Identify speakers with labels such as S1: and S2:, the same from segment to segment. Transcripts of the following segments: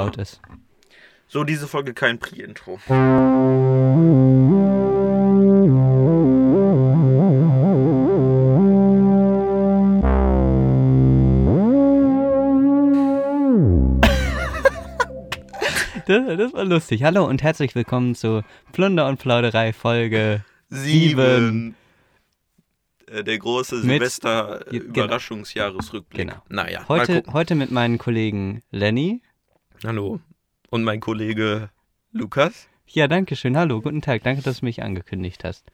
S1: laut ist.
S2: So, diese Folge kein Pre-Intro.
S1: Das, das war lustig. Hallo und herzlich willkommen zu Plunder und Plauderei Folge
S2: Sieben. Äh, Der große
S1: Mit- Ge- genau.
S2: Silvester-Überraschungsjahresrückblick.
S1: Genau.
S2: Naja, mal
S1: Heute,
S2: gucken.
S1: heute mit meinen Kollegen Lenny.
S2: Hallo. Und mein Kollege Lukas?
S1: Ja, danke schön. Hallo, guten Tag. Danke, dass du mich angekündigt hast.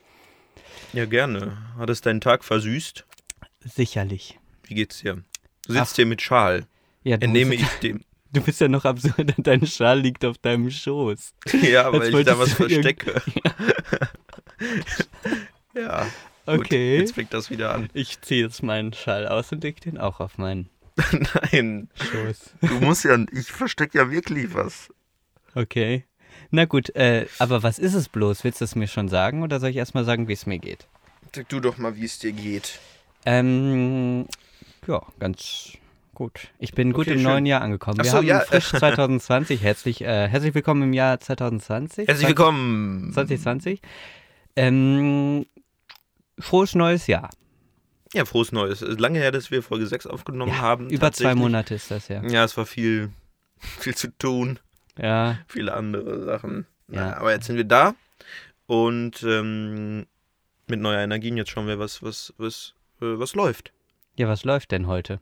S2: Ja, gerne. Hat es deinen Tag versüßt?
S1: Sicherlich.
S2: Wie geht's dir? Du
S1: Ach.
S2: sitzt hier mit Schal.
S1: Ja, du,
S2: Entnehme
S1: bist,
S2: ich dem.
S1: du bist ja noch absurd, dein Schal liegt auf deinem Schoß.
S2: Ja, weil ich da
S1: wolltest du
S2: was
S1: irgend-
S2: verstecke. ja. Gut,
S1: Okay.
S2: jetzt fängt das wieder an.
S1: Ich ziehe jetzt meinen Schal aus und leg den auch auf meinen
S2: Nein.
S1: Schoß.
S2: Du musst ja. Ich verstecke ja wirklich was.
S1: Okay. Na gut, äh, aber was ist es bloß? Willst du es mir schon sagen oder soll ich erstmal sagen, wie es mir geht?
S2: Sag du doch mal, wie es dir geht.
S1: Ähm, ja, ganz gut. Ich bin gut
S2: Okay,
S1: im
S2: schön.
S1: neuen Jahr angekommen.
S2: Ach
S1: Wir
S2: so,
S1: haben
S2: ja.
S1: frisch 2020. Herzlich, äh, herzlich willkommen im Jahr 2020.
S2: Herzlich willkommen.
S1: 2020. Ähm, frohes neues Jahr.
S2: Ja, frohes Neues. Es ist lange her, dass wir Folge 6 aufgenommen haben.
S1: Über zwei
S2: tatsächlich.
S1: Monate ist das ja.
S2: Ja, es war viel, viel zu tun,
S1: Ja,
S2: viele andere Sachen.
S1: Ja.
S2: Na, aber jetzt sind wir da und ähm, mit neuer Energie. Und Jetzt schauen wir, was, was, was, äh, was läuft.
S1: ja was läuft denn heute?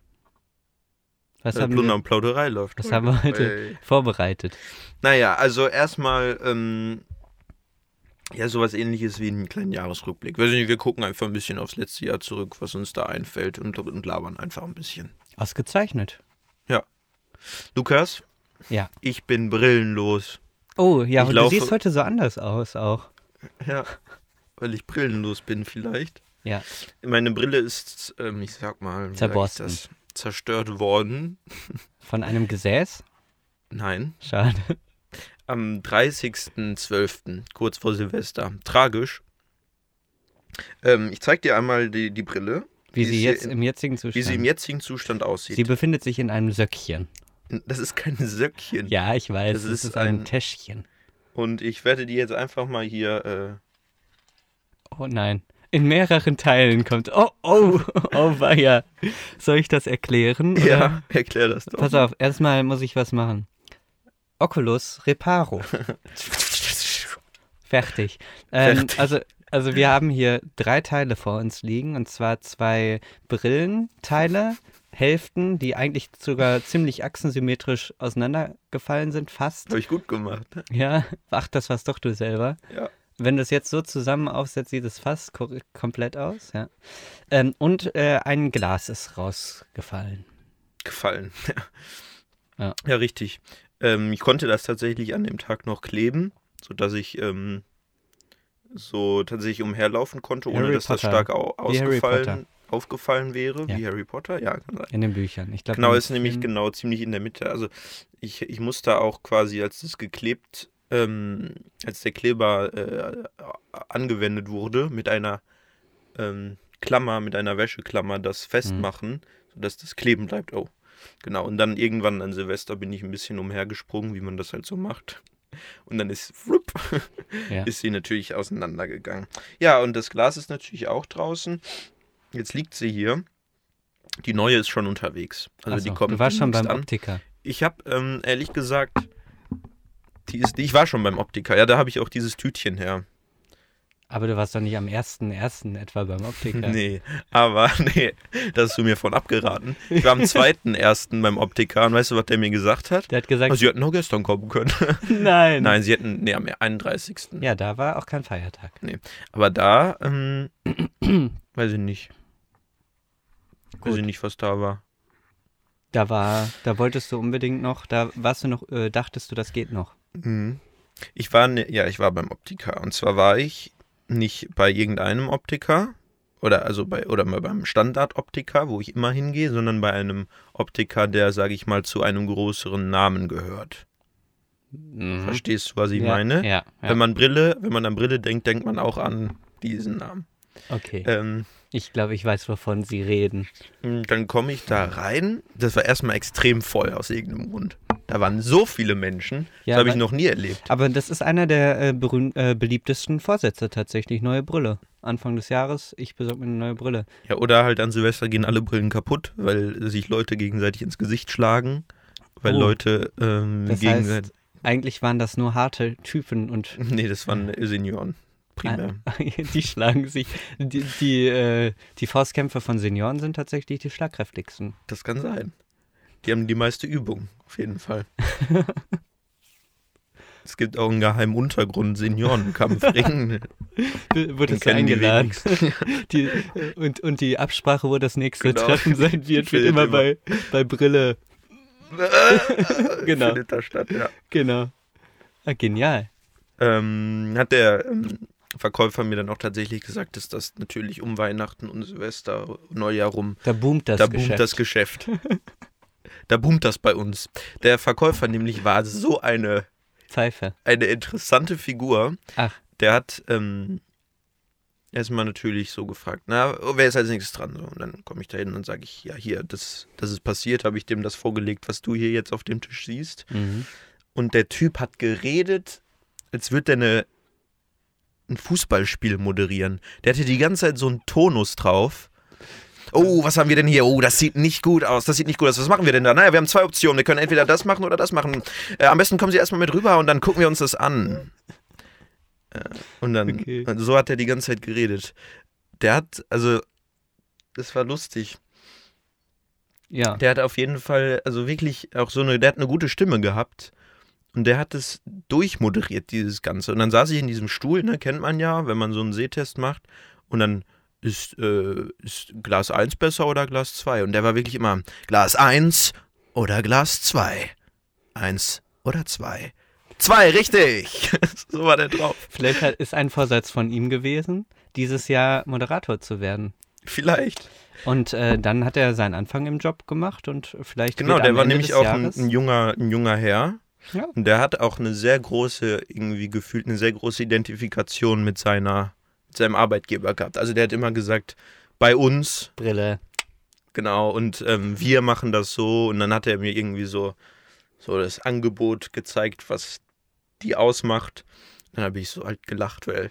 S1: Was
S2: Äh,
S1: haben
S2: Plunder
S1: wir
S2: und Plauderei läuft.
S1: was haben wir heute?
S2: Ey.
S1: vorbereitet?
S2: Naja, also erstmal, ähm, ja, sowas ähnliches wie einen kleinen Jahresrückblick. Weiß ich nicht, wir gucken einfach ein bisschen aufs letzte Jahr zurück, was uns da einfällt und, und labern einfach ein bisschen.
S1: Ausgezeichnet.
S2: Lukas?
S1: Ja.
S2: Ich bin brillenlos.
S1: Oh, ja,
S2: Ich
S1: und du
S2: laufe-
S1: siehst heute so anders aus auch.
S2: Ja, weil ich brillenlos bin vielleicht.
S1: Ja.
S2: Meine Brille ist, ähm, ich sag mal, wie sag ich
S1: Zerborsten.
S2: das? zerstört worden.
S1: Von einem Gesäß?
S2: Nein,
S1: Schade.
S2: am 30.12., kurz vor Silvester. Tragisch. Ähm, ich zeig dir einmal die, die Brille,
S1: Wie
S2: Wie
S1: sie
S2: ist hier
S1: jetzt
S2: in-
S1: im jetzigen Zustand.
S2: wie sie im jetzigen Zustand aussieht.
S1: Sie befindet sich in einem Söckchen.
S2: das ist kein Söckchen.
S1: Ja, ich weiß.
S2: Hm. Das
S1: es ist,
S2: ist
S1: ein,
S2: ein-
S1: Täschchen.
S2: Und ich werde die jetzt einfach mal hier äh,
S1: Oh nein. In mehreren Teilen kommt. Oh, oh, oh, weia. Soll ich das erklären? Oder?
S2: ja, äh, erklär das doch.
S1: Pass auf, erstmal muss ich was machen. Oculus Reparo. Fertig. Ähm,
S2: Fertig.
S1: Also, also wir haben hier drei Teile vor uns liegen und zwar zwei Brillenteile, Hälften, die eigentlich sogar ziemlich achsensymmetrisch auseinandergefallen sind, fast.
S2: Habe ich gut gemacht. ne?
S1: Ja, ach, das warst doch du selber.
S2: Ja.
S1: Wenn du es jetzt so zusammen aufsetzt, sieht es fast kor- komplett aus, ja. Ähm, und äh, ein Glas ist rausgefallen.
S2: gefallen.
S1: Ja.
S2: Ja, ja richtig. Ähm, ich konnte das tatsächlich an dem Tag noch kleben, sodass ich ähm, so tatsächlich umherlaufen konnte, ohne
S1: Harry
S2: dass das
S1: Potter.
S2: stark au
S1: Wie Harry
S2: ausgefallen, aufgefallen wäre,
S1: Ja.
S2: wie Harry Potter. Ja, kann sein.
S1: In den Büchern. Ich glaub,
S2: Genau,
S1: im
S2: ist nämlich
S1: Film-
S2: genau ziemlich in der Mitte. Also ich, ich muss da auch quasi, als das geklebt, ähm, als der Kleber äh, angewendet wurde, mit einer ähm, Klammer, mit einer Wäscheklammer das
S1: Mhm.
S2: festmachen, sodass das kleben bleibt. Oh, genau. Und dann irgendwann an Silvester bin ich ein bisschen umhergesprungen, wie man das halt so macht. Und dann ist, flupp,
S1: Ja.
S2: ist sie natürlich auseinandergegangen. Ja, und das Glas ist natürlich auch draußen. Jetzt liegt sie hier. Die neue ist schon unterwegs. Also
S1: Ach so,
S2: die kommt
S1: du warst schon beim
S2: demnächst an.
S1: Optiker.
S2: Ich habe ähm, ehrlich gesagt, die ist, ich war schon beim Optiker. Ja, da habe ich auch dieses Tütchen her.
S1: Aber du warst doch nicht am 1.1. etwa beim Optiker.
S2: Nee, aber nee, da hast du mir von abgeraten. Ich war am 2.1. beim Optiker und weißt du, was der mir gesagt hat? Also,
S1: Der hat gesagt,
S2: Sie hätten auch gestern kommen können.
S1: nein.
S2: Nein, sie hätten, nee, am 31.
S1: Ja, da war auch kein Feiertag.
S2: Aber da, ähm, weiß ich nicht. Weiß
S1: Gut.
S2: ich nicht, was da war.
S1: Da war, da wolltest du unbedingt noch, da warst du noch, äh, dachtest du, das geht noch.
S2: Mhm. Ich war, ne, ja, ich war beim Optiker. Und zwar war ich nicht bei irgendeinem Optiker oder also bei oder mal beim Standardoptiker, wo ich immer hingehe, sondern bei einem Optiker, der, sage ich mal, zu einem größeren Namen gehört.
S1: Mhm.
S2: Verstehst du, was ich
S1: ja,
S2: meine?
S1: Ja, ja.
S2: Wenn man Brille, wenn man an Brille denkt, denkt man auch an diesen Namen.
S1: okay.
S2: Ähm,
S1: ich glaube, ich weiß, wovon sie reden.
S2: Hm, Und Dann komme ich da rein. Das war erstmal extrem voll aus irgendeinem Grund. Da waren so viele Menschen,
S1: Ja,
S2: das habe ich
S1: weil-
S2: noch nie erlebt.
S1: Aber das ist einer der äh, berühmt, äh, beliebtesten Vorsätze tatsächlich. Neue Brille. Anfang des Jahres, ich besorge mir eine neue Brille.
S2: Ja, oder halt an Silvester gehen alle Brillen kaputt, weil sich Leute gegenseitig ins Gesicht schlagen, weil
S1: Oh.
S2: Leute ähm,
S1: Das
S2: gegenseitig.
S1: heißt, eigentlich waren das nur harte Typen und
S2: Nee, das waren Senioren.
S1: Ah.
S2: Primär.
S1: die schlagen sich. Die, die, äh, die Faustkämpfe von Senioren sind tatsächlich die schlagkräftigsten.
S2: Das kann sein. Die haben die meiste Übung, auf jeden Fall. es gibt auch einen geheimen Untergrund, Seniorenkampfring.
S1: W-
S2: Den
S1: Wurdest du
S2: kennen die
S1: Äh, eingeladen?
S2: wenigsten.
S1: Die, äh, und, und die Absprache, wo das nächste
S2: Genau.
S1: Treffen sein wird, wird
S2: Findet
S1: immer
S2: immer.
S1: bei, bei Brille. Genau.
S2: Findet da statt, ja.
S1: Genau. Ah, genial.
S2: ähm, hat der ähm, Verkäufer mir dann auch tatsächlich gesagt, dass das natürlich um Weihnachten und Silvester, Neujahr rum,
S1: Da boomt das
S2: da
S1: Geschäft.
S2: boomt das Geschäft. da boomt das bei uns. Der Verkäufer nämlich war so eine,
S1: Pfeife.
S2: eine interessante Figur.
S1: Ach.
S2: Der hat ähm, erstmal natürlich so gefragt, na, oh, wer ist als nächstes dran? So, und dann komme ich da hin und sage ich, ja, hier, das, das ist passiert, habe ich dem das vorgelegt, was du hier jetzt auf dem Tisch siehst.
S1: Mhm.
S2: Und der Typ hat geredet, als würde er eine, ein Fußballspiel moderieren. Der hatte die ganze Zeit so einen Tonus drauf. Oh, was haben wir denn hier? Oh, das sieht nicht gut aus. Das sieht nicht gut aus. Was machen wir denn da? Naja, wir haben zwei Optionen. Wir können entweder das machen oder das machen. Äh, am besten kommen Sie erstmal mit rüber und dann gucken wir uns das an. Äh, und dann,
S1: Okay.
S2: und so hat er die ganze Zeit geredet. Der hat, also, das war lustig.
S1: Ja.
S2: Der hat auf jeden Fall, also wirklich auch so eine, der hat eine gute Stimme gehabt. Und der hat es durchmoderiert, dieses Ganze. Und dann saß ich in diesem Stuhl, ne, kennt man ja, wenn man so einen Sehtest macht. Und dann ist, äh, ist Glas 1 besser oder Glas 2? Und der war wirklich immer Glas 1 oder Glas 2. 1 oder 2. 2, richtig! so war der drauf.
S1: Vielleicht hat, ist ein Vorsatz von ihm gewesen, dieses Jahr Moderator zu werden.
S2: Vielleicht.
S1: Und äh, dann hat er seinen Anfang im Job gemacht und vielleicht.
S2: Genau,
S1: wird
S2: der
S1: am
S2: war
S1: Ende
S2: nämlich
S1: des
S2: auch ein,
S1: Jahres,
S2: ein, junger, ein junger Herr.
S1: ja,
S2: Und der hat auch eine sehr große, irgendwie gefühlt, eine sehr große Identifikation mit seiner, mit seinem Arbeitgeber gehabt. Also der hat immer gesagt, bei uns,
S1: Brille.
S2: genau, und ähm, wir machen das so. Und dann hat er mir irgendwie so, so das Angebot gezeigt, was die ausmacht. Dann habe ich so halt gelacht, weil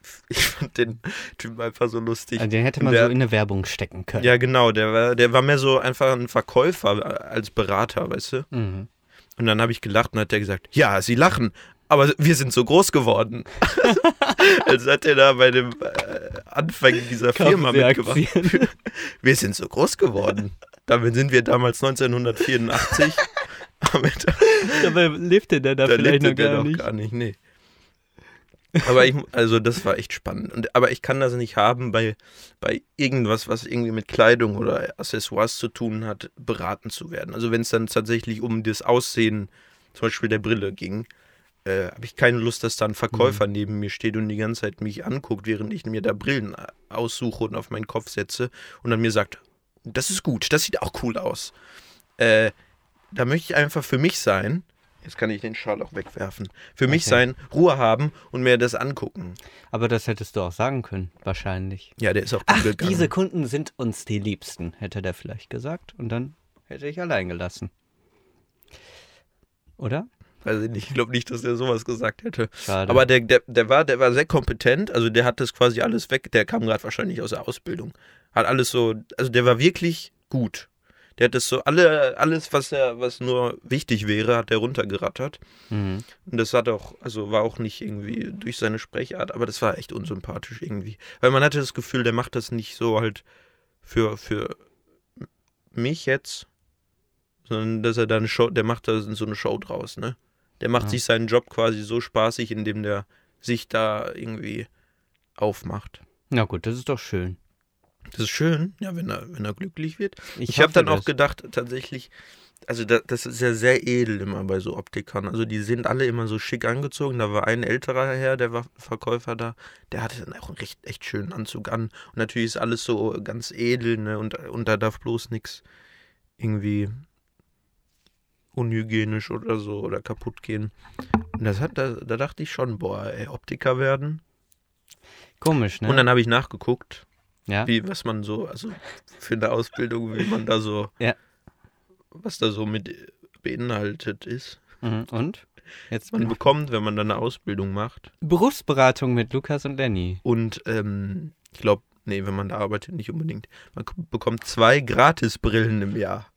S2: ich fand den Typen einfach so lustig.
S1: Also den hätte man
S2: der-
S1: so in eine Werbung stecken können.
S2: Ja, genau, der war, der war mehr so einfach ein Verkäufer als Berater, weißt du?
S1: Mhm.
S2: Und dann habe ich gelacht und hat der gesagt, ja, sie lachen, aber wir sind so groß geworden. also hat er da bei dem äh, Anfang dieser
S1: Kaufen
S2: Firma
S1: Sie
S2: mitgemacht.
S1: Aktien.
S2: Wir sind so groß geworden. Damit sind wir damals 1984. aber da,
S1: Dabei lebte der da,
S2: da
S1: vielleicht
S2: lebte
S1: noch
S2: der
S1: gar
S2: noch
S1: nicht.
S2: gar nicht, nee. Aber ich, mu- also das war echt spannend. Und, aber ich kann das nicht haben bei, bei irgendwas, was irgendwie mit Kleidung oder Accessoires zu tun hat, beraten zu werden. Also wenn es dann tatsächlich um das Aussehen zum Beispiel der Brille ging, äh, habe ich keine Lust, dass da ein
S1: Mhm.
S2: Verkäufer neben mir steht und die ganze Zeit mich anguckt, während ich mir da Brillen a- aussuche und auf meinen Kopf setze und dann mir sagt, das ist gut, das sieht auch cool aus. Äh, da möchte ich einfach für mich sein. Jetzt kann ich den Schal auch wegwerfen. Für mich
S1: Okay.
S2: sein, Ruhe haben und mir das angucken.
S1: Aber das hättest du auch sagen können, wahrscheinlich.
S2: Ja, der ist auch
S1: Ach,
S2: gegangen.
S1: diese Kunden sind uns die Liebsten, hätte der vielleicht gesagt. Und dann hätte ich allein gelassen. Oder?
S2: Weiß ich nicht. Ich glaube nicht, dass der sowas gesagt hätte.
S1: Schade.
S2: Aber der, der, der, war, der war sehr kompetent, also der hat das quasi alles weg. Der kam gerade wahrscheinlich aus der Ausbildung. Hat alles so, also der war wirklich gut. Der hat das so, alle, alles, was er, was nur wichtig wäre, hat er runtergerattert.
S1: mhm.
S2: Und das hat auch, also war auch nicht irgendwie durch seine Sprechart, aber das war echt unsympathisch irgendwie. Weil man hatte das Gefühl, der macht das nicht so halt für, für mich jetzt, sondern dass er da eine Show, der macht da so eine Show draus, ne? Der macht
S1: Ja.
S2: sich seinen Job quasi so spaßig, indem der sich da irgendwie aufmacht.
S1: Na gut, das ist doch schön.
S2: Das ist schön, ja, wenn er, wenn er glücklich wird. Ich,
S1: hoffe
S2: habe dann auch
S1: das.
S2: gedacht, tatsächlich, also da, das ist ja sehr edel immer bei so Optikern. Also die sind alle immer so schick angezogen. Da war ein älterer Herr, der war Verkäufer da, der hatte dann auch einen recht, echt schönen Anzug an. Und natürlich ist alles so ganz edel, ne? Und, und da darf bloß nichts irgendwie unhygienisch oder so oder kaputt gehen. Und das hat, da, da dachte ich schon, boah, ey, Optiker werden.
S1: Komisch, ne?
S2: Und dann habe ich nachgeguckt
S1: ja?
S2: wie was man so, also für eine Ausbildung, wie man da so,
S1: Ja.
S2: was da so mit beinhaltet ist.
S1: Mhm. Und? Jetzt
S2: Man bekommt, wenn man dann eine Ausbildung macht.
S1: Berufsberatung mit Lukas und Lenny.
S2: Und ähm, ich glaube, nee, wenn man da arbeitet, nicht unbedingt. Man k- bekommt zwei Gratisbrillen im Jahr.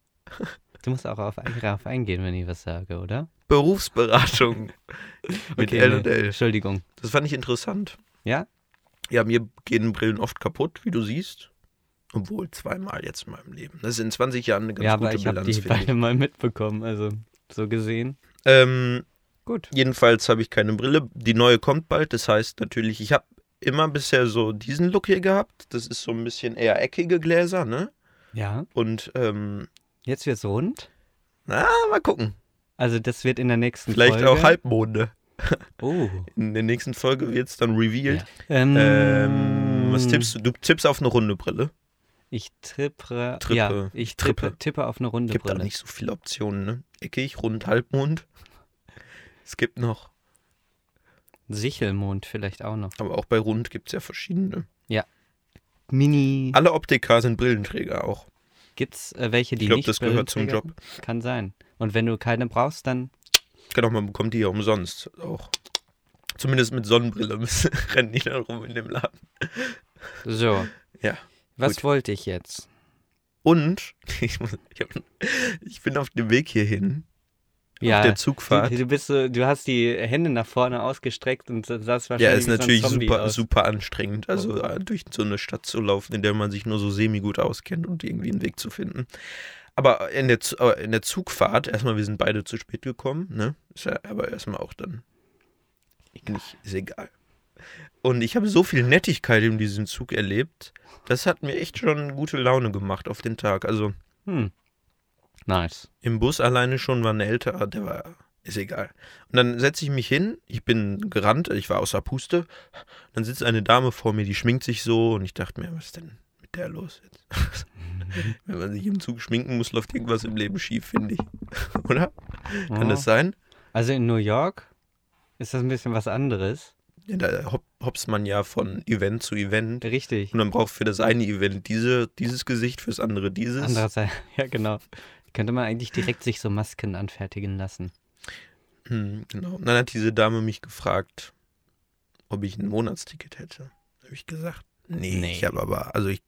S1: Du musst auch auf, darauf eingehen, wenn ich was sage, oder?
S2: Berufsberatung mit
S1: Okay,
S2: L&L.
S1: nee, Entschuldigung.
S2: Das fand ich interessant.
S1: Ja?
S2: Ja, mir gehen Brillen oft kaputt, wie du siehst. Obwohl zweimal jetzt in meinem Leben. Das ist in 20 Jahren eine ganz
S1: ja, aber
S2: gute
S1: ich habe
S2: Bilanz,
S1: die
S2: finde ich.
S1: beide mal mitbekommen, also so gesehen.
S2: Ähm,
S1: Gut.
S2: jedenfalls habe ich keine Brille. Die neue kommt bald. Das heißt natürlich, ich habe immer bisher so diesen Look hier gehabt. Das ist so ein bisschen eher eckige Gläser, ne?
S1: Ja,
S2: Und ähm,
S1: jetzt wird's rund.
S2: na, mal gucken.
S1: Also das wird in der nächsten
S2: Vielleicht
S1: Folge.
S2: auch Halbmonde.
S1: Oh.
S2: In der nächsten Folge wird es dann revealed.
S1: Ähm,
S2: Ähm,
S1: Mm.
S2: was tippst du? Du tippst auf eine runde Brille.
S1: Ich trippere.
S2: Trippe.
S1: Ja, ich tippe,
S2: Trippe.
S1: tippe auf eine runde
S2: Gibt
S1: Brille.
S2: auch nicht so viele Optionen, ne? Eckig, rund, halbmond. Es gibt noch.
S1: Sichelmond vielleicht auch noch.
S2: Aber auch bei rund gibt es ja verschiedene.
S1: Mini.
S2: Alle Optiker sind Brillenträger auch.
S1: Gibt's äh, welche, die
S2: Ich glaube,
S1: nicht
S2: das gehört zum
S1: Brillenträger
S2: Job.
S1: sind? Kann sein. Und wenn du keine brauchst, dann
S2: Genau, man bekommt die ja umsonst auch. Zumindest mit Sonnenbrille müssen- rennen die dann rum in dem Laden.
S1: so.
S2: Ja,
S1: Was
S2: gut.
S1: wollte ich jetzt?
S2: Und ich, muss, ich, hab, ich bin auf dem Weg hierhin, auf der Zugfahrt.
S1: Du, du, bist so, du hast die Hände nach vorne ausgestreckt und sa- sahst wahrscheinlich
S2: Ja, ist
S1: wie so ein
S2: natürlich
S1: Zombie
S2: super,
S1: aus. Oh.
S2: super anstrengend. Also äh, durch so eine Stadt zu laufen, in der man sich nur so semi-gut auskennt und irgendwie einen Weg zu finden. Aber in der, Z- äh, in der Zugfahrt, erstmal, wir sind beide zu spät gekommen, ne? Ist ja aber erstmal auch dann. Nicht, ist egal. Und ich habe so viel Nettigkeit in diesem Zug erlebt, das hat mir echt schon gute Laune gemacht auf den Tag. Also
S1: Hm. Nice.
S2: im Bus alleine schon war ein älterer, der war, ist egal. Und dann setze ich mich hin, ich bin gerannt, ich war außer Puste. Dann sitzt eine Dame vor mir, die schminkt sich so und ich dachte mir, was ist denn mit der los jetzt? Wenn man sich im Zug schminken muss, läuft irgendwas im Leben schief, finde ich. Oder? Kann
S1: Ja.
S2: das sein?
S1: Also in New York ist das ein bisschen was anderes.
S2: Ja, da hop- hopst man ja von Event zu Event.
S1: Richtig.
S2: Und dann braucht für das eine Event diese, dieses Gesicht, fürs andere dieses.
S1: Andererseits, ja genau. Könnte man eigentlich direkt sich so Masken anfertigen lassen.
S2: Hm, genau. Und dann hat diese Dame mich gefragt, ob ich ein Monatsticket hätte. Habe ich gesagt, nee,
S1: Nee.
S2: ich habe aber, also ich,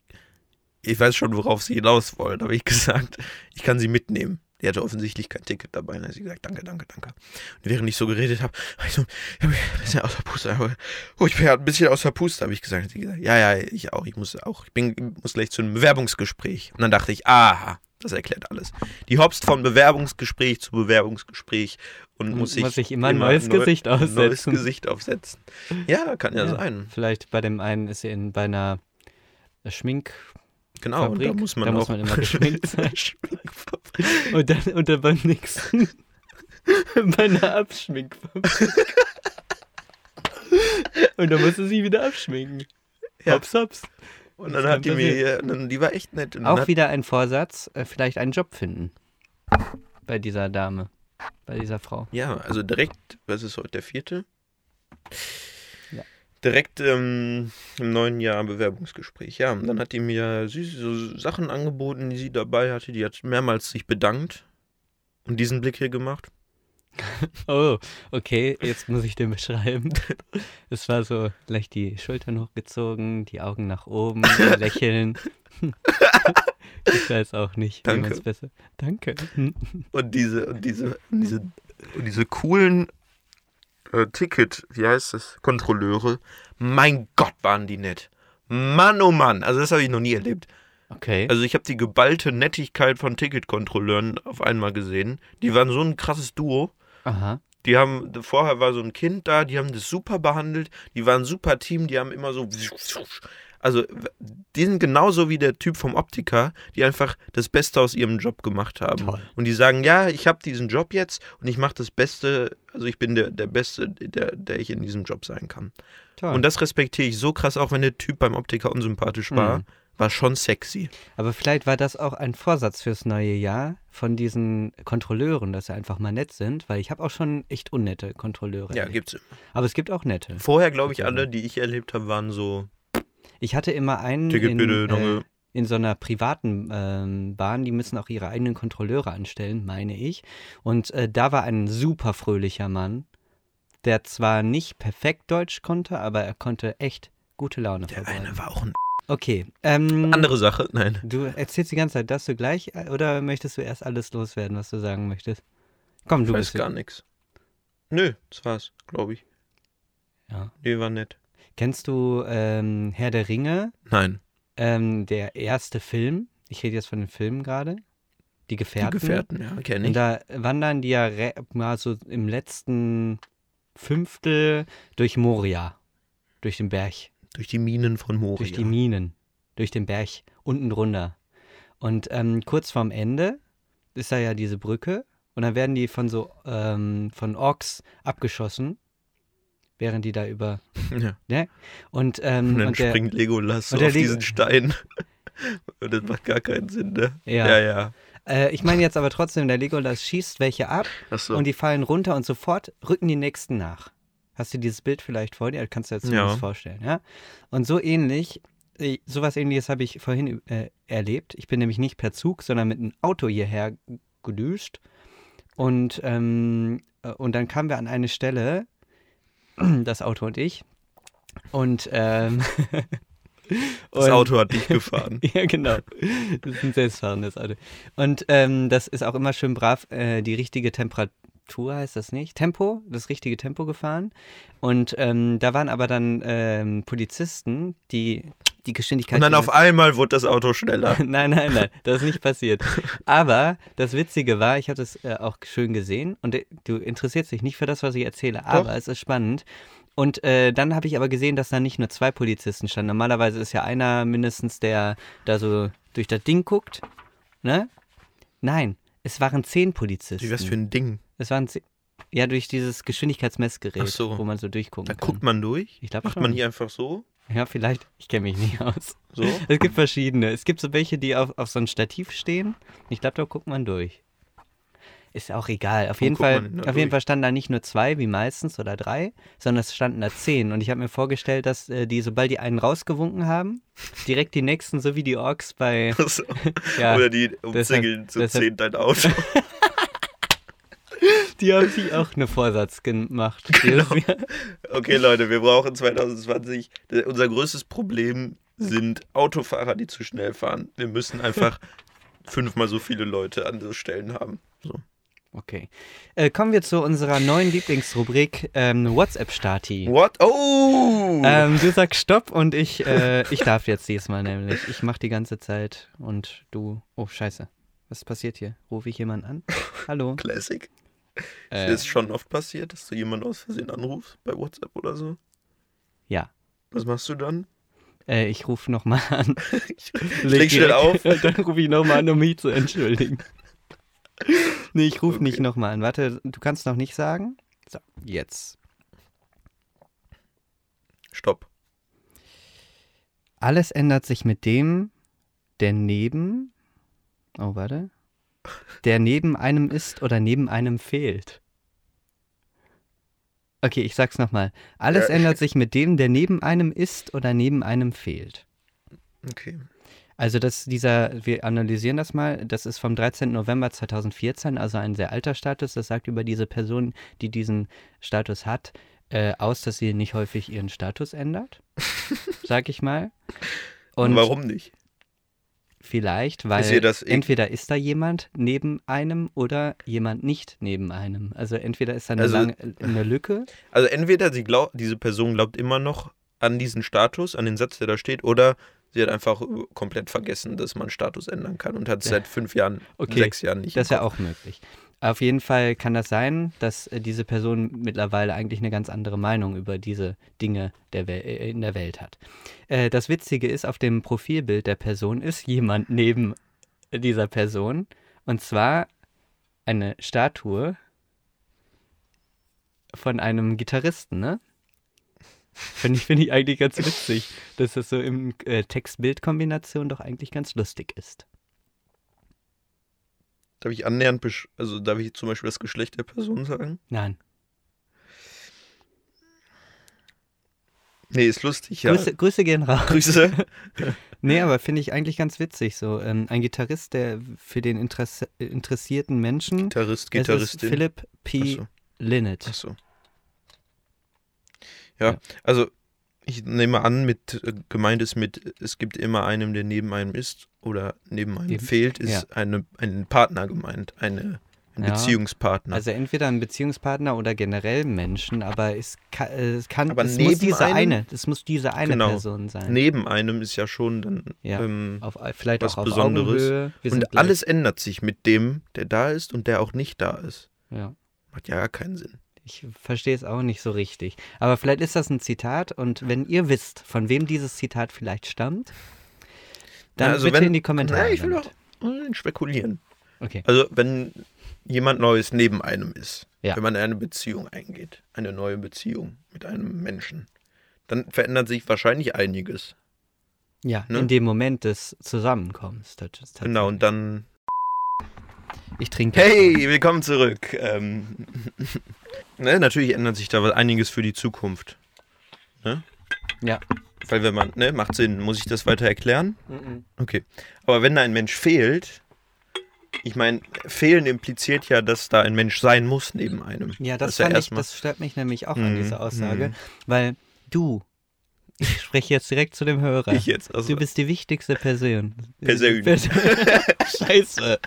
S2: ich weiß schon, worauf sie hinaus wollen, habe ich gesagt, ich kann sie mitnehmen. Die hatte offensichtlich kein Ticket dabei. Dann hat sie gesagt, danke, danke, danke. Und während ich so geredet habe, war ich so, Also, ich bin ein bisschen außer Puste. aber- Oh, ich bin ja ein bisschen außer Puste, habe ich gesagt. Hat sie gesagt, ja, ja, ich auch, ich muss auch, ich bin, muss gleich zu einem Bewerbungsgespräch. Und dann dachte ich, aha, das erklärt alles. Die hopst von Bewerbungsgespräch zu Bewerbungsgespräch und muss sich
S1: Muss sich immer ein neues Gesicht
S2: ein Neues
S1: aussetzen.
S2: Gesicht aufsetzen. Ja, kann ja,
S1: Ja.
S2: sein.
S1: Vielleicht bei dem einen ist er in, bei einer Schmink-
S2: Genau, und da
S1: Fabrik,
S2: muss man
S1: da
S2: auch
S1: muss man immer geschminkt sein.
S2: Schminkfabrik.
S1: Und dann, und dann beim nächsten. bei einer Abschminkfabrik. und dann musste sie wieder abschminken.
S2: Ja.
S1: Hops, hops. Das
S2: Und dann
S1: kann
S2: hat die mir,
S1: passieren.
S2: hier- dann, die war echt nett. Und dann
S1: Auch
S2: hat,
S1: wieder ein Vorsatz, äh, vielleicht einen Job finden. Bei dieser Dame. Bei dieser Frau.
S2: Ja, also direkt, was ist heute der vierte?
S1: Ja.
S2: Direkt ähm, im neuen Jahr Bewerbungsgespräch. Ja, und dann hat die mir süße so Sachen angeboten, die sie dabei hatte. Die hat mehrmals sich bedankt und diesen Blick hier gemacht.
S1: Oh, okay, jetzt muss ich den beschreiben. Es war so leicht die Schultern hochgezogen, die Augen nach oben, ein Lächeln. Ich weiß auch nicht, wie man
S2: Danke.
S1: es besser. Danke. Hm.
S2: Und diese, und diese, und diese, und diese coolen äh, Ticket, wie heißt das? Kontrolleure. Mein Gott, waren die nett. Mann, oh Mann. Also das habe ich noch nie erlebt.
S1: Okay.
S2: Also ich habe die geballte Nettigkeit von Ticketkontrolleuren auf einmal gesehen. Die waren so ein krasses Duo.
S1: Aha.
S2: Die haben, vorher war so ein Kind da, die haben das super behandelt, die waren ein super Team, die haben immer so. Also, die sind genauso wie der Typ vom Optiker, die einfach das Beste aus ihrem Job gemacht haben.
S1: Toll.
S2: Und die sagen, ja, ich habe diesen Job jetzt und ich mache das Beste, also ich bin der, der Beste, der, der ich in diesem Job sein kann.
S1: Toll.
S2: Und das respektiere ich so krass, auch wenn der Typ beim Optiker unsympathisch war,
S1: Mhm.
S2: war schon sexy.
S1: Aber vielleicht war das auch ein Vorsatz fürs neue Jahr von diesen Kontrolleuren, dass sie einfach mal nett sind, weil ich habe auch schon echt unnette Kontrolleure.
S2: Ja,
S1: erlebt.
S2: gibt's.
S1: Aber es gibt auch nette.
S2: Vorher, glaube ich, alle, die ich erlebt habe, waren so,
S1: Ich hatte immer einen
S2: Ticket
S1: in,
S2: bitte,
S1: äh,
S2: Junge.
S1: in so einer privaten ähm, Bahn, die müssen auch ihre eigenen Kontrolleure anstellen, meine ich. Und äh, da war ein super fröhlicher Mann, der zwar nicht perfekt Deutsch konnte, aber er konnte echt gute Laune
S2: Der
S1: verbreiten.
S2: eine war auch ein
S1: Okay. Ähm,
S2: andere Sache. Nein.
S1: Du erzählst die ganze Zeit das du gleich äh, oder möchtest du erst alles loswerden, was du sagen möchtest? Komm,
S2: Ich
S1: du
S2: weiß
S1: bist.
S2: gar nichts. Nö, das war's, glaube ich.
S1: Ja.
S2: Nee, war nett.
S1: Kennst du ähm, Herr der Ringe,
S2: Nein.
S1: ähm, der erste Film? Ich rede jetzt von dem Film gerade. Die Gefährten.
S2: Die Gefährten, ja, kenne
S1: Und
S2: ich.
S1: da wandern die ja re- mal so im letzten Fünftel durch Moria. Durch den Berg.
S2: Durch die Minen von Moria.
S1: durch die Minen. Durch den Berg. Unten drunter. Und ähm, kurz vorm Ende ist da ja diese Brücke. Und dann werden die von so, ähm, von Orks abgeschossen. Während die da über.
S2: ja.
S1: Und, ähm,
S2: Und dann
S1: und der,
S2: springt Legolas so
S1: und der
S2: auf
S1: Lego-
S2: diesen Stein. Und das macht gar keinen Sinn, ne?
S1: Ja.
S2: ja. ja.
S1: äh, ich meine jetzt aber trotzdem, der Legolas schießt welche ab
S2: Achso.
S1: Und die fallen runter und sofort rücken die nächsten nach. Hast du dieses Bild vielleicht vor dir? Kannst du dir das
S2: Ja.
S1: zumindest vorstellen, ja? Und so ähnlich, äh, sowas ähnliches habe ich vorhin äh, erlebt. Ich bin nämlich nicht per Zug, sondern mit einem Auto hierher gedüst. Und, ähm, äh, und dann kamen wir an eine Stelle, das Auto und ich. Und, ähm,
S2: das
S1: und-
S2: Auto hat dich gefahren.
S1: ja, genau. Das ist ein selbstfahrendes Auto. Und ähm, das ist auch immer schön brav äh, die richtige Temperatur, heißt das nicht? Tempo, das richtige Tempo gefahren. Und ähm, da waren aber dann ähm, Polizisten, die die Geschwindigkeit.
S2: Und dann
S1: ihres-
S2: auf einmal wurde das Auto schneller.
S1: nein, nein, nein, das ist nicht passiert. Aber das Witzige war, ich habe das äh, auch schön gesehen und äh, du interessierst dich nicht für das, was ich erzähle, aber es ist spannend. Und äh, dann habe ich aber gesehen, dass da nicht nur zwei Polizisten standen. Normalerweise ist ja einer mindestens, der da so durch das Ding guckt. Ne? Nein, es waren zehn Polizisten.
S2: Wie was für ein Ding?
S1: es waren zehn, ja durch dieses Geschwindigkeitsmessgerät,
S2: Ach so.
S1: wo man so durchgucken
S2: Da
S1: kann.
S2: guckt man durch.
S1: ich glaube
S2: Macht
S1: schon.
S2: man hier einfach so?
S1: ja, vielleicht. Ich kenne mich nicht aus.
S2: So?
S1: Es gibt verschiedene. Es gibt so welche, die auf, auf so einem Stativ stehen. Ich glaube, da guckt man durch. Ist auch egal. Auf,
S2: Wo
S1: jeden
S2: guckt
S1: Fall,
S2: man denn da
S1: auf jeden
S2: durch?
S1: Fall standen da nicht nur zwei, wie meistens, oder drei, sondern es standen da zehn. Und ich habe mir vorgestellt, dass äh, die, sobald die einen rausgewunken haben, direkt die nächsten, so wie die Orks bei.
S2: so.
S1: Ja,
S2: Oder die umzingeln zu
S1: deshalb-
S2: zehn dein Auto.
S1: die haben sich auch eine Vorsatz gemacht.
S2: Genau.
S1: Jedes Jahr.
S2: Okay, Leute, wir brauchen 2020. d- Unser größtes Problem sind Autofahrer, die zu schnell fahren. Wir müssen einfach fünfmal so viele Leute an so Stellen haben. So.
S1: Okay. Äh, kommen wir zu unserer neuen Lieblingsrubrik ähm, WhatsApp-Stati.
S2: What? Oh!
S1: Ähm, du sagst Stopp und ich, äh, ich darf jetzt diesmal nämlich. Ich mache die ganze Zeit und du. Oh, scheiße. Was passiert hier? Rufe ich jemanden an? Hallo?
S2: Classic.
S1: Äh,
S2: Ist schon oft passiert, dass du jemanden aus Versehen anrufst bei WhatsApp oder so.
S1: ja.
S2: Was machst du dann?
S1: Äh, ich rufe nochmal an.
S2: Ich leg schnell auf.
S1: Dann rufe ich nochmal an, um mich zu entschuldigen. Nee, ich rufe nicht nochmal an. Warte, du kannst noch nicht sagen? So, jetzt.
S2: Stopp.
S1: Alles ändert sich mit dem, der neben. Oh, warte. Der neben einem ist oder neben einem fehlt. Okay, ich sag's nochmal. Alles
S2: Ja.
S1: ändert sich mit dem, der neben einem ist oder neben einem fehlt.
S2: Okay.
S1: Also das dieser, wir analysieren das mal, das ist vom 13. November 2014, also ein sehr alter Status. Das sagt über diese Person, die diesen Status hat, äh, aus, dass sie nicht häufig ihren Status ändert, sag ich mal.
S2: Und
S1: Und
S2: warum nicht?
S1: Vielleicht, weil
S2: ihr das eh-
S1: entweder ist da jemand neben einem oder jemand nicht neben einem. Also entweder ist da eine,
S2: Also-
S1: lange, eine Lücke.
S2: Also entweder sie glaub, diese Person glaubt immer noch an diesen Status, an den Satz, der da steht, oder sie hat einfach komplett vergessen, dass man Status ändern kann und hat es seit fünf Jahren,
S1: Okay,
S2: sechs Jahren nicht.
S1: Das ist
S2: im
S1: ja auch möglich. Auf jeden Fall kann das sein, dass äh, diese Person mittlerweile eigentlich eine ganz andere Meinung über diese Dinge der Wel äh, in der Welt hat. Äh, das Witzige ist, auf dem Profilbild der Person ist jemand neben dieser Person. Und zwar eine Statue von einem Gitarristen, ne? Finde ich, finde ich eigentlich ganz witzig, dass das so im äh, Text-Bild-Kombination doch eigentlich ganz lustig ist.
S2: Darf ich annähernd, besch also darf ich zum Beispiel das Geschlecht der Person sagen?
S1: Nein.
S2: Nee, ist lustig, ja.
S1: Grüße, Grüße gehen raus.
S2: Grüße.
S1: Nee, aber finde ich eigentlich ganz witzig so. Ähm, ein Gitarrist, der für den Interesse, interessierten Menschen.
S2: Gitarrist,
S1: Es ist
S2: Gitarristin.
S1: Philipp P.
S2: Achso.
S1: Linnet.
S2: Achso. Ja,
S1: Ja.
S2: also ich nehme an, mit äh, gemeint ist mit, es gibt immer einen, der neben einem ist oder neben einem
S1: Eben,
S2: fehlt, ist eine, ein Partner gemeint, eine, ein
S1: Ja.
S2: Beziehungspartner.
S1: Also entweder ein Beziehungspartner oder generell Menschen, aber es kann, es, kann,
S2: Aber
S1: es
S2: neben
S1: muss diese
S2: einem-
S1: eine, es muss diese eine
S2: Genau.
S1: Person sein.
S2: neben einem ist ja schon dann
S1: Ja.
S2: ähm,
S1: auf, vielleicht
S2: was
S1: auch auf
S2: Besonderes.
S1: Augenhöhe. Wir sind
S2: und
S1: gleich-
S2: alles ändert sich mit dem, der da ist und der auch nicht da ist.
S1: Ja.
S2: Macht ja gar keinen Sinn.
S1: Ich verstehe es auch nicht so richtig. Aber vielleicht ist das ein Zitat und wenn ihr wisst, von wem dieses Zitat vielleicht stammt, dann
S2: Na, also
S1: bitte
S2: wenn-
S1: in die Kommentare.
S2: Na, ich will
S1: damit.
S2: doch äh, spekulieren.
S1: Okay.
S2: Also wenn jemand Neues neben einem ist,
S1: Ja.
S2: wenn man in eine Beziehung eingeht, eine neue Beziehung mit einem Menschen, dann verändert sich wahrscheinlich einiges.
S1: Ja,
S2: Ne?
S1: in dem Moment des Zusammenkommens. Das ist tatsächlich-
S2: Genau, und dann...
S1: Ich trinke.
S2: Hm. Hey, willkommen zurück. Ähm, ne, natürlich ändert sich da einiges für die Zukunft. Ne?
S1: Ja.
S2: Weil wenn man, ne, macht Sinn. Muss ich das weiter erklären? Okay. Aber wenn da ein Mensch fehlt, ich meine, fehlen impliziert ja, dass da ein Mensch sein muss neben einem.
S1: Ja, das,
S2: ist
S1: fand ich,
S2: erstmal-
S1: das stört mich nämlich auch an
S2: Mhm,
S1: dieser Aussage,
S2: mhm.
S1: weil du, ich spreche jetzt direkt zu dem Hörer,
S2: ich jetzt. Also,
S1: du bist die wichtigste Person.
S2: Person.
S1: Scheiße.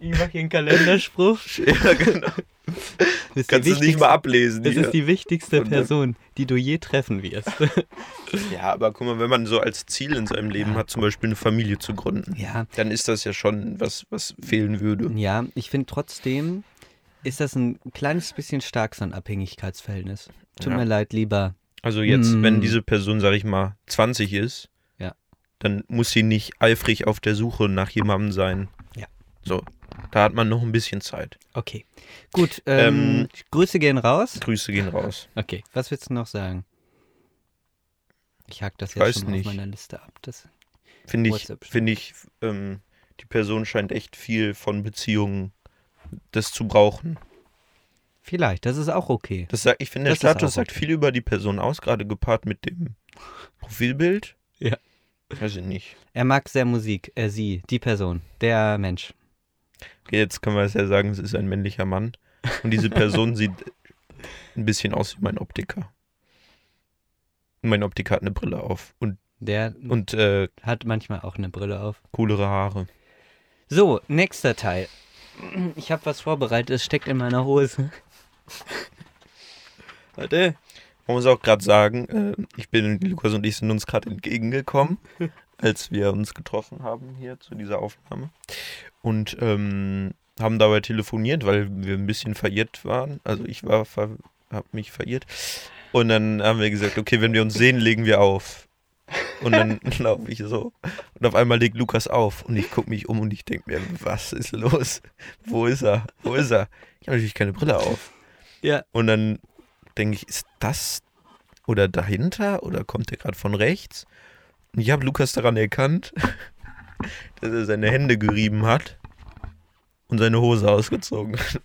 S1: Ich mache hier einen Kalenderspruch.
S2: ja, genau.
S1: Du bist die
S2: Kannst du nicht mal
S1: wichtigste-
S2: ablesen.
S1: Das
S2: hier.
S1: ist die wichtigste
S2: Und dann-
S1: Person, die du je treffen wirst.
S2: ja, aber guck mal, wenn man so als Ziel in seinem Leben hat, zum Beispiel eine Familie zu gründen,
S1: ja,
S2: dann ist das ja schon was, was fehlen würde.
S1: ja, ich finde trotzdem ist das ein kleines bisschen stark so ein Abhängigkeitsverhältnis. Tut
S2: Ja.
S1: mir leid, lieber.
S2: Also jetzt,
S1: Mm.
S2: wenn diese Person, sag ich mal, 20 ist,
S1: Ja.
S2: dann muss sie nicht eifrig auf der Suche nach jemandem sein.
S1: Ja.
S2: So, da hat man noch ein bisschen Zeit.
S1: Okay. Gut, ähm,
S2: Ähm,
S1: Grüße gehen raus.
S2: Grüße gehen raus.
S1: Okay. Was willst du noch sagen? Ich hack das
S2: Ich
S1: jetzt
S2: weiß
S1: schon mal
S2: nicht.
S1: auf meiner Liste ab. Das,
S2: Finde ich,
S1: WhatsApp.
S2: finde ich, ähm, die Person scheint echt viel von Beziehungen das zu brauchen.
S1: vielleicht, das ist auch okay.
S2: Das sagt, ich finde, der
S1: Das ist auch
S2: Status sagt
S1: okay.
S2: viel über die Person aus, gerade gepaart mit dem Profilbild.
S1: Ja.
S2: Weiß ich nicht.
S1: Er mag sehr Musik, äh, sie, die Person, der Mensch.
S2: Okay, jetzt können wir es ja sagen, es ist ein männlicher Mann. Und diese Person sieht ein bisschen aus wie mein Optiker. Und Mein Optiker hat eine Brille auf und,
S1: Der
S2: und äh,
S1: hat manchmal auch eine Brille auf.
S2: coolere Haare.
S1: So, nächster Teil. Ich habe was vorbereitet, es steckt in meiner Hose. Warte.
S2: Man muss auch gerade sagen, äh, ich bin, Lukas und ich sind uns gerade entgegengekommen, als wir uns getroffen haben hier zu dieser Aufnahme. Und ähm, haben dabei telefoniert, weil wir ein bisschen verirrt waren. Also ich war, ver habe mich verirrt. Und dann haben wir gesagt, okay, wenn wir uns sehen, legen wir auf. Und dann laufe ich so. Und auf einmal legt Lukas auf und ich gucke mich um und ich denke mir, was ist los? Wo ist er? Wo ist er? Ich habe natürlich keine Brille auf.
S1: Ja.
S2: Und dann denke ich, ist das oder dahinter oder kommt der gerade von rechts? Und ich habe Lukas daran erkannt, dass er seine Hände gerieben hat und seine Hose ausgezogen. hat.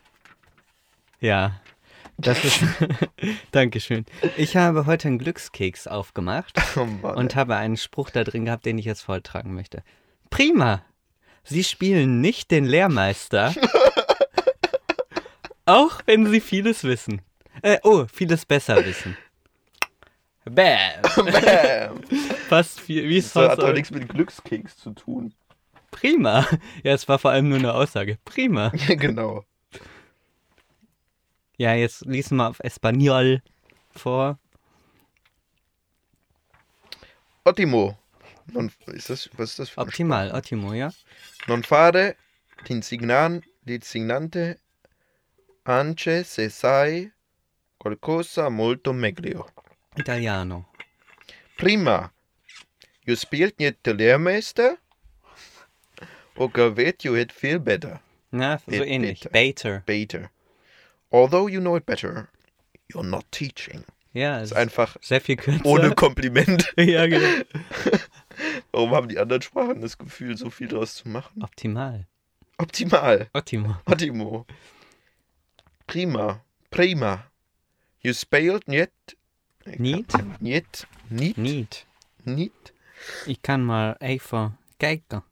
S1: Ja. Das ist. Dankeschön. Ich habe heute einen Glückskeks aufgemacht
S2: Oh Mann.
S1: und habe einen Spruch da drin gehabt, den ich jetzt vortragen möchte. Prima! Sie spielen nicht den Lehrmeister. auch wenn sie vieles wissen. Äh, oh, vieles besser wissen. Bäm!
S2: Bam.
S1: Fast viel, wie es
S2: Das hat
S1: sonst
S2: doch
S1: auch-
S2: nichts mit Glückskeks zu tun.
S1: Prima. Ja, es war vor allem nur eine Aussage. Prima.
S2: Ja, genau.
S1: Ja, jetzt lies mal auf Espanol vor.
S2: Ottimo. Non, ist das, was ist das für ein
S1: Optimal, ottimo, ja?
S2: Non fare l'insignan- l'insignante anche se sai qualcosa molto meglio.
S1: Italiano.
S2: Prima, ihr spielt nicht der Lehrmeister? Oder wird you it viel better?
S1: Na, so
S2: Bit-
S1: ähnlich.
S2: bitte.
S1: Bater.
S2: Better. Although you know it better, you're not teaching.
S1: Ja,
S2: Das
S1: es
S2: ist
S1: ist
S2: einfach
S1: sehr viel kürzer.
S2: ohne Kompliment.
S1: ja, genau.
S2: Warum haben die anderen Sprachen das Gefühl, so viel draus zu machen?
S1: Optimal.
S2: Optimal.
S1: Ottimo.
S2: Ottimo. Prima. Prima. You spielt nicht
S1: Niet?
S2: Niet. Niet.
S1: Niet.
S2: Niet.
S1: Ik kan maar even kijken.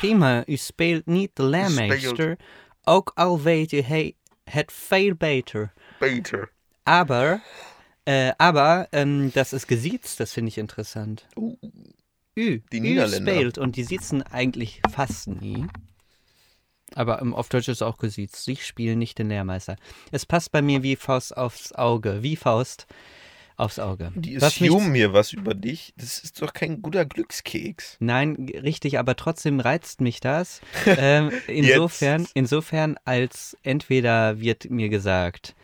S1: Prima, u speelt niet de leermeester. Ook al weet u hij het veel beter.
S2: Beter.
S1: Aber, äh, aber ähm, das ist gesiezt, das finde ich interessant.
S2: Uh,
S1: Ü,
S2: Die
S1: Ü
S2: Niederländer.
S1: spielt und die sitzen eigentlich fast nie. Aber ähm, auf Deutsch ist auch gesiezt. Sie spielen nicht den Lehrmeister. Es passt bei mir wie Faust aufs Auge. Wie Faust aufs Auge.
S2: die
S1: Was mich-
S2: assume mir was über dich. Das ist doch kein guter Glückskeks.
S1: Nein, g- richtig, aber trotzdem reizt mich das. ähm, insofern, insofern, als entweder wird mir gesagt,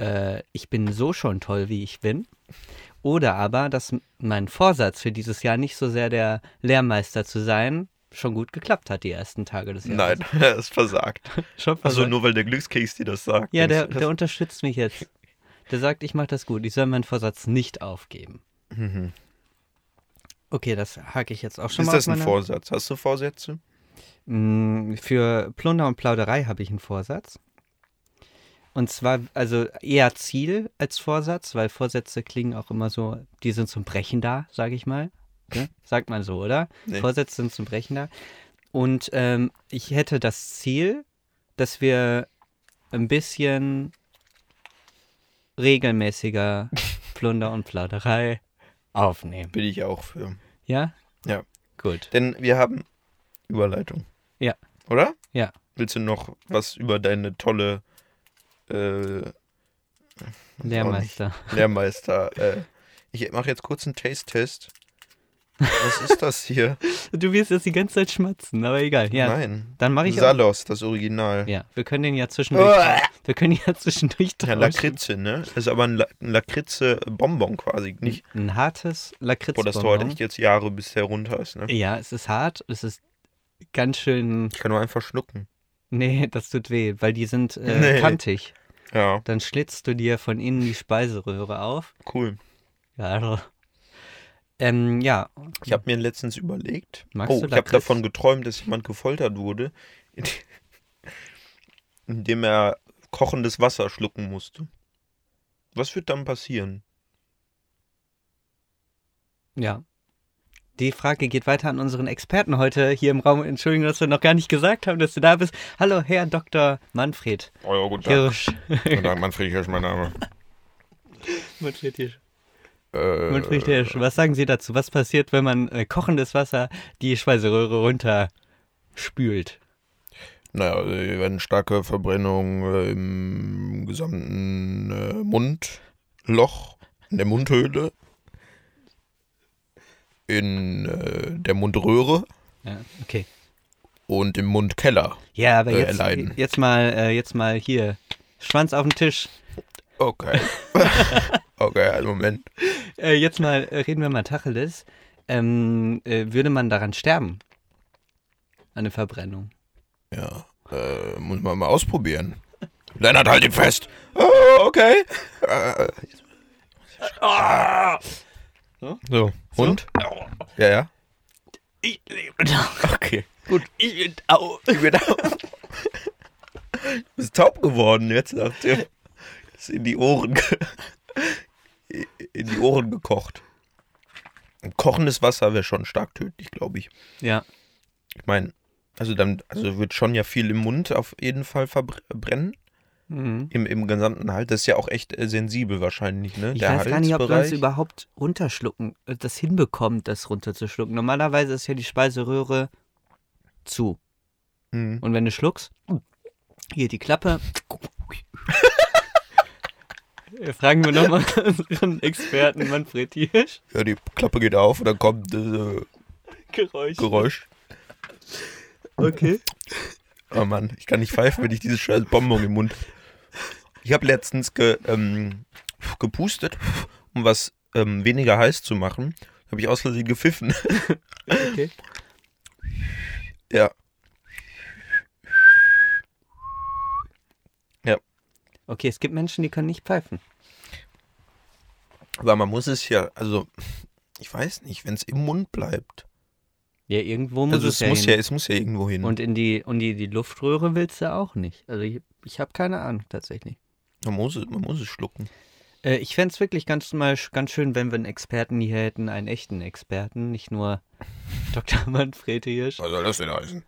S1: äh, ich bin so schon toll, wie ich bin, oder aber, dass m- mein Vorsatz für dieses Jahr nicht so sehr der Lehrmeister zu sein, schon gut geklappt hat die ersten Tage des Jahres.
S2: Nein, er ist versagt.
S1: schon
S2: Also
S1: versagt.
S2: nur weil der Glückskeks dir das sagt.
S1: Ja, der,
S2: denkst du
S1: der unterstützt mich jetzt. Der sagt, ich mache das gut, ich soll meinen Vorsatz nicht aufgeben.
S2: das? Mhm.
S1: Okay, das hake ich jetzt auch schon
S2: Ist
S1: mal
S2: das
S1: auf
S2: ein
S1: meiner-
S2: Vorsatz? Hast du Vorsätze?
S1: Mm, Für Plunder und Plauderei habe ich einen Vorsatz. Und zwar, also eher Ziel als Vorsatz, weil Vorsätze klingen auch immer so, die sind zum Brechen da, sage ich mal. Ne? Sagt man so, oder?
S2: Nee.
S1: Vorsätze sind zum Brechen da. Und ähm, ich hätte das Ziel, dass wir ein bisschen regelmäßiger Plunder und Plauderei aufnehmen.
S2: Bin ich auch für.
S1: Ja?
S2: Ja.
S1: Gut.
S2: Denn wir haben Überleitung.
S1: Ja.
S2: Oder?
S1: Ja.
S2: Willst du noch was über deine tolle äh,
S1: Lehrmeister.
S2: Lehrmeister? äh, ich mache jetzt kurz einen Taste-Test. Was ist das hier?
S1: Du wirst jetzt die ganze Zeit schmatzen, aber egal. Ja,
S2: Nein.
S1: dann mache ich auch.
S2: Salos, das Original.
S1: Ja, wir können den ja zwischendurch.
S2: Uah.
S1: wir können ja zwischendurch
S2: Ja,
S1: tauschen.
S2: Lakritze, ne? Das ist aber ein, La ein Lakritze-Bonbon quasi. Nicht,
S1: Ein hartes
S2: boah, das dauert
S1: Lakritz.
S2: echt jetzt Jahre, bis der runter ist, ne?
S1: Ja, es ist hart. Es ist ganz schön.
S2: Ich kann nur einfach schlucken.
S1: Nee, das tut weh, weil die sind äh,
S2: Nee.
S1: kantig.
S2: Ja,
S1: Dann schlitzt du dir von innen die Speiseröhre auf.
S2: cool.
S1: Ja. also, Ähm, ja,
S2: Ich habe mir letztens überlegt,
S1: Magst du
S2: oh, ich habe
S1: Lakritz?
S2: davon geträumt, dass jemand gefoltert wurde, indem er kochendes Wasser schlucken musste. Was wird dann passieren?
S1: ja. Die Frage geht weiter an unseren Experten heute hier im Raum. Entschuldigung, dass wir noch gar nicht gesagt haben, dass du da bist. Hallo, Herr Dr. Manfred
S3: Oh ja, guten Tag.
S1: Hirsch.
S3: Guten Tag, Manfred Hirsch, mein Name.
S1: Manfred Hirsch.
S3: Äh,
S1: Manfred Hirsch, was sagen Sie dazu? Was passiert, wenn man äh, kochendes Wasser die Speiseröhre runter spült?
S3: Naja, also wir werden starke Verbrennung äh, im gesamten äh, Mundloch, in der Mundhöhle, in äh, der Mundröhre
S1: Ja, okay.
S3: und im Mundkeller.
S1: Ja, aber
S3: Äh,
S1: jetzt,
S3: erleiden.
S1: jetzt mal, äh, jetzt mal hier. Schwanz auf den Tisch.
S3: Okay. okay, also Moment.
S1: Äh, jetzt mal äh, reden wir mal Tacheles. Ähm, äh, würde man daran sterben? An der Verbrennung.
S3: Ja, äh, muss man mal ausprobieren. Lennart, halt ihn fest! Oh, okay. Äh,
S1: So?
S3: Ah! So, und? Ja, ja.
S1: Ich lebe noch.
S3: Okay.
S1: Ich bin auch.
S2: Ich bin auch- Du Genau. bist taub geworden jetzt nach dem. Ist in die Ohren. ge- In die Ohren gekocht. Kochendes Wasser wäre schon stark tödlich, glaube ich.
S1: Ja,
S2: Ich meine, also dann also wird schon ja viel im Mund auf jeden Fall verbrennen.
S1: mhm.
S2: Im, Im gesamten Halt. Das ist ja auch echt äh, sensibel wahrscheinlich, ne?
S1: Ich weiß gar nicht, ob man es
S2: Halsbereich.
S1: überhaupt runterschlucken, äh, das hinbekommt, das runterzuschlucken. Normalerweise ist ja die Speiseröhre zu.
S2: Mhm.
S1: Und wenn du schluckst, hier die Klappe. Äh, Fragen wir nochmal unseren Experten Manfred Hirsch.
S3: Ja, die Klappe geht auf und dann kommt äh,
S1: Geräusch.
S3: Geräusch.
S1: Okay.
S2: Oh Mann, ich kann nicht pfeifen, wenn ich dieses scheiß Bonbon im Mund. Ich habe letztens ge, ähm, gepustet, um was ähm, weniger heiß zu machen. Habe ich aus Versehen gepfiffen.
S1: Okay.
S2: Ja.
S1: Okay, es gibt Menschen, die können nicht pfeifen.
S2: Aber man muss es ja, also, ich weiß nicht, wenn es im Mund bleibt.
S1: Ja, irgendwo muss
S2: Also
S1: es,
S2: es muss
S1: hin.
S2: ja, es muss ja irgendwo hin.
S1: Und in die und die, die Luftröhre willst du auch nicht. Also ich, ich habe keine Ahnung tatsächlich.
S2: Man muss es, man muss es schlucken.
S1: Äh, Äh, ich fände es wirklich ganz, mal, sch- ganz schön, wenn wir einen Experten hier hätten, einen echten Experten, nicht nur Dr. Manfred Hirsch.
S2: Was soll das denn heißen?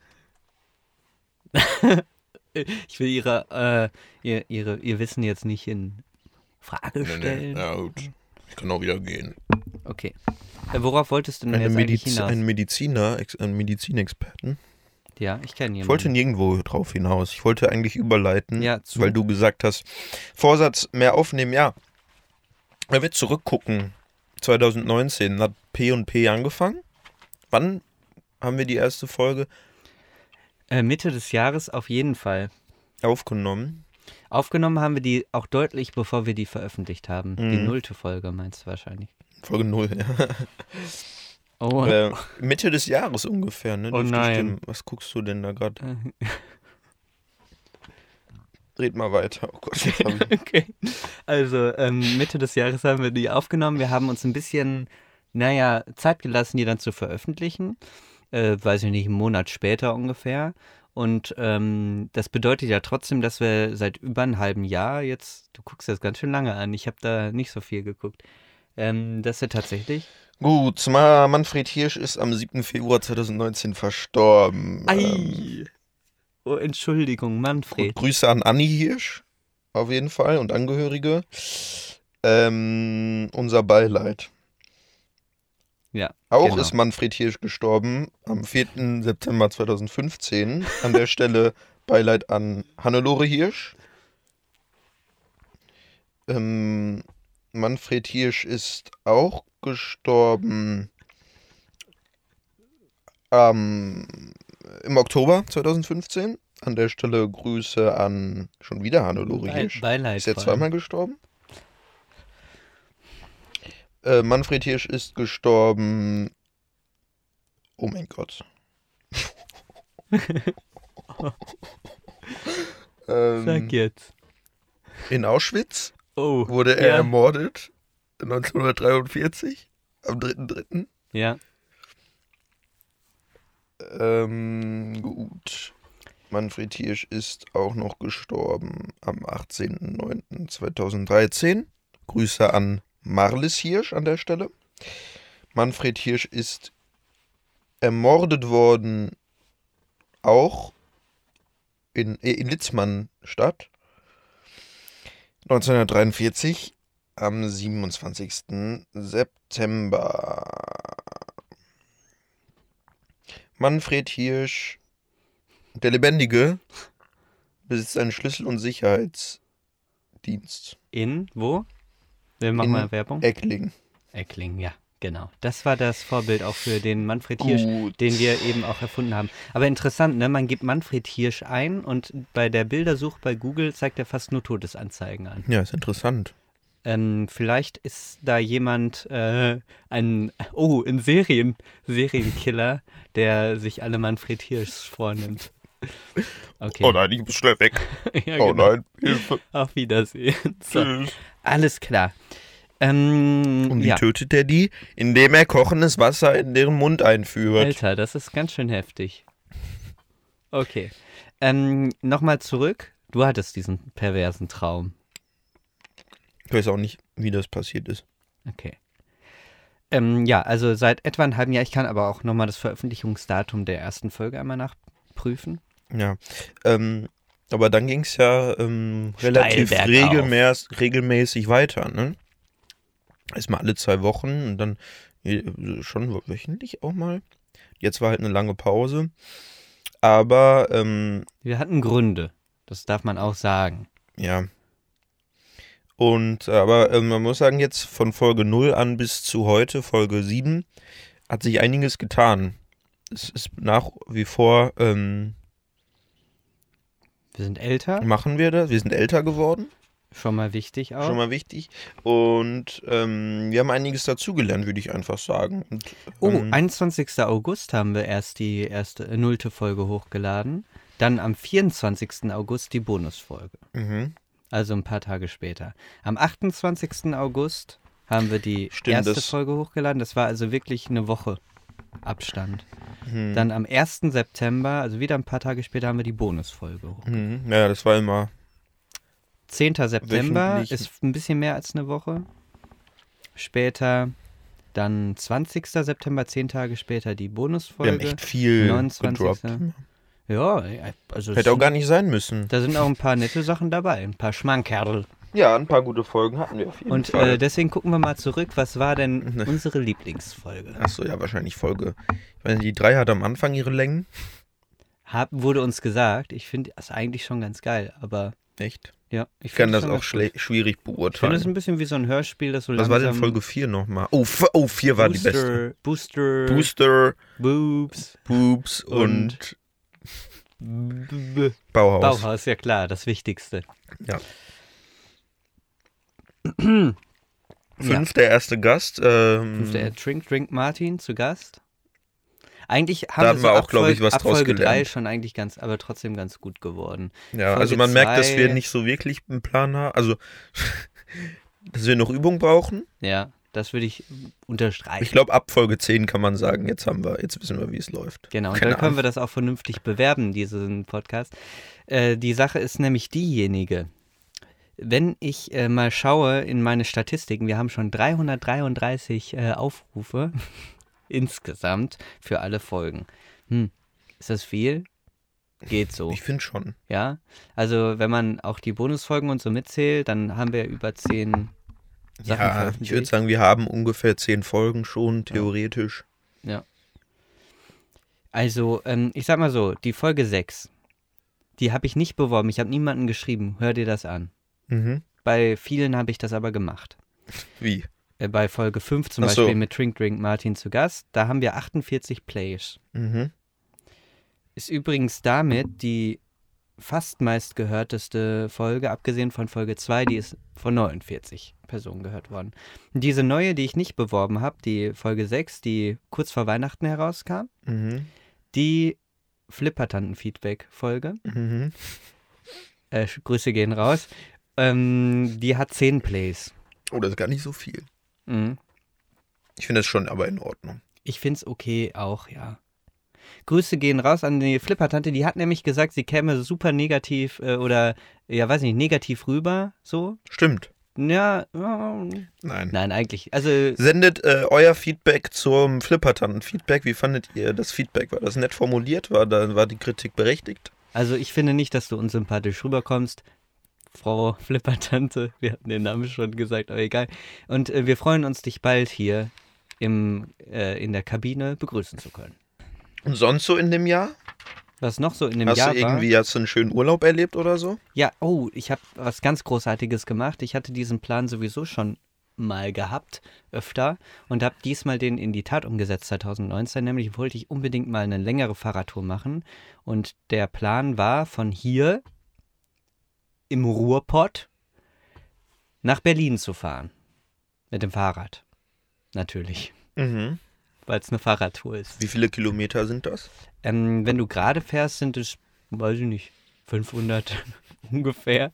S1: Ich will ihre, äh, ihr, ihre, ihr Wissen jetzt nicht in Frage stellen.
S2: Ja, gut. Ich kann auch wieder gehen.
S1: Okay. Äh, worauf wolltest du denn
S2: Eine
S1: jetzt eigentlich
S2: Mediz
S1: hinaus?
S2: ein Mediziner, ex einen Medizinexperten.
S1: ja, ich kenne
S2: Ich
S1: jemanden.
S2: wollte nirgendwo drauf hinaus. Ich wollte eigentlich überleiten,
S1: Hm. Ja, zu.
S2: weil du gesagt hast, Vorsatz mehr aufnehmen, ja. Wenn wir zurückgucken, 2019 hat P&P angefangen. Wann haben wir die erste Folge
S1: äh, Mitte des Jahres auf jeden Fall.
S2: aufgenommen?
S1: Aufgenommen haben wir die auch deutlich, bevor wir die veröffentlicht haben. Die
S2: Mhm.
S1: nullte Folge meinst du wahrscheinlich.
S2: Folge 0, ja.
S1: Oh,
S2: Äh, Mitte des Jahres ungefähr, ne?
S1: Oh
S2: Dürfte
S1: nein.
S2: stimmen. Was guckst du denn da gerade?
S1: Äh,
S2: Red mal weiter. Oh Gott, jetzt hab ich...
S1: Okay. Also ähm, Mitte des Jahres haben wir die aufgenommen. Wir haben uns ein bisschen, naja, Zeit gelassen, die dann zu veröffentlichen. Äh, weiß ich nicht, einen Monat später ungefähr. Und ähm, das bedeutet ja trotzdem, dass wir seit über einem halben Jahr jetzt, du guckst das ganz schön lange an, ich habe da nicht so viel geguckt, ähm, dass wir tatsächlich
S2: Gut, Ma- Manfred Hirsch ist am 7. Februar 2019 verstorben. Ähm,
S1: Ei. Oh, Entschuldigung,
S2: gut,
S1: Manfred.
S2: Grüße an Anni Hirsch, auf jeden Fall, und Angehörige. Ähm, unser Beileid.
S1: Ja,
S2: Auch
S1: genau.
S2: ist Manfred Hirsch gestorben am 4. September 2015. An der Stelle Beileid an Hannelore Hirsch. Ähm, Manfred Hirsch ist auch gestorben am- im Oktober 2015. An der Stelle Grüße an schon wieder Hannelore
S1: Be
S2: Hirsch.
S1: Beileid.
S2: Ist er
S1: vor
S2: zweimal gestorben? Äh, Manfred Hirsch ist gestorben. Oh mein Gott.
S1: allem. Sag
S2: ähm,
S1: jetzt.
S2: in Auschwitz
S1: Oh.
S2: wurde er
S1: Ja.
S2: ermordet 1943 am 3.3.
S1: Ja.
S2: Ähm, gut. Manfred Hirsch ist auch noch gestorben am 18.09.2013. Grüße an Marlis Hirsch an der Stelle. Manfred Hirsch ist ermordet worden, auch in, äh, in Litzmannstadt. 1943 am 27. September. Manfred Hirsch, der Lebendige, besitzt einen Schlüssel- und Sicherheitsdienst.
S1: In wo? Wir machen
S2: In
S1: mal Werbung.
S2: Eckling.
S1: Eckling, ja, genau. Das war das Vorbild auch für den Manfred Hirsch,
S2: Gut.
S1: den wir eben auch erfunden haben. Aber interessant, ne? Man gibt Manfred Hirsch ein und bei der Bildersuche bei Google zeigt er fast nur Todesanzeigen an.
S2: Ja, ist interessant.
S1: Ähm, vielleicht ist da jemand äh, ein, oh, ein Serien, Serienkiller, der sich alle Manfred Hirschs vornimmt. Okay.
S2: Oh nein, ich bin schnell weg.
S1: ja,
S2: Oh
S1: genau.
S2: nein, Hilfe.
S1: Auf Wiedersehen. So,
S2: Tschüss.
S1: alles klar. Ähm,
S2: Und wie
S1: ja.
S2: tötet er die? Indem er kochendes Wasser in deren Mund einführt.
S1: Alter, das ist ganz schön heftig. Okay. Ähm, Nochmal zurück. Du hattest diesen perversen Traum.
S2: Ich weiß auch nicht, wie das passiert ist.
S1: Okay. Ähm, ja, also seit etwa einem halben Jahr. Ich kann aber auch nochmal das Veröffentlichungsdatum der ersten Folge einmal nachprüfen.
S2: Ja. Ähm, aber dann ging es ja ähm,
S1: Steil
S2: relativ
S1: bergauf.
S2: regelmäß, regelmäßig weiter, ne? Erstmal alle zwei Wochen und dann äh, schon wöchentlich auch mal. Jetzt war halt eine lange Pause. Aber ähm,
S1: Wir hatten Gründe. Das darf man auch sagen.
S2: ja. Und aber ähm, man muss sagen, jetzt von Folge 0 an bis zu heute, Folge 7, hat sich einiges getan. Es ist nach wie vor, ähm,
S1: Wir sind älter,
S2: machen wir das. Wir sind älter geworden.
S1: schon mal wichtig auch.
S2: Schon mal wichtig. Und ähm, wir haben einiges dazugelernt, würde ich einfach sagen. Und,
S1: oh,
S2: ähm,
S1: 21. August haben wir erst die erste äh, nullte Folge hochgeladen. Dann am 24. August die Bonusfolge.
S2: mhm.
S1: Also ein paar Tage später. Am 28. August haben wir die
S2: Stimmt,
S1: erste
S2: das-
S1: Folge hochgeladen. Das war also wirklich eine Woche Abstand.
S2: Mhm.
S1: Dann am 1. September, also wieder ein paar Tage später, haben wir die Bonusfolge hoch.
S2: Mhm. Ja, das war immer
S1: 10. September
S2: Wöchentlich.
S1: ist ein bisschen mehr als eine Woche. Später dann 20. September, zehn Tage später die
S2: Wir haben
S1: Bonusfolge.
S2: echt viel
S1: 29.
S2: gedroppt.
S1: Ja, also es
S2: Hätte auch
S1: sind,
S2: gar nicht sein müssen.
S1: da sind auch ein paar nette Sachen dabei, ein paar Schmankerl.
S2: Ja, ein paar gute Folgen hatten wir auf jeden
S1: Und äh, deswegen gucken wir mal zurück, was war denn unsere Lieblingsfolge?
S2: Achso, ja, wahrscheinlich Folge. Ich meine, die drei hat am Anfang ihre Längen.
S1: Hab, wurde uns gesagt, ich finde das eigentlich schon ganz geil, aber
S2: Echt?
S1: ja, ich
S2: Ich kann
S1: find
S2: das
S1: schon
S2: auch
S1: ganz
S2: schle-
S1: gut.
S2: schwierig
S1: Ich finde das
S2: beurteilen.
S1: ein bisschen wie so ein Hörspiel, das so
S2: Was
S1: langsam...
S2: war denn Folge 4 nochmal? Oh, f- oh, 4 war die beste.
S1: Booster, Booster,
S2: Booster,
S1: Boobs,
S2: Boobs und,
S1: Und- B-
S2: Bauhaus.
S1: Bauhaus, ja klar, das Wichtigste.
S2: Fünf, der erste Gast. Ähm,
S1: Fünfte äh, Drink, Drink Martin zu Gast. Eigentlich haben
S2: haben
S1: so
S2: wir auch,
S1: ab
S2: glaub
S1: Folge-
S2: ich, was
S1: ab
S2: draus
S1: Folge drei
S2: gelernt.
S1: schon eigentlich ganz, aber trotzdem ganz gut geworden.
S2: Ja,
S1: Folge
S2: also man merkt, dass wir
S1: zwei-
S2: nicht so wirklich einen Plan haben. Also, dass wir noch Übung brauchen.
S1: Ja, das würde ich unterstreichen.
S2: Ich glaube, ab Folge 10 kann man sagen, jetzt haben wir, jetzt wissen wir, wie es läuft.
S1: Genau, und
S2: Keine
S1: dann können wir das auch vernünftig bewerben, diesen Podcast. Äh, die Sache ist nämlich diejenige, wenn ich äh, mal schaue in meine Statistiken, wir haben schon 333 äh, Aufrufe insgesamt für alle Folgen. Hm, ist das viel? Geht so,
S2: Ich finde schon.
S1: ja. Also wenn man auch die Bonusfolgen und so mitzählt, dann haben wir über 10 Sachen
S2: Ja, ich würde
S1: veröffentlicht.
S2: sagen, wir haben ungefähr 10 Folgen schon, theoretisch.
S1: Also, ähm, ich sag mal so, die Folge 6, die habe ich nicht beworben. Ich habe niemanden geschrieben, hör dir das an.
S2: Mhm.
S1: Bei vielen habe ich das aber gemacht.
S2: Wie?
S1: Äh, bei Folge 5 zum
S2: Ach so.
S1: Beispiel mit Drink Drink Martin zu Gast, da haben wir 48 Plays.
S2: Mhm.
S1: Ist übrigens damit die fast meistgehörteste Folge, abgesehen von Folge 2, die ist von 49 Personen gehört worden. Diese neue, die ich nicht beworben habe, die Folge 6, die kurz vor Weihnachten herauskam,
S2: Mhm.
S1: die Flippertanten-Feedback-Folge,
S2: Mhm.
S1: äh, Sch- Grüße gehen raus. Ähm, die hat 10 Plays.
S2: Oh, das ist gar nicht so viel.
S1: Mhm.
S2: Ich finde das schon aber in Ordnung.
S1: Ich find's okay auch, ja. Grüße gehen raus an die Flippertante. Die hat nämlich gesagt, sie käme super negativ äh, oder, ja, weiß nicht, negativ rüber, so.
S2: Stimmt.
S1: Ja, äh,
S2: Nein.
S1: nein, eigentlich. Also,
S2: Sendet äh, euer Feedback zum Flippertan-Feedback. Wie fandet ihr das Feedback? War das nett formuliert? War, da, war die Kritik berechtigt?
S1: also ich finde nicht, dass du unsympathisch rüberkommst. Frau Flippertante, wir hatten den Namen schon gesagt, aber egal. Und äh, wir freuen uns, dich bald hier im, äh, in der Kabine begrüßen zu können.
S2: Und sonst so in dem Jahr?
S1: Was noch so in dem
S2: hast
S1: Jahr
S2: du
S1: war.
S2: irgendwie hast du einen schönen Urlaub erlebt oder so?
S1: Ja, oh, ich habe was ganz Großartiges gemacht. Ich hatte diesen Plan sowieso schon mal gehabt, öfter, und habe diesmal den in die Tat umgesetzt 2019. Nämlich wollte ich unbedingt mal eine längere Fahrradtour machen. Und der Plan war von hier im Ruhrpott nach Berlin zu fahren. Mit dem Fahrrad. Natürlich,
S2: Mhm.
S1: weil es eine Fahrradtour ist.
S2: Wie viele Kilometer sind das?
S1: Ähm, wenn du gerade fährst, sind es, weiß ich nicht, 500 ungefähr.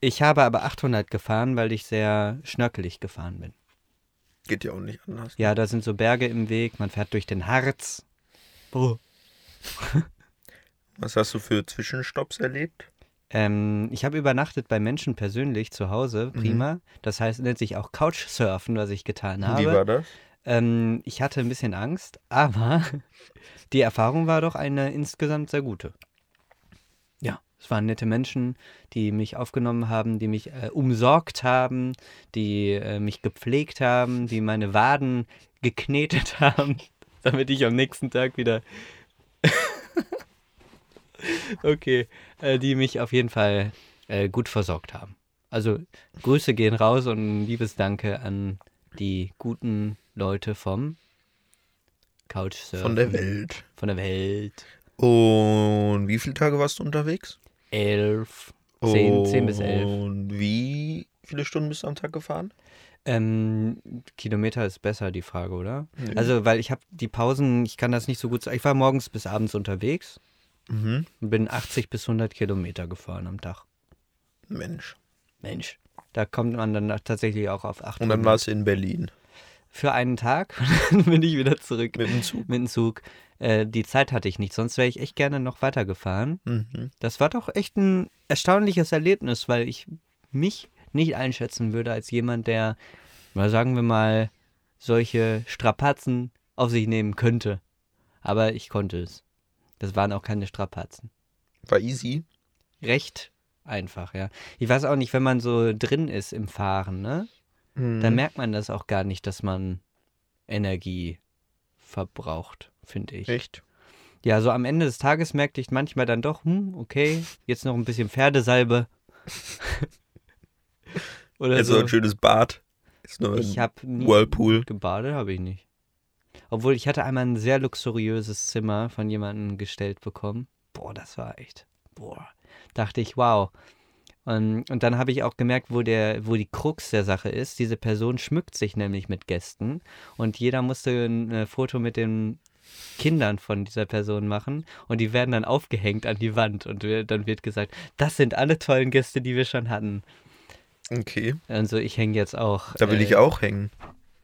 S1: Ich habe aber 800 gefahren, weil ich sehr schnörkelig gefahren bin.
S2: Geht ja auch nicht anders.
S1: Ja, da sind so Berge im Weg, man fährt durch den Harz.
S2: Oh. Was hast du für Zwischenstopps erlebt?
S1: Ähm, ich habe übernachtet bei Menschen persönlich zu Hause,
S2: Mhm.
S1: prima. Das heißt, nennt sich auch Couchsurfen, was ich getan habe.
S2: Wie war das?
S1: Ähm, ich hatte ein bisschen Angst, aber die Erfahrung war doch eine insgesamt sehr gute. Ja, es waren nette Menschen, die mich aufgenommen haben, die mich äh, umsorgt haben, die äh, mich gepflegt haben, die meine Waden geknetet haben, damit ich am nächsten Tag wieder. okay, äh, die mich auf jeden Fall äh, gut versorgt haben. Also Grüße gehen raus und ein liebes Danke an die guten Leute vom Couchsurfen.
S2: Von der Welt.
S1: Von der Welt.
S2: Und wie viele Tage warst du unterwegs?
S1: Elf.
S4: Oh.
S1: Zehn, zehn bis elf.
S2: Und wie viele Stunden bist du am Tag gefahren?
S1: Ähm, Kilometer ist besser, die Frage, oder?
S4: Mhm.
S2: Nö.
S1: Also, weil ich habe die Pausen, ich kann das nicht so gut sagen. Ich war morgens bis abends unterwegs
S2: Mhm.
S1: und bin 80 bis 100 Kilometer gefahren am Tag.
S2: Mensch.
S1: Mensch, da kommt man dann tatsächlich auch auf 800.
S2: Und dann warst du in Berlin.
S1: für einen Tag und dann bin ich wieder zurück
S4: Mit dem Zug.
S1: mit dem Zug. Äh, die Zeit hatte ich nicht, sonst wäre ich echt gerne noch weitergefahren.
S4: Mhm.
S1: Das war doch echt ein erstaunliches Erlebnis, weil ich mich nicht einschätzen würde als jemand, der, mal sagen wir mal, solche Strapazen auf sich nehmen könnte. Aber ich konnte es. Das waren auch keine Strapazen.
S2: War easy.
S1: Recht einfach, ja. Ich weiß auch nicht, wenn man so drin ist im Fahren, ne?
S2: Mhm.
S1: dann merkt man das auch gar nicht, dass man Energie verbraucht, finde ich.
S4: Echt?
S1: Ja, so am Ende des Tages merkte ich manchmal dann doch, hm, okay, jetzt noch ein bisschen Pferdesalbe. Oder
S4: Also
S1: so.
S4: ein schönes Bad. Ist nur
S1: Ich
S4: ein
S1: habe nie
S4: Whirlpool.
S1: gebadet, habe ich nicht. Obwohl ich hatte einmal ein sehr luxuriöses Zimmer von jemandem gestellt bekommen. Boah, das war echt. Boah, dachte ich, wow. Ähm, Und, und dann habe ich auch gemerkt, wo, der, wo die Krux der Sache ist. Diese Person schmückt sich nämlich mit Gästen und jeder musste ein äh, Foto mit den Kindern von dieser Person machen und die werden dann aufgehängt an die Wand und wir, dann wird gesagt, das sind alle tollen Gäste, die wir schon hatten.
S4: Okay.
S1: Also ich hänge jetzt auch.
S4: Da will
S1: äh,
S4: ich auch hängen.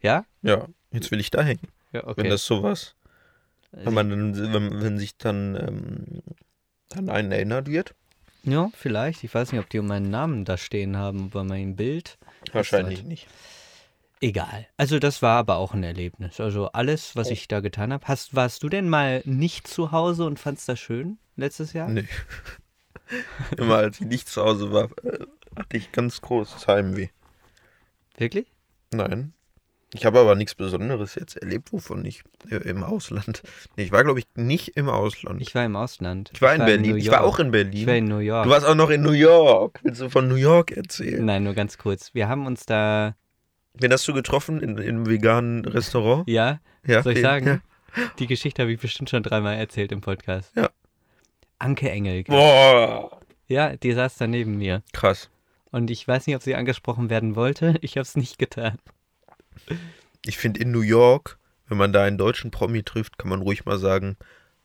S1: Ja?
S4: Ja, jetzt will ich da hängen.
S1: Ja, okay.
S4: Wenn das sowas.
S1: Also
S4: Wenn man dann, wenn, wenn sich dann, ähm, dann einen erinnert wird.
S1: Ja, vielleicht. Ich weiß nicht, ob die um meinen Namen da stehen haben, bei meinem Bild.
S4: Wahrscheinlich
S1: sollte.
S4: nicht.
S1: Egal. Also das war aber auch ein Erlebnis. Also alles, was ich da getan habe. Hast, warst du denn mal nicht zu Hause und fandst das schön letztes Jahr?
S4: Nee.
S2: Immer als ich nicht zu Hause war, äh, hatte ich ganz großes Heimweh.
S1: Wirklich?
S2: Nein. Ich habe aber nichts Besonderes jetzt erlebt, wovon ich äh, im Ausland. Nee, ich war, glaube ich, nicht im Ausland. Ich,
S1: Ich war im Ausland.
S2: war in Berlin.
S1: New
S2: ich war
S1: York.
S2: auch in Berlin.
S1: Ich war in New York.
S2: Du warst auch noch in New York. Willst du von New York erzählen?
S1: Nein, nur ganz kurz. Wir haben uns da,
S2: Wen hast du getroffen in, im veganen Restaurant?
S1: ja,
S2: Ja,
S1: soll ich
S2: den-
S1: sagen,
S2: Ja.
S1: die Geschichte habe ich bestimmt schon dreimal erzählt im Podcast.
S2: Ja.
S1: Anke Engel.
S2: Boah,
S1: Ja, die saß da neben mir.
S2: krass.
S1: Und ich weiß nicht, ob sie angesprochen werden wollte. Ich habe es nicht getan.
S2: Ich finde in New York, wenn man da einen deutschen Promi trifft, kann man ruhig mal sagen,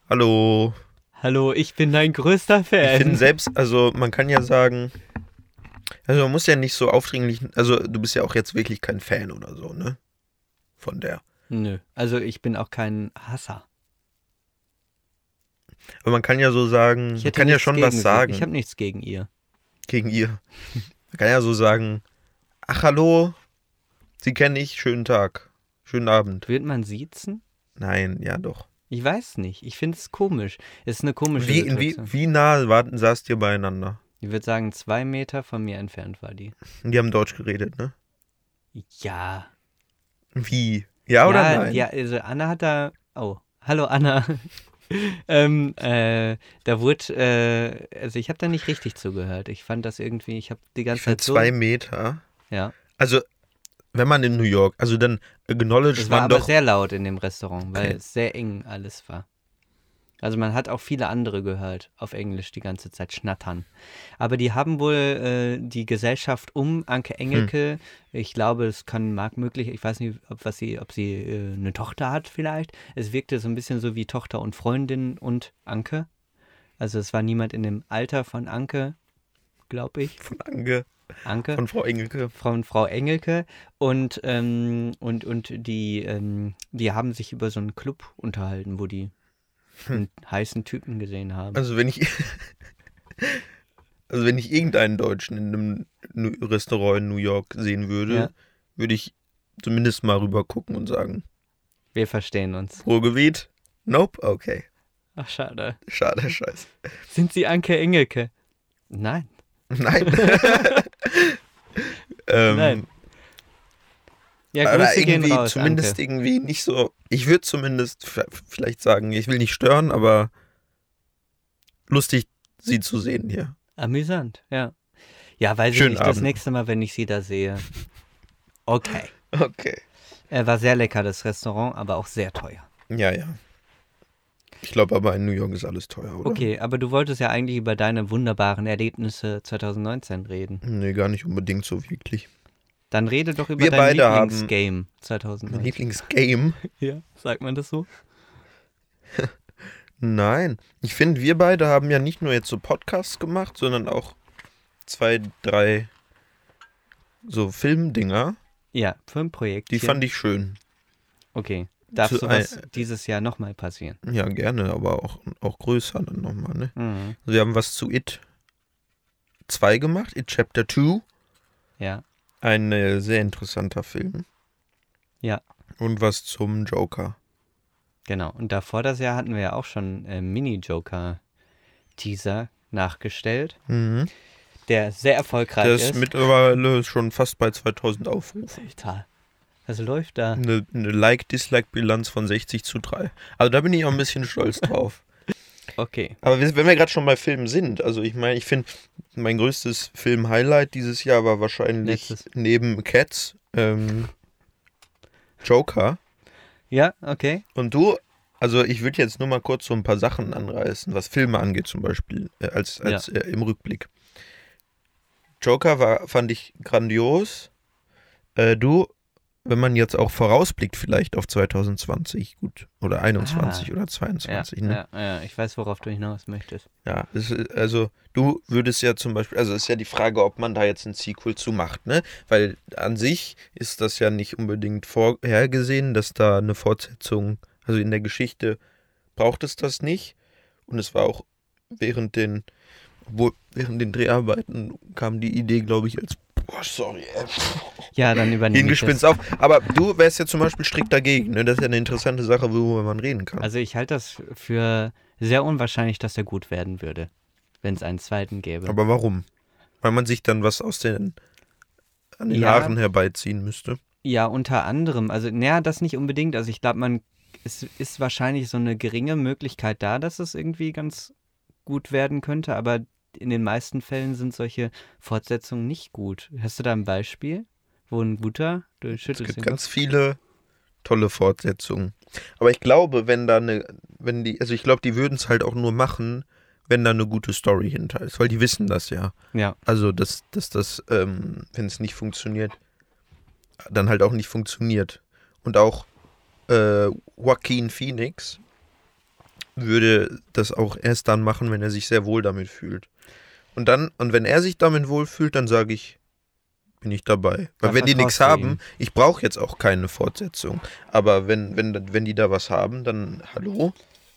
S2: hallo.
S1: Hallo, ich bin dein größter
S2: Ich finde
S1: Fan.
S2: selbst, also man kann ja sagen, also man muss ja nicht so aufdringlich, also du bist ja auch jetzt wirklich kein Fan oder so, ne? Von der.
S1: Nö, also ich bin auch kein Hasser.
S2: Aber man kann ja so sagen,
S1: Ich
S2: man
S1: hätte
S2: kann ja
S1: nichts
S2: schon
S1: gegen
S2: was
S1: sie.
S2: sagen
S1: Ich habe nichts gegen ihr.
S2: gegen ihr. Man kann ja so sagen, ach hallo, sie kenne ich, schönen Tag, schönen Abend.
S1: Wird man siezen?
S2: Nein, ja doch.
S1: Ich weiß nicht. Ich finde es komisch. Es ist eine komische
S2: Wie, in wie,
S1: Situation.
S2: wie nah warten, saßt ihr beieinander?
S1: Ich würde sagen, zwei Meter von mir entfernt war die.
S2: Und die haben Deutsch geredet, ne?
S1: Ja.
S2: Wie? Ja oder
S1: ja,
S2: nein?
S1: Ja, also Anna hat da. Oh, hallo Anna. ähm, äh, da wurde, äh, also ich habe da nicht richtig zugehört. Ich fand das irgendwie, ich habe die ganze
S2: ich
S1: Zeit
S2: find
S1: so.
S2: zwei Meter.
S1: ja,
S2: Also, wenn man in New York, also dann acknowledge
S1: es war
S2: man
S1: aber
S2: doch
S1: sehr laut in dem Restaurant, weil
S2: Okay.
S1: es sehr eng alles war. Also man hat auch viele andere gehört auf Englisch die ganze Zeit schnattern. Aber die haben wohl äh, die Gesellschaft um Anke
S2: Hm.
S1: Engelke, ich glaube, es kann mag möglich, ich weiß nicht, ob was sie, ob sie äh, eine Tochter hat vielleicht. Es wirkte so ein bisschen so wie Tochter und Freundin und Anke. Also es war niemand in dem Alter von Anke, glaube ich.
S2: von Anke,
S1: Anke
S2: von Frau Engelke.
S1: von Frau Engelke und, ähm, und, und die, ähm, die haben sich über so einen Club unterhalten, wo die einen heißen Typen gesehen haben.
S2: Hm. Also wenn ich, also wenn ich irgendeinen Deutschen in einem Nu- Restaurant in New York sehen würde,
S1: Ja.
S2: würde ich zumindest mal rüber gucken und sagen,
S1: Wir verstehen uns.
S2: Ruhrgebiet? Nope, okay.
S1: Ach, schade.
S2: Schade, scheiße.
S1: Sind Sie Anke Engelke? Nein.
S2: Nein. ähm,
S1: Nein. Ja,
S2: Aber
S1: Grüße gehen
S2: irgendwie,
S1: raus,
S2: zumindest
S1: Anke.
S2: irgendwie nicht so. Ich würde zumindest v- vielleicht sagen, ich will nicht stören, aber lustig, sie zu sehen hier.
S1: Amüsant, ja. Ja, weiß ich
S2: Schönen
S1: nicht, das
S2: Abend.
S1: nächste Mal, wenn ich Sie da sehe. Okay.
S2: Okay.
S1: Er war sehr lecker, das Restaurant, aber auch sehr teuer.
S2: Ja, ja. Ich glaube aber in New York ist alles teuer, oder?
S1: Okay, aber du wolltest ja eigentlich über deine wunderbaren Erlebnisse 2019 reden.
S2: Nee, gar nicht unbedingt so wirklich.
S1: Dann rede doch über
S2: Wir
S1: dein
S2: beide haben-
S1: Lieblingsgame
S2: Mein
S1: 2019.
S2: Lieblingsgame?
S1: Ja, sagt man das so?
S2: Nein. Ich finde, wir beide haben ja nicht nur jetzt so Podcasts gemacht, sondern auch zwei, drei so Filmdinger.
S1: Ja, für ein Projekt.
S2: Die fand ich schön.
S1: Okay. Darf
S2: Zu
S1: sowas dieses Jahr nochmal passieren?
S2: Ja, gerne, aber auch, auch größer dann nochmal, ne?
S1: Mhm.
S2: Wir haben was zu It 2 gemacht, It Chapter 2.
S1: Ja.
S2: Ein äh, sehr interessanter Film.
S1: Ja.
S2: Und was zum Joker.
S1: Genau. Und davor das Jahr hatten wir ja auch schon äh, Mini-Joker-Teaser nachgestellt,
S2: Mhm.
S1: der sehr erfolgreich
S2: Der ist
S1: ist.
S2: mittlerweile schon fast bei 2000 Aufrufen.
S1: Alter, was läuft da?
S2: Eine, eine Like-Dislike-Bilanz von 60 zu 3. Also da bin ich auch ein bisschen stolz drauf.
S1: Okay.
S2: Aber wir- wenn wir gerade schon bei Filmen sind, also ich meine, ich finde, mein größtes Film-Highlight dieses Jahr war wahrscheinlich
S1: Letztes.
S2: neben Cats ähm, Joker.
S1: Ja, okay.
S2: Und du, also ich würde jetzt nur mal kurz so ein paar Sachen anreißen, was Filme angeht zum Beispiel, äh, als, als äh, im Rückblick. Joker war, fand ich grandios. Äh, du, wenn man jetzt auch vorausblickt, vielleicht auf 2020, gut, oder 21
S1: Ah.
S2: oder
S1: Ja,
S2: 22, ne?
S1: ja, ja, ich weiß, worauf du hinaus möchtest.
S2: Ja, es ist, also du würdest ja zum Beispiel, also es ist ja die Frage, ob man da jetzt ein Sequel zu macht, ne? Weil an sich ist das ja nicht unbedingt vorhergesehen, dass da eine Fortsetzung, also in der Geschichte braucht es das nicht. Und es war auch während den, obwohl während den Dreharbeiten kam die Idee, glaube ich, als boah, sorry, ey,
S1: Ja, dann übernehme ich das.
S2: hingespinst auf. Aber du wärst ja zum Beispiel strikt dagegen, ne? Das ist ja eine interessante Sache, worüber man reden kann.
S1: Also ich halte das für sehr unwahrscheinlich, dass er gut werden würde, wenn es einen zweiten gäbe.
S2: Aber warum? Weil man sich dann was aus den an den
S1: Ja.
S2: Haaren herbeiziehen müsste.
S1: Ja, unter anderem. Also, naja, das nicht unbedingt. Also, ich glaube, man, es ist wahrscheinlich so eine geringe Möglichkeit da, dass es irgendwie ganz gut werden könnte, aber in den meisten Fällen sind solche Fortsetzungen nicht gut. Hast du da ein Beispiel, wo ein guter, du
S2: Es
S1: schüttelst
S2: gibt
S1: den
S2: ganz viele tolle Fortsetzungen. Aber ich glaube, wenn da eine, wenn die, also ich glaube, die würden es halt auch nur machen, wenn da eine gute Story hinter ist, weil die wissen das ja.
S1: Kopf. Ja,
S2: Also, dass, dass das, ähm, wenn es nicht funktioniert, dann halt auch nicht funktioniert. Und auch äh, Joaquin Phoenix würde das auch erst dann machen, wenn er sich sehr wohl damit fühlt. Und dann, und wenn er sich damit wohl fühlt, dann sage ich, bin ich dabei. Weil
S1: Da
S2: wenn die nichts
S1: vertraust du ihm.
S2: haben, ich brauche jetzt auch keine Fortsetzung. Aber wenn, wenn, wenn die da was haben, dann hallo.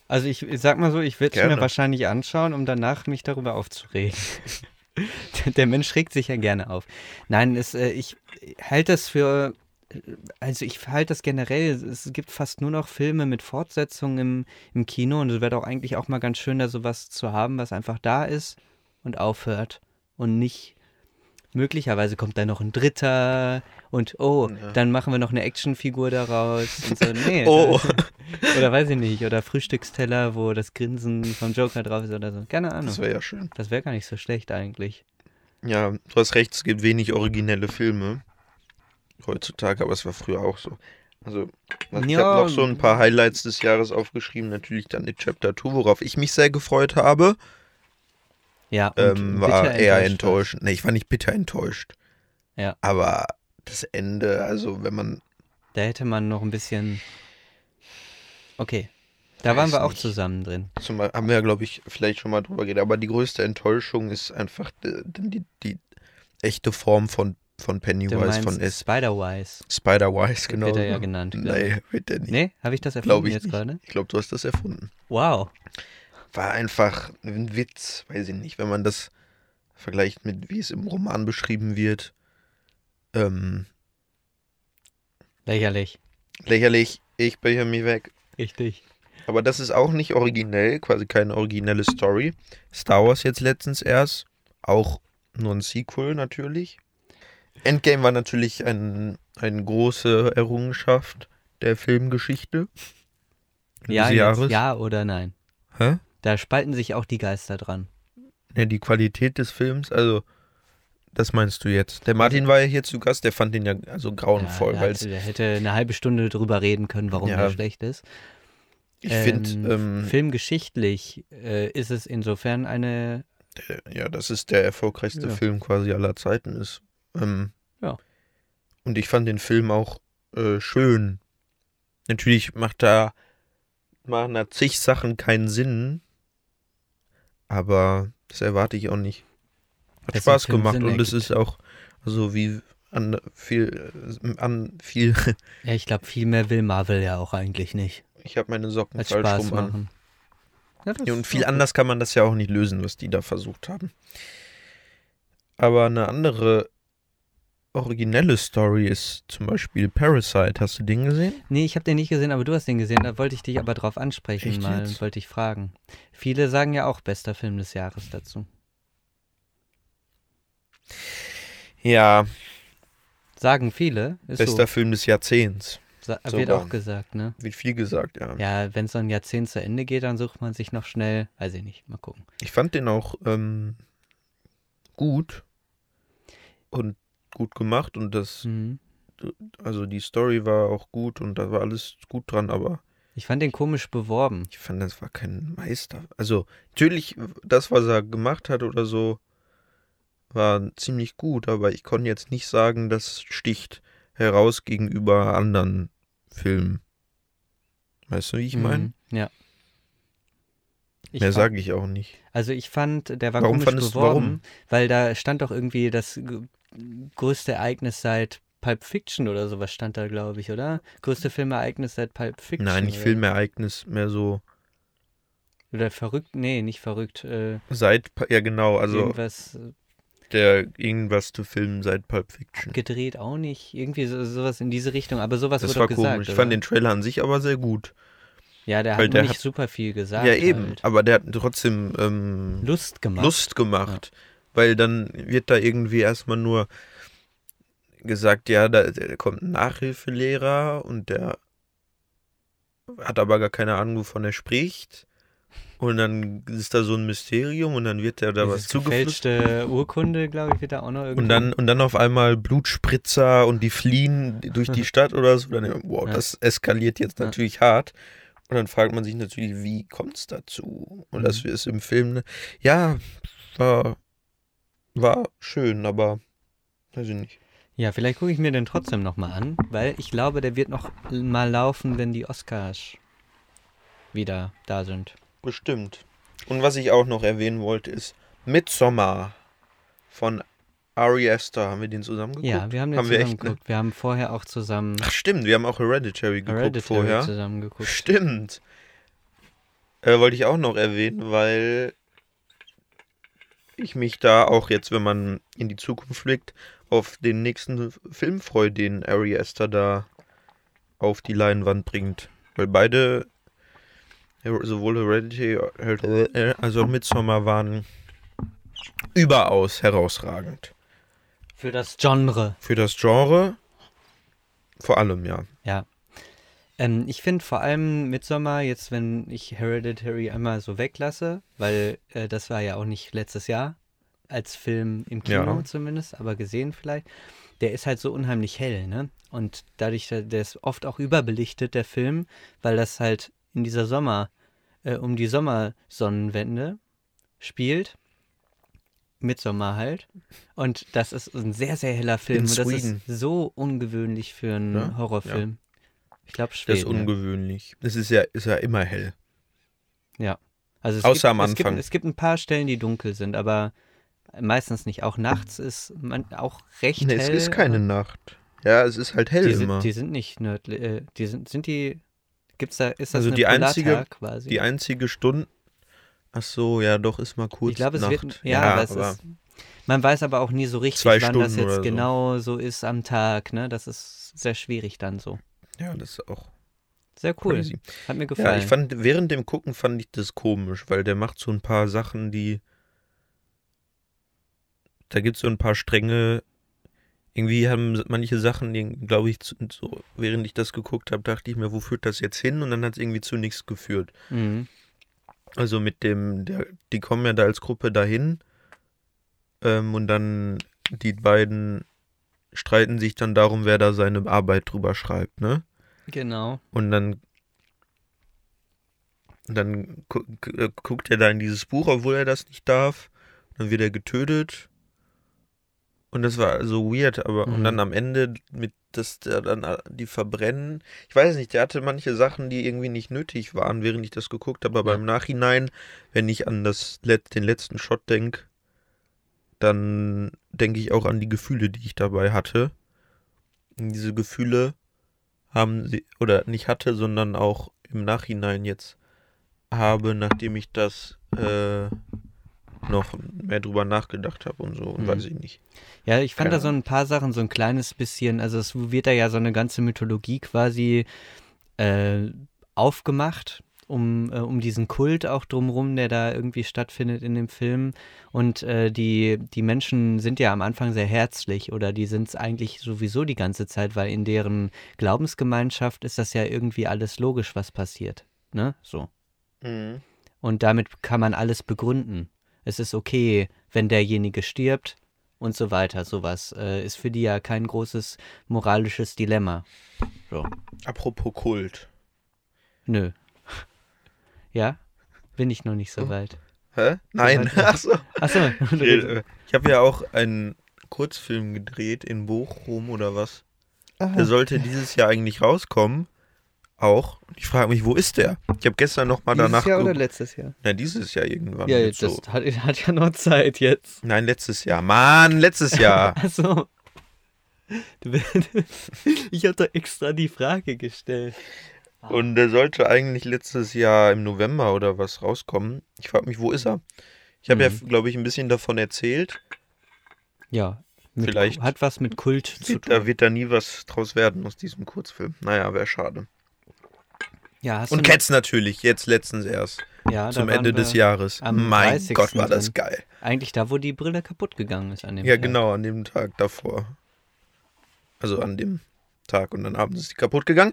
S1: also ich, ich sag mal so, ich würde es mir
S2: Gerne.
S1: wahrscheinlich anschauen, um danach mich darüber aufzuregen. Der Mensch regt sich ja gerne auf. Nein, es, äh, ich halte das für, also ich halte das generell, es gibt fast nur noch Filme mit Fortsetzungen im, im Kino und es wäre doch eigentlich auch mal ganz schön, da sowas zu haben, was einfach da ist und aufhört und nicht. Möglicherweise kommt da noch ein dritter und oh,
S2: Ja.
S1: dann machen wir noch eine Actionfigur daraus und so. Nee,
S2: Oh.
S1: oder weiß ich nicht. Oder Frühstücksteller, wo das Grinsen vom Joker drauf ist oder so. Keine Ahnung.
S2: Das wäre ja schön.
S1: Das wäre gar nicht so schlecht eigentlich.
S2: Ja, du hast recht, es gibt wenig originelle Filme heutzutage, aber es war früher auch so. Also, was- ich
S1: Ja.
S2: habe noch so ein paar Highlights des Jahres aufgeschrieben, natürlich dann in Chapter 2, worauf ich mich sehr gefreut habe,
S1: Ja, und
S2: ähm, war
S1: bitter
S2: eher
S1: enttäuscht war.
S2: enttäuschend. Ne, ich war nicht bitter enttäuscht.
S1: Ja.
S2: Aber das Ende, also wenn man,
S1: Da hätte man noch ein bisschen. Okay. Da
S2: Weiß
S1: waren wir auch
S2: nicht.
S1: zusammen drin.
S2: zum Beispiel, haben wir ja glaube ich vielleicht schon mal drüber geredet, aber die größte Enttäuschung ist einfach die, die, die echte Form von, von
S1: Du
S2: Pennywise,
S1: meinst
S2: von S.
S1: Spider-Wise.
S2: Spider-Wise, genau.
S1: Wird er ja genannt. glaub ich.
S2: Nee, wird er nicht.
S1: Nee, habe ich das erfunden
S2: Glaube ich
S1: jetzt
S2: nicht.
S1: gerade?
S2: Ich glaube, du hast das erfunden.
S1: Wow.
S2: War einfach ein Witz, weiß ich nicht, wenn man das vergleicht mit, wie es im Roman beschrieben wird. Ähm,
S1: Lächerlich.
S2: lächerlich, ich bin mich weg.
S1: Richtig.
S2: Aber das ist auch nicht originell, quasi keine originelle Story. Star Wars jetzt letztens erst, auch nur ein Sequel natürlich. Endgame war natürlich ein, eine große Errungenschaft der Filmgeschichte.
S1: Ja,
S2: dieses
S1: jetzt,
S2: Jahres.
S1: ja oder nein.
S2: Hä?
S1: Da spalten sich auch die Geister dran.
S2: Ja, die Qualität des Films, also das meinst du jetzt. Der Martin war ja hier zu Gast, der fand den ja also grauenvoll,
S1: ja,
S2: weil
S1: da,
S2: es-
S1: da hätte eine halbe Stunde drüber reden können, warum
S2: Ja.
S1: er schlecht ist.
S2: ich finde, ähm,
S1: filmgeschichtlich äh, ist es insofern eine.
S2: der- äh, ja, das ist der erfolgreichste
S1: Ja.
S2: Film quasi aller Zeiten ist. Ähm,
S1: Ja.
S2: Und ich fand den Film auch äh, schön. Natürlich macht da machen da zig Sachen keinen Sinn, aber das erwarte ich auch nicht. Hat
S1: Dass ein
S2: Spaß
S1: Film
S2: gemacht
S1: Sinn
S2: und es
S1: ergibt.
S2: ist auch, also wie an viel, an viel.
S1: Ja, ich glaube, viel mehr will Marvel ja auch eigentlich nicht.
S2: Ich habe meine Socken
S1: Als
S2: falsch
S1: Spaß
S2: rum an.
S1: machen. Ja, das
S2: Ja, und
S1: ist
S2: viel
S1: okay.
S2: anders kann man das ja auch nicht lösen, was die da versucht haben. Aber eine andere originelle Story ist zum Beispiel Parasite. Hast du den gesehen?
S1: Nee, ich habe den nicht gesehen, aber du hast den gesehen. Da wollte ich dich aber drauf ansprechen
S2: Echt
S1: mal
S2: jetzt?
S1: und wollte dich fragen. Viele sagen ja auch bester Film des Jahres dazu.
S2: Ja,
S1: Sagen viele. Ist
S2: bester Film des Jahrzehnts.
S1: so. Sa-
S2: so
S1: wird
S2: war.
S1: auch gesagt, ne?
S2: Wird viel gesagt, ja.
S1: Ja, wenn so ein Jahrzehnt zu Ende geht, dann sucht man sich noch schnell. Weiß ich nicht, mal gucken.
S2: Ich fand den auch ähm, gut und gut gemacht und das,
S1: Mhm.
S2: also die Story war auch gut und da war alles gut dran, aber
S1: Ich fand den komisch beworben.
S2: Ich fand, das war kein Meister. Also, natürlich, das, was er gemacht hat oder so, war ziemlich gut, aber ich konnte jetzt nicht sagen, das sticht heraus gegenüber anderen Filmen. Weißt du, wie ich meine?
S1: Mhm, Ja. Ich
S2: Mehr
S1: fand-
S2: sage ich auch nicht.
S1: Also ich fand, der war
S2: Warum
S1: komisch
S2: fandest du-
S1: beworben, weil da stand doch irgendwie das g- größte Ereignis seit Pulp Fiction oder sowas stand da, glaube ich, oder? Größte Filmereignis seit Pulp Fiction.
S2: Nein, nicht
S1: oder?
S2: Filmereignis, mehr so
S1: Oder verrückt, nee, nicht verrückt. Äh,
S2: seit, ja genau, also
S1: irgendwas äh,
S2: der irgendwas zu filmen seit Pulp Fiction.
S1: gedreht auch nicht. Irgendwie so, sowas in diese Richtung. Aber sowas
S2: Das
S1: wurde
S2: war
S1: doch gesagt.
S2: komisch. Ich
S1: oder?
S2: fand den Trailer an sich aber sehr gut.
S1: ja, der
S2: weil
S1: hat
S2: der
S1: mir nicht
S2: hat-
S1: super viel gesagt.
S2: ja, eben,
S1: Halt.
S2: aber der hat trotzdem ähm,
S1: Lust gemacht.
S2: Lust gemacht. Weil dann wird da irgendwie erstmal nur gesagt, ja, da, da kommt ein Nachhilfelehrer und der hat aber gar keine Ahnung, wovon er spricht. Und dann ist da so ein Mysterium und dann wird der da
S1: Dieses
S2: was zugeflüstert.
S1: gefälschte Urkunde, glaube ich, wird da auch noch irgendwie.
S2: Und dann, und dann auf einmal Blutspritzer und die fliehen durch die Stadt oder so. Dann, wow,
S1: Mhm. Ja.
S2: das eskaliert jetzt
S1: Ja.
S2: natürlich hart. Und dann fragt man sich natürlich, wie kommt es dazu? Und
S1: Mhm.
S2: das ist im Film, ne? ja, war, war schön, aber weiß ich nicht.
S1: Ja, vielleicht gucke ich mir den trotzdem nochmal an, weil ich glaube, der wird noch mal laufen, wenn die Oscars wieder da sind.
S2: Bestimmt. Und was ich auch noch erwähnen wollte, ist Midsommar von Ari Aster. Haben wir den zusammen geguckt?
S1: Ja, wir haben den
S2: Haben wir
S1: zusammen
S2: echt, ne?
S1: geguckt. Wir haben vorher auch zusammen
S2: Ach stimmt, wir haben auch Hereditary geguckt
S1: Hereditary
S2: vorher.
S1: zusammen geguckt.
S2: Stimmt. Äh, wollte ich auch noch erwähnen, weil ich mich da auch jetzt, wenn man in die Zukunft blickt, auf den nächsten F- Film freue, den Ari Aster da auf die Leinwand bringt. Weil beide, Her- sowohl Hereditary äh, als auch Midsommar, waren überaus herausragend.
S1: Für das Genre.
S2: Für das Genre vor allem, ja.
S1: Ja. Ähm, ich finde vor allem Midsommar, jetzt wenn ich Hereditary einmal so weglasse, weil äh, das war ja auch nicht letztes Jahr, als Film im Kino
S2: Ja.
S1: zumindest, aber gesehen vielleicht, der ist halt so unheimlich hell, ne? Und dadurch, äh, der, der ist oft auch überbelichtet, der Film, weil das halt in dieser Sommer, äh, um die Sommersonnenwende spielt. Midsommar halt. Und das ist ein sehr, sehr heller Film.
S2: In
S1: und das
S2: Sweden.
S1: ist so ungewöhnlich für einen
S2: Ja?
S1: Horrorfilm. Ich glaube
S2: Das
S1: Schweden.
S2: ist ungewöhnlich. Es ist ja, ist ja immer hell.
S1: also es
S2: außer
S1: gibt,
S2: am
S1: Es gibt,
S2: Anfang.
S1: es gibt ein paar Stellen, die dunkel sind, aber meistens nicht. Auch nachts ist man auch recht
S2: Nee,
S1: hell. Also
S2: es ist keine Nacht. Ja, es ist halt hell
S1: äh, die
S2: immer.
S1: sind, die
S2: Die,
S1: sind nicht nördlich. Äh, die sind, sind die. Gibt's da, ist das
S2: Also
S1: eine
S2: die einzige-
S1: Polartag quasi?
S2: einzige Stunde. Ach so, ja, doch ist mal kurz
S1: ich glaube, es
S2: Nacht.
S1: wird. Ja, aber es ist, man weiß aber auch nie so richtig,
S2: Zwei
S1: wann das
S2: Stunden
S1: jetzt
S2: oder so.
S1: genau so ist am Tag. Ne? Das ist sehr schwierig dann so.
S2: ja, das ist auch
S1: Sehr cool.
S2: cool. crazy.
S1: Hat mir gefallen.
S2: Ja, ich fand während dem Gucken fand ich das komisch, weil der macht so ein paar Sachen, die da gibt es so ein paar Stränge. Irgendwie haben manche Sachen, glaube ich, zu- so, während ich das geguckt habe, dachte ich mir, wo führt das jetzt hin? Und dann hat es irgendwie zu nichts geführt.
S1: mhm.
S2: Also mit dem, der, die kommen ja da als Gruppe dahin. Ähm, und dann die beiden streiten sich dann darum, wer da seine Arbeit drüber schreibt, ne?
S1: Genau.
S2: Und dann, dann gu gu- äh, guckt er da in dieses Buch, obwohl er das nicht darf. Dann wird er getötet. Und das war so weird, aber und
S1: Mhm.
S2: dann am Ende mit dass der dann äh, die verbrennen. Ich weiß nicht, der hatte manche Sachen, die irgendwie nicht nötig waren, während ich das geguckt habe, aber
S1: Ja.
S2: im Nachhinein, wenn ich an das Let den letzten Shot denke, dann denke ich auch an die Gefühle, die ich dabei hatte. diese Gefühle haben sie, oder nicht hatte, sondern auch im Nachhinein jetzt habe, nachdem ich das äh, noch mehr drüber nachgedacht habe und so, und
S1: Mhm.
S2: weiß ich nicht.
S1: Ja, ich fand
S2: Keine
S1: da so ein paar Sachen so ein kleines bisschen, also es wird da ja so eine ganze Mythologie quasi äh, aufgemacht, um, äh, um diesen Kult auch drumrum, der da irgendwie stattfindet in dem Film. Und äh, die, die Menschen sind ja am Anfang sehr herzlich oder die sind es eigentlich sowieso die ganze Zeit, weil in deren Glaubensgemeinschaft ist das ja irgendwie alles logisch, was passiert. Ne? So. Mhm. Und damit kann man alles begründen. Es ist okay, wenn derjenige stirbt und so weiter. Sowas äh, ist für die ja kein großes moralisches Dilemma.
S2: Apropos Kult.
S1: Nö. Ja? Bin ich noch nicht so weit.
S2: Hä? Nein,
S1: meinst du?
S2: achso.
S1: Achso.
S2: Hm? Ich habe ja auch einen Kurzfilm gedreht in Bochum oder was. Der sollte dieses Jahr eigentlich rauskommen. Auch. Und ich frage mich, wo ist der? Ich habe gestern nochmal danach. ge-
S1: letztes Jahr?
S2: Nein, dieses Jahr irgendwann.
S1: Ja,
S2: jetzt
S1: das
S2: so.
S1: hat, hat ja noch Zeit jetzt.
S2: Nein, letztes Jahr. Mann, letztes Jahr.
S1: Achso. Du bist- Ich habe da extra die Frage gestellt.
S2: Und der sollte eigentlich letztes Jahr im November oder was rauskommen. Ich frage mich, wo ist er? Ich habe
S1: Mhm.
S2: ja, glaube ich, ein bisschen davon erzählt.
S1: Ja. Mit,
S2: Vielleicht-
S1: Hat was mit Kult zu tun.
S2: Da wird da nie was draus werden aus diesem Kurzfilm. Naja, wäre schade.
S1: Ja, hast
S2: Und
S1: du noch-
S2: Cats natürlich, jetzt letztens erst.
S1: ja, da
S2: zum
S1: waren
S2: Ende des
S1: wir-
S2: Jahres.
S1: am
S2: Mein
S1: 30.
S2: Gott, war das
S1: drin.
S2: geil.
S1: Eigentlich da, wo die Brille kaputt gegangen ist an dem
S2: Ja,
S1: Tag.
S2: genau, an dem Tag davor. Also an dem Tag und dann abends ist die kaputt gegangen.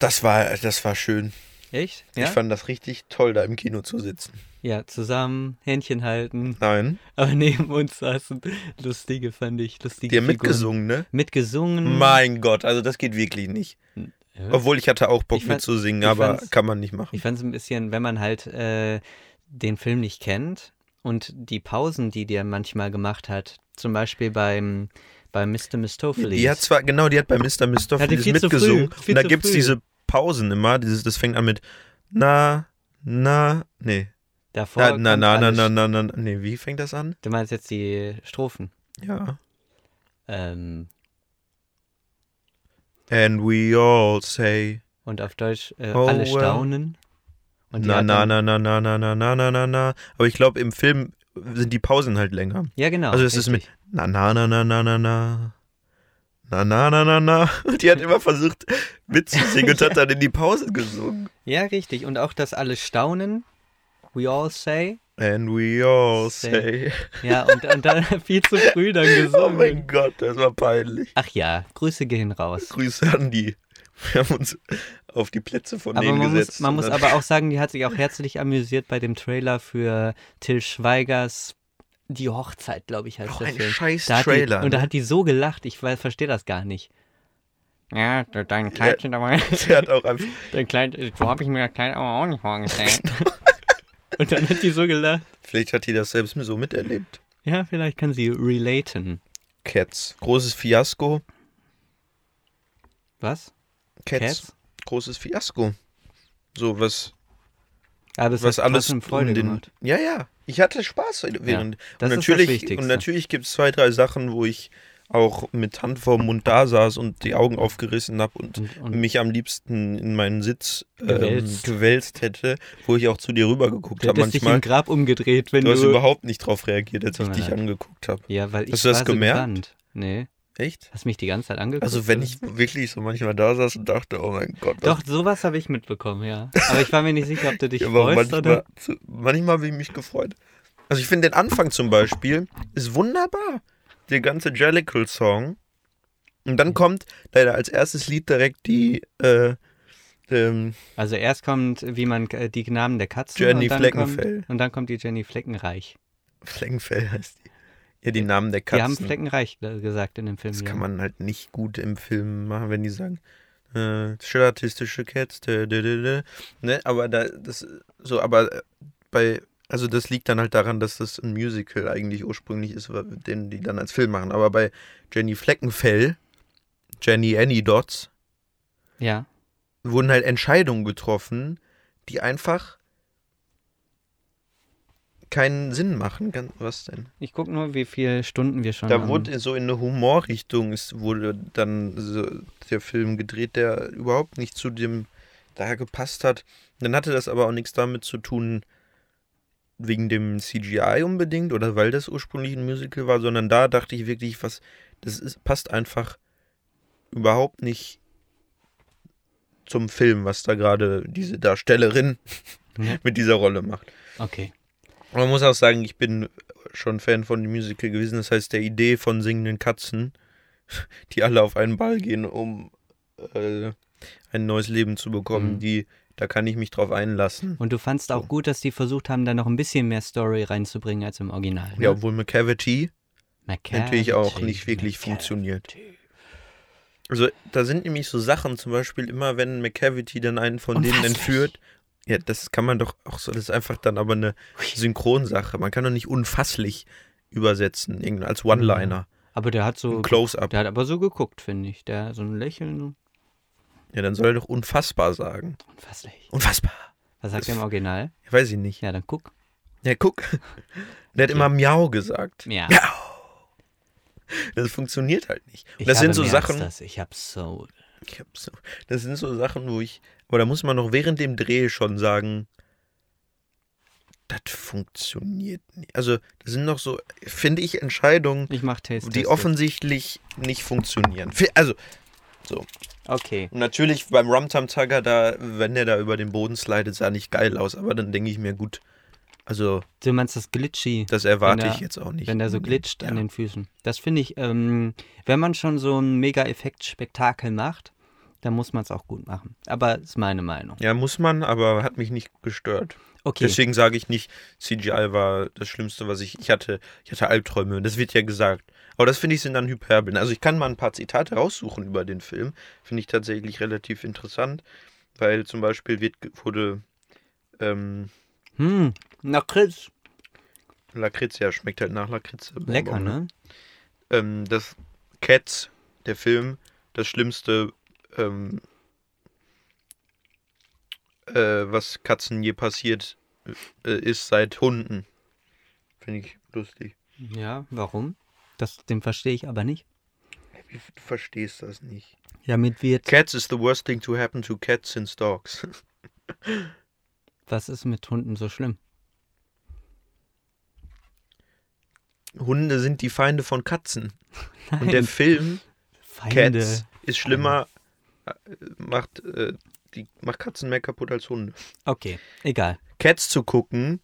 S2: Das war, das war schön.
S1: Echt? Ja?
S2: Ich fand das richtig toll, da im Kino zu sitzen.
S1: ja, zusammen, Händchen halten,
S2: Nein,
S1: aber neben uns saßen lustige, fand ich, lustige
S2: die haben
S1: Figuren.
S2: mitgesungen, ne?
S1: Mitgesungen.
S2: Mein Gott, also das geht wirklich nicht.
S1: Hm. Ja.
S2: Obwohl ich hatte auch Bock
S1: Ich fand-
S2: mitzusingen,
S1: ich
S2: aber
S1: fand's-
S2: kann man nicht machen.
S1: Ich fand es ein bisschen, wenn man halt äh, den Film nicht kennt und die Pausen, die der manchmal gemacht hat, zum Beispiel beim, bei Mr. Mistopheles.
S2: Die hat zwar, genau, die hat bei Mr. Mistopheles
S1: viel zu früh,
S2: mitgesungen.
S1: viel
S2: Und da
S1: zu
S2: gibt es
S1: früh.
S2: diese Pausen immer. Dieses, das fängt an mit na, na, nee.
S1: Davor
S2: Na, na,
S1: kommt
S2: na, na,
S1: alles.
S2: na, na, na, na, nee. Wie fängt das an?
S1: Du meinst jetzt die Strophen.
S2: Ja.
S1: Ähm,
S2: And we all say
S1: und auf Deutsch äh,
S2: Oh,
S1: alle
S2: well.
S1: staunen. Und die
S2: na
S1: hat
S2: na
S1: dann-
S2: na na na na na na na na na. Aber ich glaube im Film sind die Pausen halt länger.
S1: Ja, genau.
S2: also es ist
S1: richtig.
S2: mit na na na na na na na na na na na na. Und die hat immer versucht mitzusingen und hat dann in die Pausen gesungen.
S1: Ja, richtig. Und auch das alle staunen. We all say.
S2: And we all
S1: Say.
S2: say.
S1: Ja, und, und dann viel zu früh dann
S2: Oh
S1: gesungen.
S2: mein Gott, das war peinlich.
S1: Ach ja, Grüße gehen raus.
S2: Grüße an die. Wir haben uns auf die Plätze von
S1: Aber
S2: denen
S1: man muss,
S2: gesetzt.
S1: man
S2: und
S1: muss
S2: dann-
S1: aber auch sagen, die hat sich auch herzlich amüsiert bei dem Trailer für Till Schweigers Die Hochzeit, glaube ich, heißt
S2: auch
S1: der
S2: ein
S1: Film.
S2: scheiß
S1: Da hat
S2: Trailer. ne?
S1: Die, und da hat die so gelacht, ich verstehe das gar nicht. Ja, du-
S2: Äh,
S1: dein Kleidchen dabei.
S2: der hat auch einfach
S1: Dein Kleid, so habe ich mir das Kleid aber auch nicht vorgestellt. und dann hat die so gelacht.
S2: Vielleicht hat die das selbst so miterlebt.
S1: Ja, vielleicht kann sie relaten.
S2: Cats. Großes Fiasko.
S1: Was?
S2: Cats.
S1: Cats?
S2: Großes Fiasko. So, was,
S1: Aber es
S2: was
S1: hat
S2: alles
S1: trotzdem Freude
S2: um den.
S1: gemacht.
S2: Ja, ja. Ich hatte Spaß während.
S1: das
S2: und
S1: ist das
S2: natürlich,
S1: Wichtigste.
S2: und natürlich gibt es zwei, drei Sachen, wo ich auch mit Hand vorm Mund da saß und die Augen aufgerissen habe und,
S1: Und, und
S2: mich am liebsten in meinen Sitz ähm,
S1: Gewälzt.
S2: gewälzt hätte, wo ich auch zu dir rübergeguckt
S1: du
S2: habe
S1: hättest dich im
S2: manchmal.
S1: Grab umgedreht, wenn
S2: Du
S1: du.
S2: hast überhaupt nicht drauf reagiert, als ich
S1: Tut mir
S2: dich
S1: leid.
S2: angeguckt habe.
S1: ja, weil ich
S2: Hast du das
S1: war
S2: gemerkt?
S1: so gebannt. Nee,
S2: Echt?
S1: hast mich die ganze Zeit angeguckt.
S2: Also wenn ich wirklich so manchmal da saß und dachte, oh mein Gott, was
S1: Doch, sowas habe ich mitbekommen, ja. Aber ich war mir nicht sicher, ob du dich
S2: Ja, aber
S1: freust
S2: manchmal,
S1: oder.
S2: zu- manchmal habe ich mich gefreut. Also ich finde den Anfang zum Beispiel ist wunderbar. Der ganze Jellicle-Song. Und dann kommt leider als erstes Lied direkt die äh, ähm,
S1: Also erst kommt, wie man äh, die Namen der Katzen.
S2: Jenny
S1: und dann
S2: Fleckenfell.
S1: Kommt, und dann kommt die Jenny Fleckenreich.
S2: Fleckenfell heißt die. Ja, die Namen der
S1: Die haben
S2: Katzen.
S1: Fleckenreich äh, gesagt in dem Film.
S2: das
S1: ja.
S2: kann man halt nicht gut im Film machen, wenn die sagen, äh, statistische Cats, dä, dä, dä, dä. ne, aber da, das, so, aber äh, bei, also das liegt dann halt daran, dass das ein Musical eigentlich ursprünglich ist, wa- den die dann als Film machen, aber bei Jenny Fleckenfell, Jenny Annie Dots,
S1: Ja.
S2: wurden halt Entscheidungen getroffen, die einfach keinen Sinn machen. Ganz, was denn?
S1: Ich gucke nur, wie viele Stunden wir schon
S2: Da
S1: am-
S2: wurde so in eine Humorrichtung ist, wurde dann so der Film gedreht, der überhaupt nicht zu dem da gepasst hat. Dann hatte das aber auch nichts damit zu tun, wegen dem CGI unbedingt oder weil das ursprünglich ein Musical war, sondern da dachte ich wirklich, was das ist, passt einfach überhaupt nicht zum Film, was da gerade diese Darstellerin
S1: Ja.
S2: mit dieser Rolle macht.
S1: Okay.
S2: Man muss auch sagen, ich bin schon Fan von dem Musical gewesen. Das heißt, der Idee von singenden Katzen, die alle auf einen Ball gehen, um äh, ein neues Leben zu bekommen,
S1: Mhm.
S2: die, da kann ich mich drauf einlassen.
S1: Und du fandst auch gut, dass die versucht haben, da noch ein bisschen mehr Story reinzubringen als im Original.
S2: Ja,
S1: ne?
S2: obwohl McCavity
S1: McCarthy,
S2: natürlich auch nicht wirklich funktioniert. Also, da sind nämlich so Sachen, zum Beispiel immer, wenn McCavity dann einen von denen
S1: Unfasslich.
S2: entführt. Ja, das kann man doch auch so, das ist einfach dann aber eine Synchronsache. Man kann doch nicht unfasslich übersetzen, irgend- als One-Liner,
S1: Aber der hat so,
S2: ein Close-Up.
S1: der hat aber so geguckt, finde ich. Der hat so ein Lächeln, so
S2: Ja, dann soll er doch unfassbar sagen.
S1: unfasslich.
S2: Unfassbar.
S1: Was sagt er im Original?
S2: Ja, weiß ich nicht.
S1: Ja, dann guck.
S2: Ja, guck. Der hat immer Miau gesagt.
S1: Ja.
S2: Das funktioniert halt nicht. Und
S1: Ich
S2: das
S1: habe
S2: sind so
S1: mehr
S2: Sachen.
S1: Als das. Ich hab so.
S2: Ich hab so, das sind so Sachen, wo ich. Aber da muss man noch während dem Dreh schon sagen, das funktioniert nicht. Also, das sind noch so, finde ich, Entscheidungen,
S1: Ich mach Taste.
S2: die
S1: Testing.
S2: offensichtlich nicht funktionieren. Fi- Also,
S1: Okay.
S2: Und natürlich beim Rumtum Tugger, da, wenn der da über den Boden slidet, sah nicht geil aus, aber dann denke ich mir, gut, also
S1: Du meinst das Glitchy,
S2: das erwarte
S1: Wenn der-
S2: ich jetzt auch nicht. Mhm.
S1: wenn der so glitscht
S2: ja.
S1: an den Füßen. Das finde ich, ähm, wenn man schon so ein Mega-Effekt-Spektakel macht, dann muss man es auch gut machen. Aber ist meine Meinung.
S2: Ja, muss man, aber hat mich nicht gestört.
S1: Okay.
S2: Deswegen sage ich nicht, CGI war das Schlimmste, was ich, ich hatte. Ich hatte Albträume, das wird ja gesagt. Aber das finde ich sind dann Hyperbeln. Also ich kann mal ein paar Zitate raussuchen über den Film. Finde ich tatsächlich relativ interessant, weil zum Beispiel wird, ge- wurde ähm,
S1: Hm, na Chris.
S2: Lakritzia, schmeckt halt nach Lakritze.
S1: Lecker, ne?
S2: ähm, dass Cats, der Film, das schlimmste, ähm, äh, was Katzen je passiert äh, ist seit Hunden. Finde ich lustig.
S1: Ja, warum? Das, den verstehe ich aber nicht.
S2: Du verstehst das nicht.
S1: Damit wird.
S2: Cats is the worst thing to happen to cats since dogs.
S1: Was ist mit Hunden so schlimm?
S2: Hunde sind die Feinde von Katzen. Und der Film
S1: Feinde.
S2: Cats ist schlimmer, äh, macht, äh, die, macht Katzen mehr kaputt als Hunde.
S1: Okay, egal.
S2: Cats zu gucken,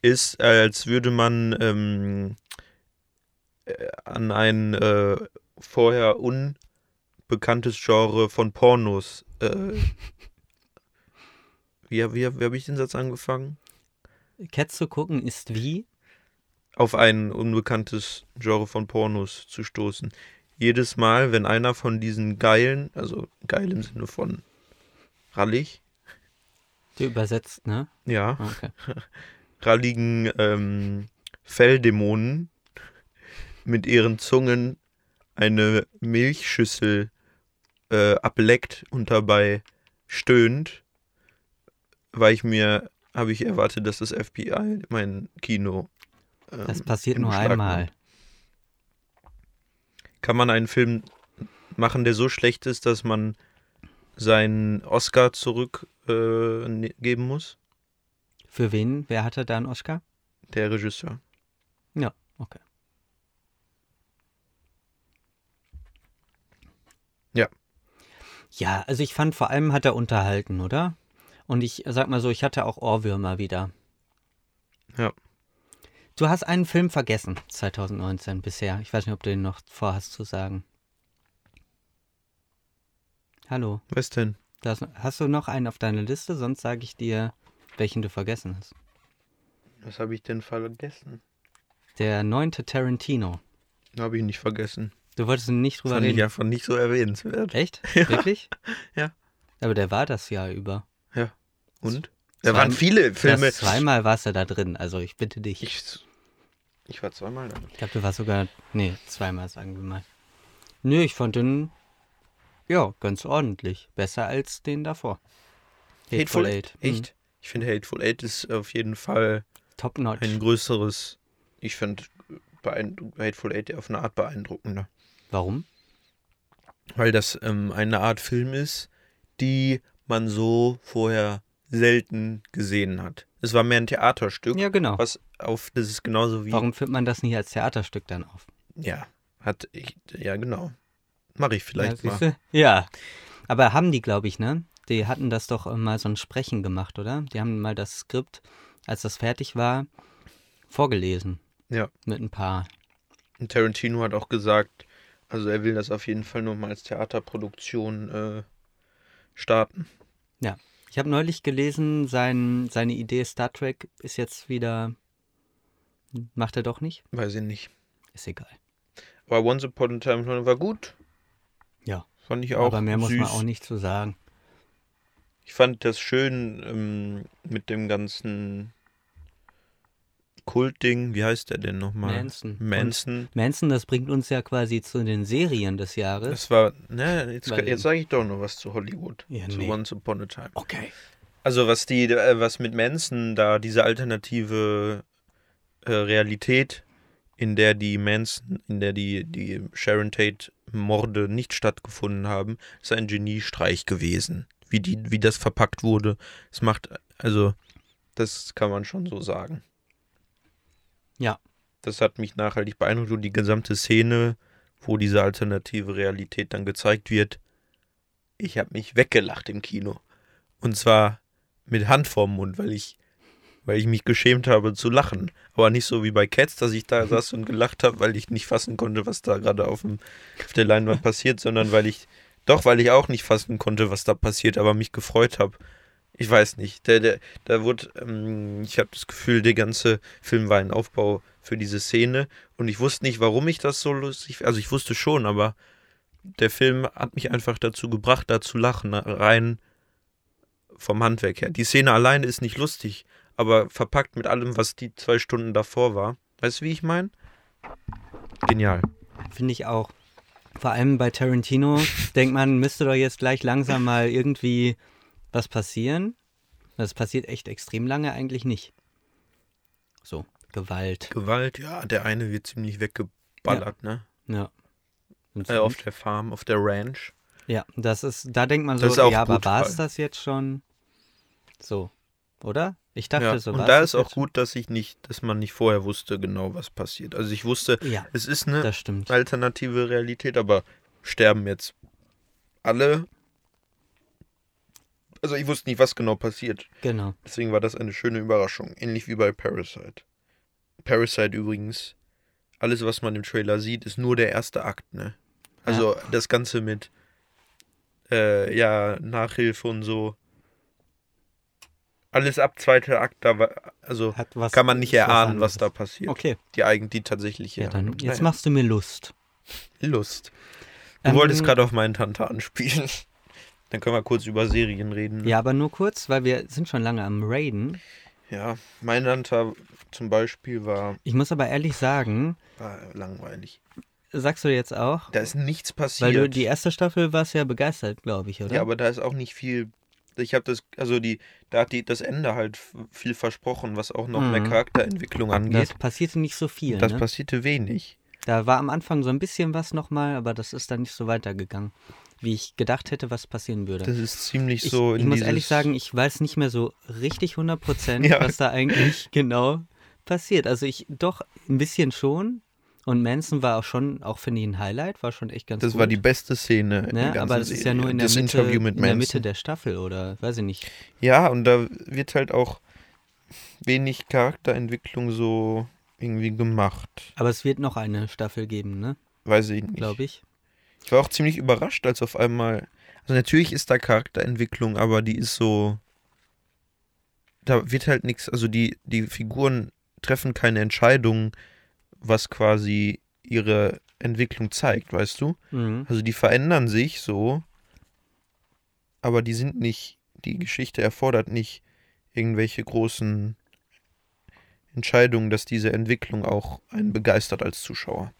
S2: ist, äh, als würde man ähm, äh, an ein äh, vorher unbekanntes Genre von Pornos. Äh, wie wie, wie habe ich den Satz angefangen?
S1: Cats zu gucken ist wie?
S2: Auf ein unbekanntes Genre von Pornos zu stoßen. Jedes Mal, wenn einer von diesen geilen, also geil im Sinne von rallig,
S1: Du übersetzt, ne?
S2: ja,
S1: Okay.
S2: kralligen ähm, Felldämonen mit ihren Zungen eine Milchschüssel äh, ableckt und dabei stöhnt, weil ich mir, habe ich erwartet, dass das FBI mein Kino. ähm,
S1: Das passiert
S2: in
S1: nur
S2: Beschlag
S1: einmal.
S2: Kann man einen Film machen, der so schlecht ist, dass man seinen Oscar zurückgeben äh, geben muss?
S1: Für wen? Wer hatte da einen Oscar?
S2: Der Regisseur.
S1: Ja, okay.
S2: Ja.
S1: Ja, also ich fand vor allem hat er unterhalten, oder? Und ich sag mal so, ich hatte auch Ohrwürmer wieder.
S2: Ja.
S1: Du hast einen Film vergessen, 2019 bisher. Ich weiß nicht, ob du den noch vorhast zu sagen. Hallo,
S2: Was denn?
S1: da hast, hast du noch einen auf deiner Liste? Sonst sage ich dir, welchen du vergessen hast.
S2: Was habe ich denn vergessen?
S1: Der neunte Tarantino.
S2: Habe ich nicht vergessen.
S1: Du wolltest nicht drüber
S2: Fand
S1: reden.
S2: ich einfach nicht so erwähnenswert.
S1: Echt? Wirklich?
S2: Ja.
S1: Aber der war das Jahr über.
S2: Und? Da
S1: Zwei-
S2: waren viele Filme.
S1: Das zweimal warst du da drin, also ich bitte dich. Ich,
S2: Ich, ich war zweimal da.
S1: glaube, du warst sogar. Nee, zweimal, sagen wir mal. Nö, ich fand den. Ja, ganz ordentlich. Besser als den davor. Hateful, Eight. Mhm.
S2: Echt? Ich finde Hateful Eight ist auf jeden Fall
S1: Hm, Top Notch.
S2: Ein größeres, ich fand beeindruck- Hateful Eight auf eine Art beeindruckender.
S1: Warum?
S2: Weil das ähm, eine Art Film ist, die man so vorher selten gesehen hat. Es war mehr ein Theaterstück,
S1: Ja, genau.
S2: was auf, das ist genauso wie.
S1: Warum führt man das nicht als Theaterstück dann auf?
S2: Ja, hat ich, ja genau. Mache ich vielleicht
S1: ja,
S2: mal.
S1: siehste? Ja. Aber haben die, glaube ich, ne? Die hatten das doch äh, mal so ein Sprechen gemacht, oder? Die haben mal das Skript, als das fertig war, vorgelesen.
S2: Ja.
S1: Mit ein paar.
S2: Und Tarantino hat auch gesagt, also er will das auf jeden Fall nochmal als Theaterproduktion äh, starten.
S1: Ich habe neulich gelesen, sein, seine Idee Star Trek ist jetzt wieder. Macht er doch nicht?
S2: Weiß ich nicht.
S1: Ist egal.
S2: Aber Once Upon a Time in Hollywood war gut.
S1: Ja.
S2: Fand ich auch
S1: Aber mehr
S2: süß.
S1: muss man auch nicht zu sagen.
S2: Ich fand das schön ähm, mit dem ganzen Kultding. Wie heißt der denn nochmal?
S1: Manson.
S2: Manson.
S1: Manson, das bringt uns ja quasi zu den Serien des Jahres.
S2: Das war, ne, jetzt,
S1: Weil-
S2: jetzt sage ich doch noch was zu Hollywood.
S1: Ja,
S2: zu
S1: nee.
S2: Once Upon a Time.
S1: Okay.
S2: Also was die, äh, was mit Manson da, diese alternative äh, Realität, in der die Manson, in der die, die Sharon Tate Morde nicht stattgefunden haben, ist ein Geniestreich gewesen. Wie, die, wie das verpackt wurde. Es macht, also, das kann man schon so sagen.
S1: Ja.
S2: Das hat mich nachhaltig beeindruckt und die gesamte Szene, wo diese alternative Realität dann gezeigt wird, ich habe mich weggelacht im Kino. Und zwar mit Hand vorm Mund, weil ich, weil ich mich geschämt habe zu lachen. Aber nicht so wie bei Cats, dass ich da saß und gelacht habe, weil ich nicht fassen konnte, was da gerade auf, dem- auf der Leinwand passiert, sondern weil ich, doch, weil ich auch nicht fassen konnte, was da passiert, aber mich gefreut habe. Ich weiß nicht. Der, der, da wurde, ähm, ich habe das Gefühl, der ganze Film war ein Aufbau für diese Szene und ich wusste nicht, warum ich das so lustig, also ich wusste schon, aber der Film hat mich einfach dazu gebracht, da zu lachen, rein vom Handwerk her. Die Szene alleine ist nicht lustig, aber verpackt mit allem, was die zwei Stunden davor war. Weißt du, wie ich meine? Genial.
S1: Finde ich auch. Vor allem bei Tarantino denkt man, müsste doch jetzt gleich langsam mal irgendwie was passieren. Das passiert echt extrem lange eigentlich nicht. So, Gewalt.
S2: Gewalt, ja, der eine wird ziemlich weggeballert, ne?
S1: Ja. Und
S2: Äh, auf der Farm, auf der Ranch.
S1: ja, das ist, da denkt man so,
S2: Das ist auch
S1: ja, aber
S2: gut,
S1: war es
S2: weil-
S1: das jetzt schon? So, oder? Ich dachte
S2: ja.
S1: so,
S2: Und
S1: war's
S2: da
S1: das
S2: ist auch
S1: jetzt
S2: gut, dass ich nicht, dass man nicht vorher wusste genau, was passiert. Also ich wusste,
S1: schon? Ja,
S2: es ist eine
S1: das stimmt.
S2: alternative Realität, aber sterben jetzt alle. Also ich wusste nicht, was genau passiert.
S1: Genau.
S2: Deswegen war das eine schöne Überraschung, ähnlich wie bei Parasite. Parasite übrigens, alles was man im Trailer sieht, ist nur der erste Akt, ne? Also das Ganze mit äh, ja, Nachhilfe und so. Alles ab zweiter Akt, da war, also
S1: Hat was,
S2: kann man nicht
S1: ist
S2: erahnen, was,
S1: anderes.
S2: da passiert.
S1: Okay,
S2: Die eigentlich die tatsächliche
S1: ja, dann,
S2: Handlung.
S1: jetzt
S2: Naja,
S1: machst du mir Lust.
S2: Lust. Du
S1: Ähm,
S2: wolltest gerade auf meinen Tantan spielen. Dann können wir kurz über Serien reden. ne?
S1: Ja, aber nur kurz, weil wir sind schon lange am Raiden.
S2: ja mein Tantan zum Beispiel war
S1: Ich muss aber ehrlich sagen,
S2: War langweilig.
S1: sagst du jetzt auch,
S2: Da ist nichts passiert.
S1: weil du die erste Staffel warst ja begeistert, glaube ich, oder?
S2: ja, aber da ist auch nicht viel. Ich habe das, also die, da hat die das Ende halt f- viel versprochen, was auch noch
S1: Mhm.
S2: mehr Charakterentwicklung
S1: das
S2: angeht.
S1: passierte nicht so viel.
S2: Das,
S1: ne?
S2: passierte wenig.
S1: Da war am Anfang so ein bisschen was nochmal, aber das ist dann nicht so weitergegangen, wie ich gedacht hätte, was passieren würde.
S2: Das ist ziemlich
S1: ich,
S2: so.
S1: ich
S2: in
S1: muss
S2: dieses,
S1: ehrlich sagen, ich weiß nicht mehr so richtig 100 Prozent,
S2: Ja.
S1: was da eigentlich genau passiert. Also ich doch ein bisschen schon. Und Manson war auch schon, auch finde ich ein Highlight, war schon echt ganz
S2: das
S1: gut.
S2: war die beste Szene. in der
S1: Ne?
S2: ganzen
S1: Aber das ist ja
S2: Serie.
S1: nur in der,
S2: das
S1: Mitte,
S2: Interview mit
S1: in der
S2: Manson.
S1: Mitte der Staffel oder weiß ich nicht.
S2: Ja, und da wird halt auch wenig Charakterentwicklung so irgendwie gemacht.
S1: Aber es wird noch eine Staffel geben, ne?
S2: Weiß ich nicht.
S1: Glaube ich.
S2: Ich war auch ziemlich überrascht, als auf einmal. Also natürlich ist da Charakterentwicklung, aber die ist so. Da wird halt nichts. Also die, die Figuren treffen keine Entscheidungen, was quasi ihre Entwicklung zeigt, weißt du?
S1: Mhm.
S2: Also die verändern sich so, aber die sind nicht. Die Geschichte erfordert nicht irgendwelche großen Entscheidungen, dass diese Entwicklung auch einen begeistert als Zuschauer.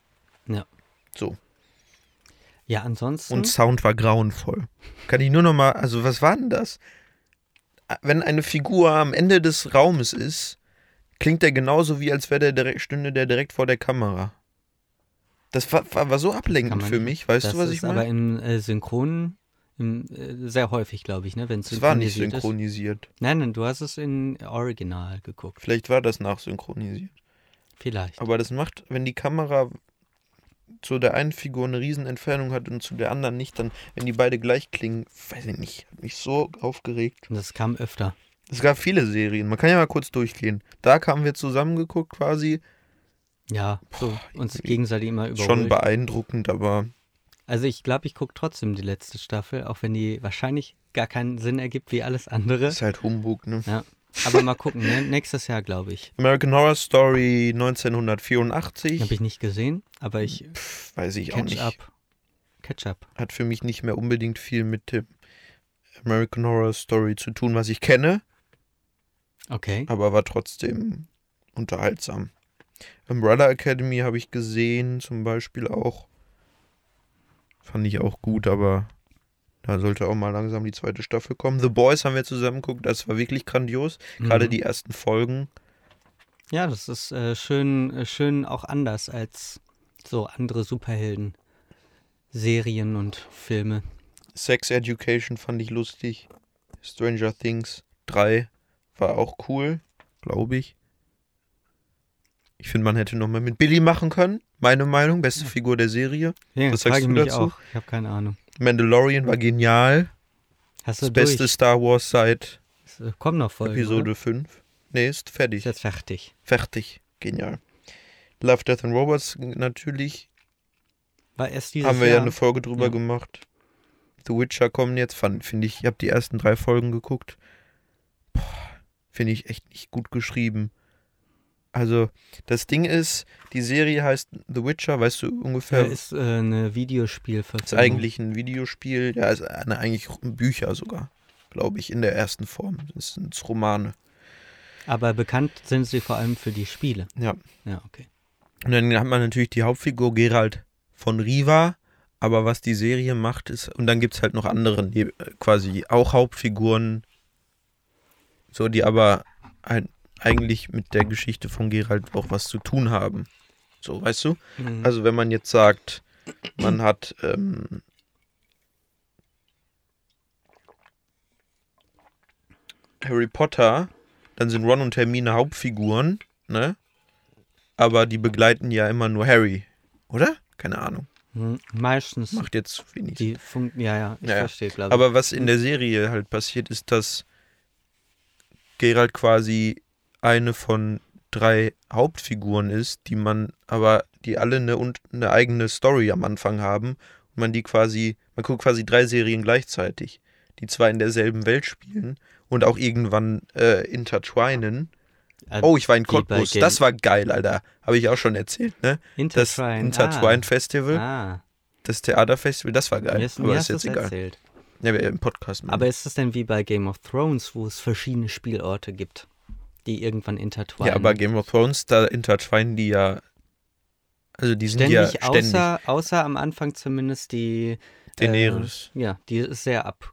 S1: Ja, ansonsten.
S2: Und Sound war grauenvoll. Kann ich nur noch mal, also was war denn das? Wenn eine Figur am Ende des Raumes ist, klingt der genauso wie, als wäre der direkt, stünde der direkt vor der Kamera. Das war, war, war so ablenkend
S1: man-
S2: für mich, weißt
S1: das
S2: du, was
S1: ist
S2: ich
S1: aber
S2: meine?
S1: im äh, Synchron im, äh, sehr häufig, glaube ich, ne? Wenn
S2: Das war nicht synchronisiert.
S1: Ist. Nein, nein, du hast es in Original geguckt.
S2: Vielleicht war das nachsynchronisiert.
S1: Vielleicht.
S2: Aber das macht, wenn die Kamera zu der einen Figur eine riesen Entfernung hat und zu der anderen nicht, dann, wenn die beide gleich klingen, weiß ich nicht, hat mich so aufgeregt.
S1: Und das kam öfter.
S2: Es gab viele Serien, man kann ja mal kurz durchgehen. Da haben wir zusammengeguckt quasi,
S1: Ja, so uns
S2: irgendwie
S1: gegenseitig halt immer
S2: schon
S1: überholt.
S2: beeindruckend, aber
S1: Also ich glaube, ich gucke trotzdem die letzte Staffel, auch wenn die wahrscheinlich gar keinen Sinn ergibt wie alles andere.
S2: ist halt Humbug, ne?
S1: Aber mal gucken, ne? nächstes Jahr, glaube ich.
S2: American Horror Story
S1: Habe
S2: 1984,
S1: ich nicht gesehen, aber ich
S2: pf, weiß ich auch
S1: catch
S2: nicht,
S1: up. Catch up.
S2: hat für mich nicht mehr unbedingt viel mit dem American Horror Story zu tun, was ich kenne.
S1: Okay.
S2: aber war trotzdem unterhaltsam. Umbrella Academy habe ich gesehen, zum Beispiel auch. Fand ich auch gut, aber da sollte auch mal langsam die zweite Staffel kommen. The Boys haben wir zusammen geguckt, das war wirklich grandios. Gerade
S1: Mhm.
S2: die ersten Folgen.
S1: Ja, das ist äh, schön, äh, schön auch anders als so andere Superhelden. Serien und Filme.
S2: Sex Education fand ich lustig. Stranger Things 3 war auch cool, glaube ich. Ich finde, man hätte noch mal mit Billy machen können. Meine Meinung, beste Figur der Serie.
S1: Ja,
S2: Was
S1: frage
S2: sagst
S1: ich
S2: du
S1: mich
S2: dazu?
S1: auch. Ich habe keine Ahnung.
S2: Mandalorian war genial.
S1: Hast du
S2: Das beste Star Wars seit
S1: durch? Es kommen noch Folgen.
S2: Episode
S1: Oder?
S2: 5. Nee, ist
S1: Ist
S2: fertig.
S1: jetzt fertig.
S2: Fertig. Genial. Love, Death and Robots natürlich.
S1: War erst dieses
S2: haben wir ja
S1: Jahr.
S2: eine Folge drüber
S1: Ja.
S2: gemacht. The Witcher kommen jetzt, fand- finde ich. Ich habe die ersten drei Folgen geguckt. Boah, Finde ich echt nicht gut geschrieben. Also, das Ding ist, die Serie heißt The Witcher, weißt du ungefähr?
S1: Ja, ist äh, eine Videospielverfilmung.
S2: Ist eigentlich ein Videospiel, ja, ist eine, eigentlich Bücher sogar, glaube ich, in der ersten Form. Das sind Romane.
S1: Aber bekannt sind sie vor allem für die Spiele.
S2: Ja.
S1: Ja, okay.
S2: Und dann hat man natürlich die Hauptfigur Gerald von Riva, aber was die Serie macht, ist, und dann gibt es halt noch andere, die äh, quasi auch Hauptfiguren, so die aber ein, eigentlich mit der Geschichte von Gerald auch was zu tun haben. So, weißt du?
S1: Mhm.
S2: Also wenn man jetzt sagt, man hat ähm, Harry Potter, dann sind Ron und Hermine Hauptfiguren, ne? Aber die begleiten ja immer nur Harry, oder? Keine Ahnung.
S1: Mhm. Meistens.
S2: Macht jetzt wenig. Sinn.
S1: Die Funk ja, ja, ich
S2: Ja, ja.
S1: verstehe, glaube ich.
S2: Aber was in der Serie halt passiert, ist, dass Gerald quasi eine von drei Hauptfiguren ist, die man, aber die alle eine, und eine eigene Story am Anfang haben. Und man die quasi, man guckt quasi drei Serien gleichzeitig, die zwar in derselben Welt spielen und auch irgendwann äh, intertwinen.
S1: Äh,
S2: Oh, ich war in
S1: wie bei
S2: Cottbus.
S1: Game-
S2: Das war geil, Alter. Habe ich auch schon erzählt, ne? Das
S1: Intertwine.
S2: Intertwine Festival,
S1: Ah, ah.
S2: das Theaterfestival, das war geil.
S1: Mir ist,
S2: aber
S1: mir
S2: ist
S1: hast
S2: jetzt
S1: du's
S2: egal. Mhm.
S1: erzählt.
S2: Ja, wir im Podcast. meine
S1: Aber ist es denn wie bei Game of Thrones, wo es verschiedene Spielorte gibt, die irgendwann intertwinen?
S2: Ja, aber Game of Thrones, da intertwinen die ja. Also die sind
S1: ständig,
S2: ja ständig.
S1: Außer, äh, außer am Anfang zumindest die.
S2: Daenerys.
S1: Äh, ja, die ist sehr ab.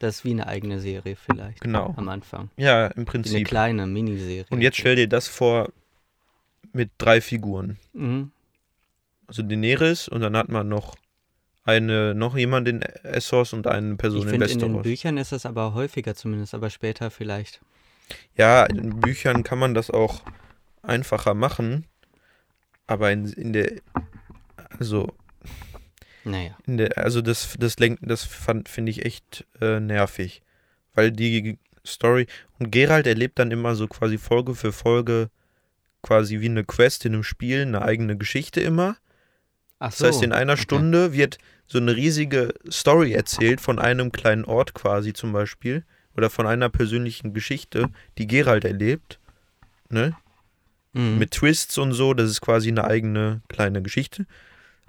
S1: Das ist wie eine eigene Serie vielleicht.
S2: Genau.
S1: Am Anfang.
S2: ja, im
S1: Wie eine
S2: Prinzip.
S1: kleine Miniserie.
S2: Und jetzt stell dir das vor mit drei Figuren.
S1: Mhm.
S2: Also Daenerys und dann hat man noch eine, noch jemand in Essos und eine
S1: Ich
S2: Person in
S1: finde, in den
S2: Westeros.
S1: Büchern ist das aber häufiger zumindest, aber später vielleicht.
S2: ja, in den Büchern kann man das auch einfacher machen. Aber in, in der, also
S1: Naja.
S2: In der, also das, das lenkt, das fand, finde ich echt äh, nervig. Weil die Story. Und Geralt erlebt dann immer so quasi Folge für Folge quasi wie eine Quest in einem Spiel, eine eigene Geschichte immer.
S1: Ach
S2: Das
S1: so.
S2: heißt, in einer
S1: okay.
S2: Stunde wird so eine riesige Story erzählt von einem kleinen Ort quasi zum Beispiel. Oder von einer persönlichen Geschichte, die Geralt erlebt. Ne?
S1: Mhm.
S2: mit Twists und so. Das ist quasi eine eigene kleine Geschichte.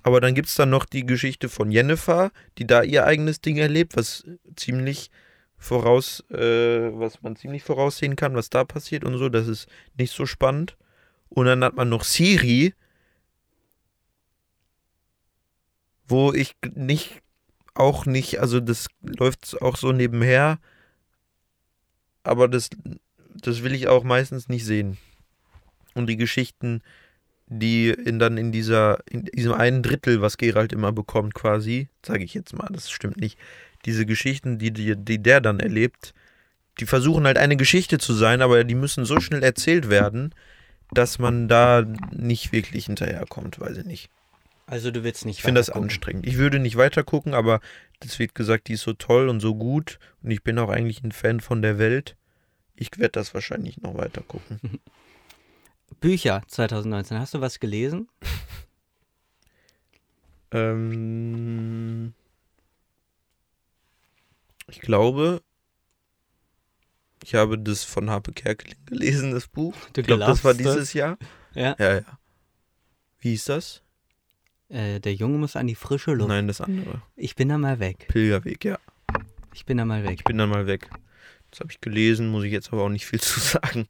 S2: Aber dann gibt es dann noch die Geschichte von Jennifer, die da ihr eigenes Ding erlebt, was ziemlich voraus, äh, was man ziemlich voraussehen kann, was da passiert und so. Das ist nicht so spannend. Und dann hat man noch Siri, wo ich g- nicht, auch nicht, also das läuft auch so nebenher, aber das, das will ich auch meistens nicht sehen. Und die Geschichten, die in, dann in, dieser, in diesem einen Drittel, was Gerald immer bekommt, quasi, sage ich jetzt mal, das stimmt nicht, diese Geschichten, die, die, die der dann erlebt, die versuchen halt eine Geschichte zu sein, aber die müssen so schnell erzählt werden, dass man da nicht wirklich hinterherkommt, weiß ich nicht.
S1: Also du willst nicht
S2: Ich finde das
S1: weitergucken.
S2: anstrengend. Ich würde nicht weiter gucken, aber das wird gesagt, die ist so toll und so gut und ich bin auch eigentlich ein Fan von der Welt. Ich werde das wahrscheinlich noch weiter gucken.
S1: Bücher 2019. Hast du was gelesen?
S2: ähm, ich glaube, ich habe das von Harpe Kerkeling gelesen, das Buch.
S1: Du
S2: Ich glaube, das war
S1: glaubst
S2: dieses Jahr.
S1: Ja.
S2: Ja, ja. Wie hieß das?
S1: Äh, der Junge muss an die frische Luft.
S2: Nein, das andere.
S1: Ich bin da mal weg.
S2: Pilgerweg, ja.
S1: Ich bin da mal weg.
S2: Ich bin dann mal weg. Das habe ich gelesen, muss ich jetzt aber auch nicht viel zu sagen.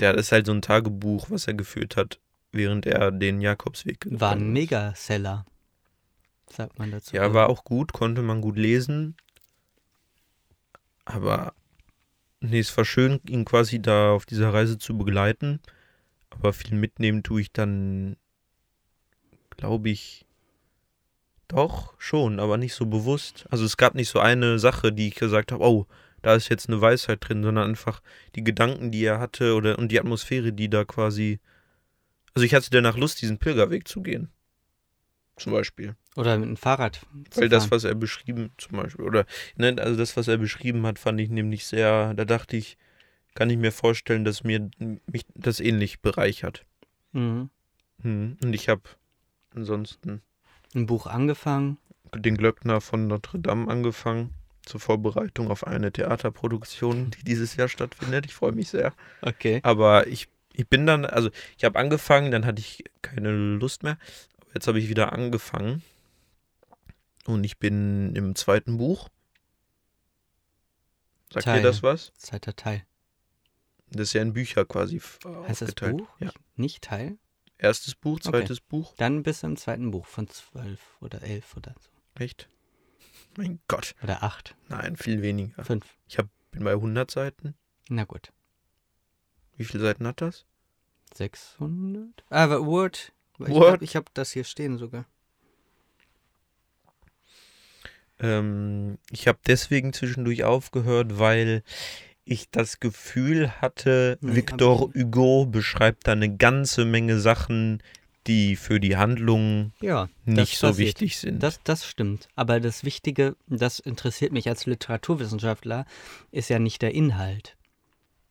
S2: Der das ist halt so ein Tagebuch, was er geführt hat, während er den Jakobsweg gegangen
S1: War ein
S2: ist.
S1: Mega-Seller. Sagt man dazu.
S2: Ja, war auch gut, konnte man gut lesen. Aber nee, es war schön, ihn quasi da auf dieser Reise zu begleiten. Aber viel mitnehmen tue ich dann, glaube ich, doch schon, aber nicht so bewusst. Also es gab nicht so eine Sache, die ich gesagt habe, oh, da ist jetzt eine Weisheit drin, sondern einfach die Gedanken, die er hatte oder und die Atmosphäre, die da quasi. Also ich hatte danach Lust, diesen Pilgerweg zu gehen. Zum Beispiel.
S1: Oder mit dem Fahrrad. zu
S2: Weil das,
S1: fahren.
S2: was er beschrieben, zum Beispiel, oder, ne, also das, was er beschrieben hat, fand ich nämlich sehr, da dachte ich, kann ich mir vorstellen, dass mir mich das ähnlich bereichert.
S1: Mhm.
S2: Hm. Und ich habe ansonsten
S1: Ein Buch angefangen.
S2: den Glöckner von Notre Dame angefangen zur Vorbereitung auf eine Theaterproduktion, die dieses Jahr stattfindet. Ich freue mich sehr.
S1: Okay.
S2: Aber ich, ich bin dann, also ich habe angefangen, dann hatte ich keine Lust mehr. Jetzt habe ich wieder angefangen. Und ich bin im zweiten Buch. Sagt
S1: Teil.
S2: dir das was?
S1: Zweiter Teil.
S2: Das ist ja in Bücher quasi f-
S1: Heißt das
S2: aufgeteilt.
S1: Buch?
S2: Ja.
S1: Nicht Teil?
S2: Erstes Buch,
S1: Okay.
S2: zweites Buch.
S1: Dann bist du im zweiten Buch von zwölf oder elf oder so.
S2: Echt? Mein Gott.
S1: Oder acht.
S2: Nein, viel weniger.
S1: Fünf.
S2: Bin bei 100 Seiten.
S1: Na gut.
S2: Wie viele Seiten hat das?
S1: 600? Ah, aber Word. Ich
S2: Word.
S1: hab- Ich habe das hier stehen sogar.
S2: Ähm, ich habe deswegen zwischendurch aufgehört, weil ich das Gefühl hatte,
S1: Nee,
S2: Victor
S1: hab
S2: Hugo beschreibt da eine ganze Menge Sachen, die für die Handlung
S1: Ja,
S2: nicht
S1: das
S2: so
S1: passiert.
S2: wichtig sind.
S1: Das, das stimmt. Aber das Wichtige, das interessiert mich als Literaturwissenschaftler, ist ja nicht der Inhalt.